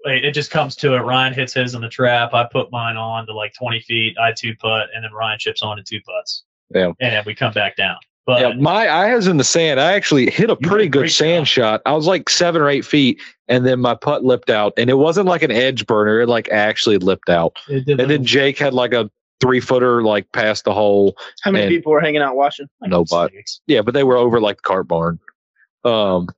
Speaker 6: wait, it just comes to it. Ryan hits his in the trap. I put mine on to like 20 feet. I two putt, and then Ryan chips on to two putts.
Speaker 8: Yeah.
Speaker 6: And we come back down. But
Speaker 8: yeah, my eye is in the sand. I actually hit a
Speaker 6: uh, You
Speaker 8: pretty
Speaker 6: did
Speaker 8: good
Speaker 6: great
Speaker 8: sand shot. I was like seven or eight feet, and then my putt lipped out. And it wasn't like an edge burner; it like actually lipped out.
Speaker 6: it did
Speaker 8: And then Jake had like a three footer like past the hole.
Speaker 4: How many
Speaker 8: And-
Speaker 4: people were hanging out watching?
Speaker 8: No putt. Yeah, but they were over like the cart barn. Um,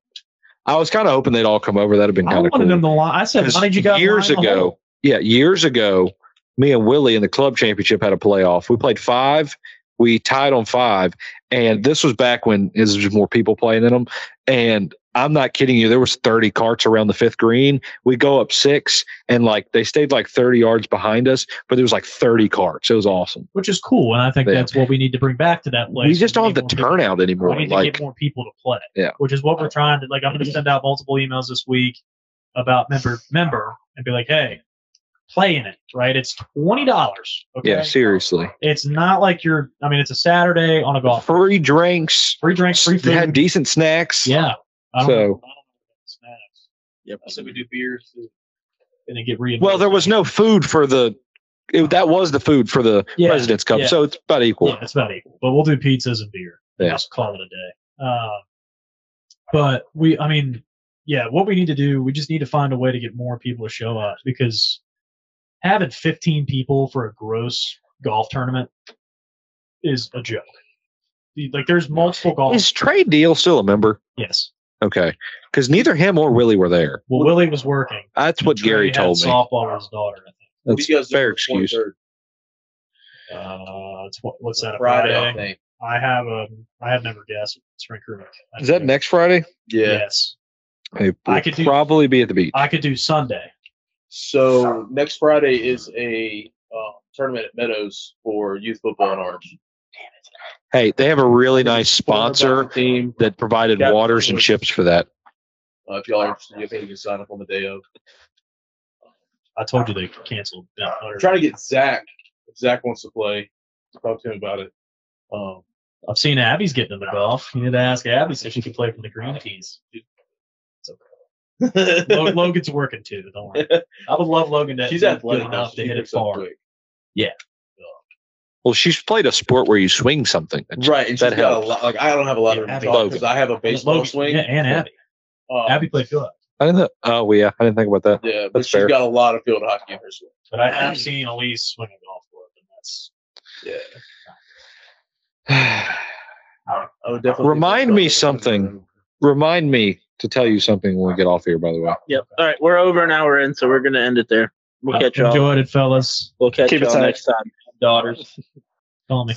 Speaker 8: I was kind of hoping they'd all come over. That'd have been
Speaker 6: I
Speaker 8: kind of
Speaker 6: wanted
Speaker 8: cool.
Speaker 6: him to lie. I said,
Speaker 8: 'Cause
Speaker 6: why did you guys
Speaker 8: years
Speaker 6: line the hole?"
Speaker 8: ago, yeah, years ago, me and Willie in the club championship had a playoff. We played five, we tied on five, and this was back when there's just more people playing in them. And I'm not kidding you, there was 30 carts around the fifth green. We go up six, and like they stayed like 30 yards behind us, but there was like 30 carts. It was awesome.
Speaker 6: which is cool, and I think
Speaker 8: Yeah.
Speaker 6: that's what we need to bring back to that place.
Speaker 8: we just don't have the
Speaker 6: need more
Speaker 8: turnout
Speaker 6: people-
Speaker 8: anymore.
Speaker 6: We need to
Speaker 8: Like,
Speaker 6: get more people to play.
Speaker 8: Yeah.
Speaker 6: which is what we're trying to like. I'm going to send out multiple emails this week about member member and be like, hey, play in it. Right? It's twenty dollars. Okay?
Speaker 8: yeah, seriously.
Speaker 6: It's not like you're. I mean, it's a Saturday on a golf. course.
Speaker 8: Free drinks.
Speaker 6: Free drinks, free
Speaker 8: They had
Speaker 6: food.
Speaker 8: decent snacks.
Speaker 6: Yeah. I don't
Speaker 8: So-
Speaker 6: know. I don't know about snacks.
Speaker 4: Yep.
Speaker 6: I said we do beers. too. And then get reimbursed.
Speaker 8: Well, there was no food for the. It, that was the food for the
Speaker 6: Yeah,
Speaker 8: President's Cup,
Speaker 6: yeah.
Speaker 8: so it's about equal.
Speaker 6: Yeah, it's about equal. But we'll do pizzas and beer.
Speaker 8: Yeah.
Speaker 6: Just call it a day. Uh, but we, I mean, yeah, what we need to do, we just need to find a way to get more people to show up because having 15 people for a gross golf tournament is a joke. The- Like, there's multiple golf.
Speaker 8: Is Trey Deal still a member?
Speaker 6: yes.
Speaker 8: Okay, because neither him or Willie were there.
Speaker 6: Well, Willie was working.
Speaker 8: That's what
Speaker 6: Trey
Speaker 8: Gary
Speaker 6: had
Speaker 8: told me.
Speaker 6: Softball with his daughter. I think.
Speaker 8: That's a fair excuse.
Speaker 6: Uh, it's what, what's
Speaker 5: Friday,
Speaker 6: that? a Friday.
Speaker 5: I think.
Speaker 6: I have um, I have never guessed spring crew neck.
Speaker 8: Is that next Friday?
Speaker 6: Yes,
Speaker 8: It
Speaker 6: I
Speaker 8: will
Speaker 6: could do-
Speaker 8: probably be at the beach.
Speaker 6: I could do Sunday.
Speaker 5: So next Friday is a uh, tournament at Meadows for youth football in Orange.
Speaker 8: Hey, they have a really nice sponsor
Speaker 5: team.
Speaker 8: that provided
Speaker 5: Yeah.
Speaker 8: waters and chips for that.
Speaker 5: Uh, if y'all are interested, you can sign up on the day of.
Speaker 6: I told you they canceled. that
Speaker 5: I'm
Speaker 6: letter.
Speaker 5: trying to get Zach. If Zach wants to play. Talk to him about it. Um,
Speaker 6: I've seen Abby's getting into golf. You need to ask Abby if she can play from the green tees. Lo- Logan's working too. Don't worry. I would love Logan to.
Speaker 5: she's
Speaker 6: be
Speaker 5: athletic
Speaker 6: good
Speaker 5: enough.
Speaker 6: enough to
Speaker 5: she
Speaker 6: hit it
Speaker 5: picks up
Speaker 6: far.
Speaker 5: quick.
Speaker 8: Well, she's played a sport where you swing something.
Speaker 5: Right, and she's
Speaker 8: That
Speaker 5: got
Speaker 8: helps.
Speaker 5: a lot. Like I don't have a lot
Speaker 6: Yeah,
Speaker 5: of
Speaker 6: Abby.
Speaker 5: because I have a baseball
Speaker 6: Logan-
Speaker 5: swing.
Speaker 6: Yeah, and Abby.
Speaker 5: Um,
Speaker 6: Abby played field, hockey,
Speaker 8: I didn't. Oh, well, yeah, I didn't think about that.
Speaker 5: Yeah, but
Speaker 8: That's
Speaker 5: she's
Speaker 8: fair.
Speaker 5: got a lot of field hockey in her swing.
Speaker 6: but I have seen Elise swing a golf club, and that's
Speaker 5: Yeah. I would definitely
Speaker 8: Remind me something. Remind me to tell you something when we get off here. By the way,
Speaker 4: Yep. All right, we're over an hour in, so we're gonna end it there. We'll catch y'all.
Speaker 6: Enjoyed it, fellas.
Speaker 4: We'll catch
Speaker 3: Keep it
Speaker 4: y'all
Speaker 3: tight.
Speaker 4: next time. Daughters.
Speaker 6: Call me.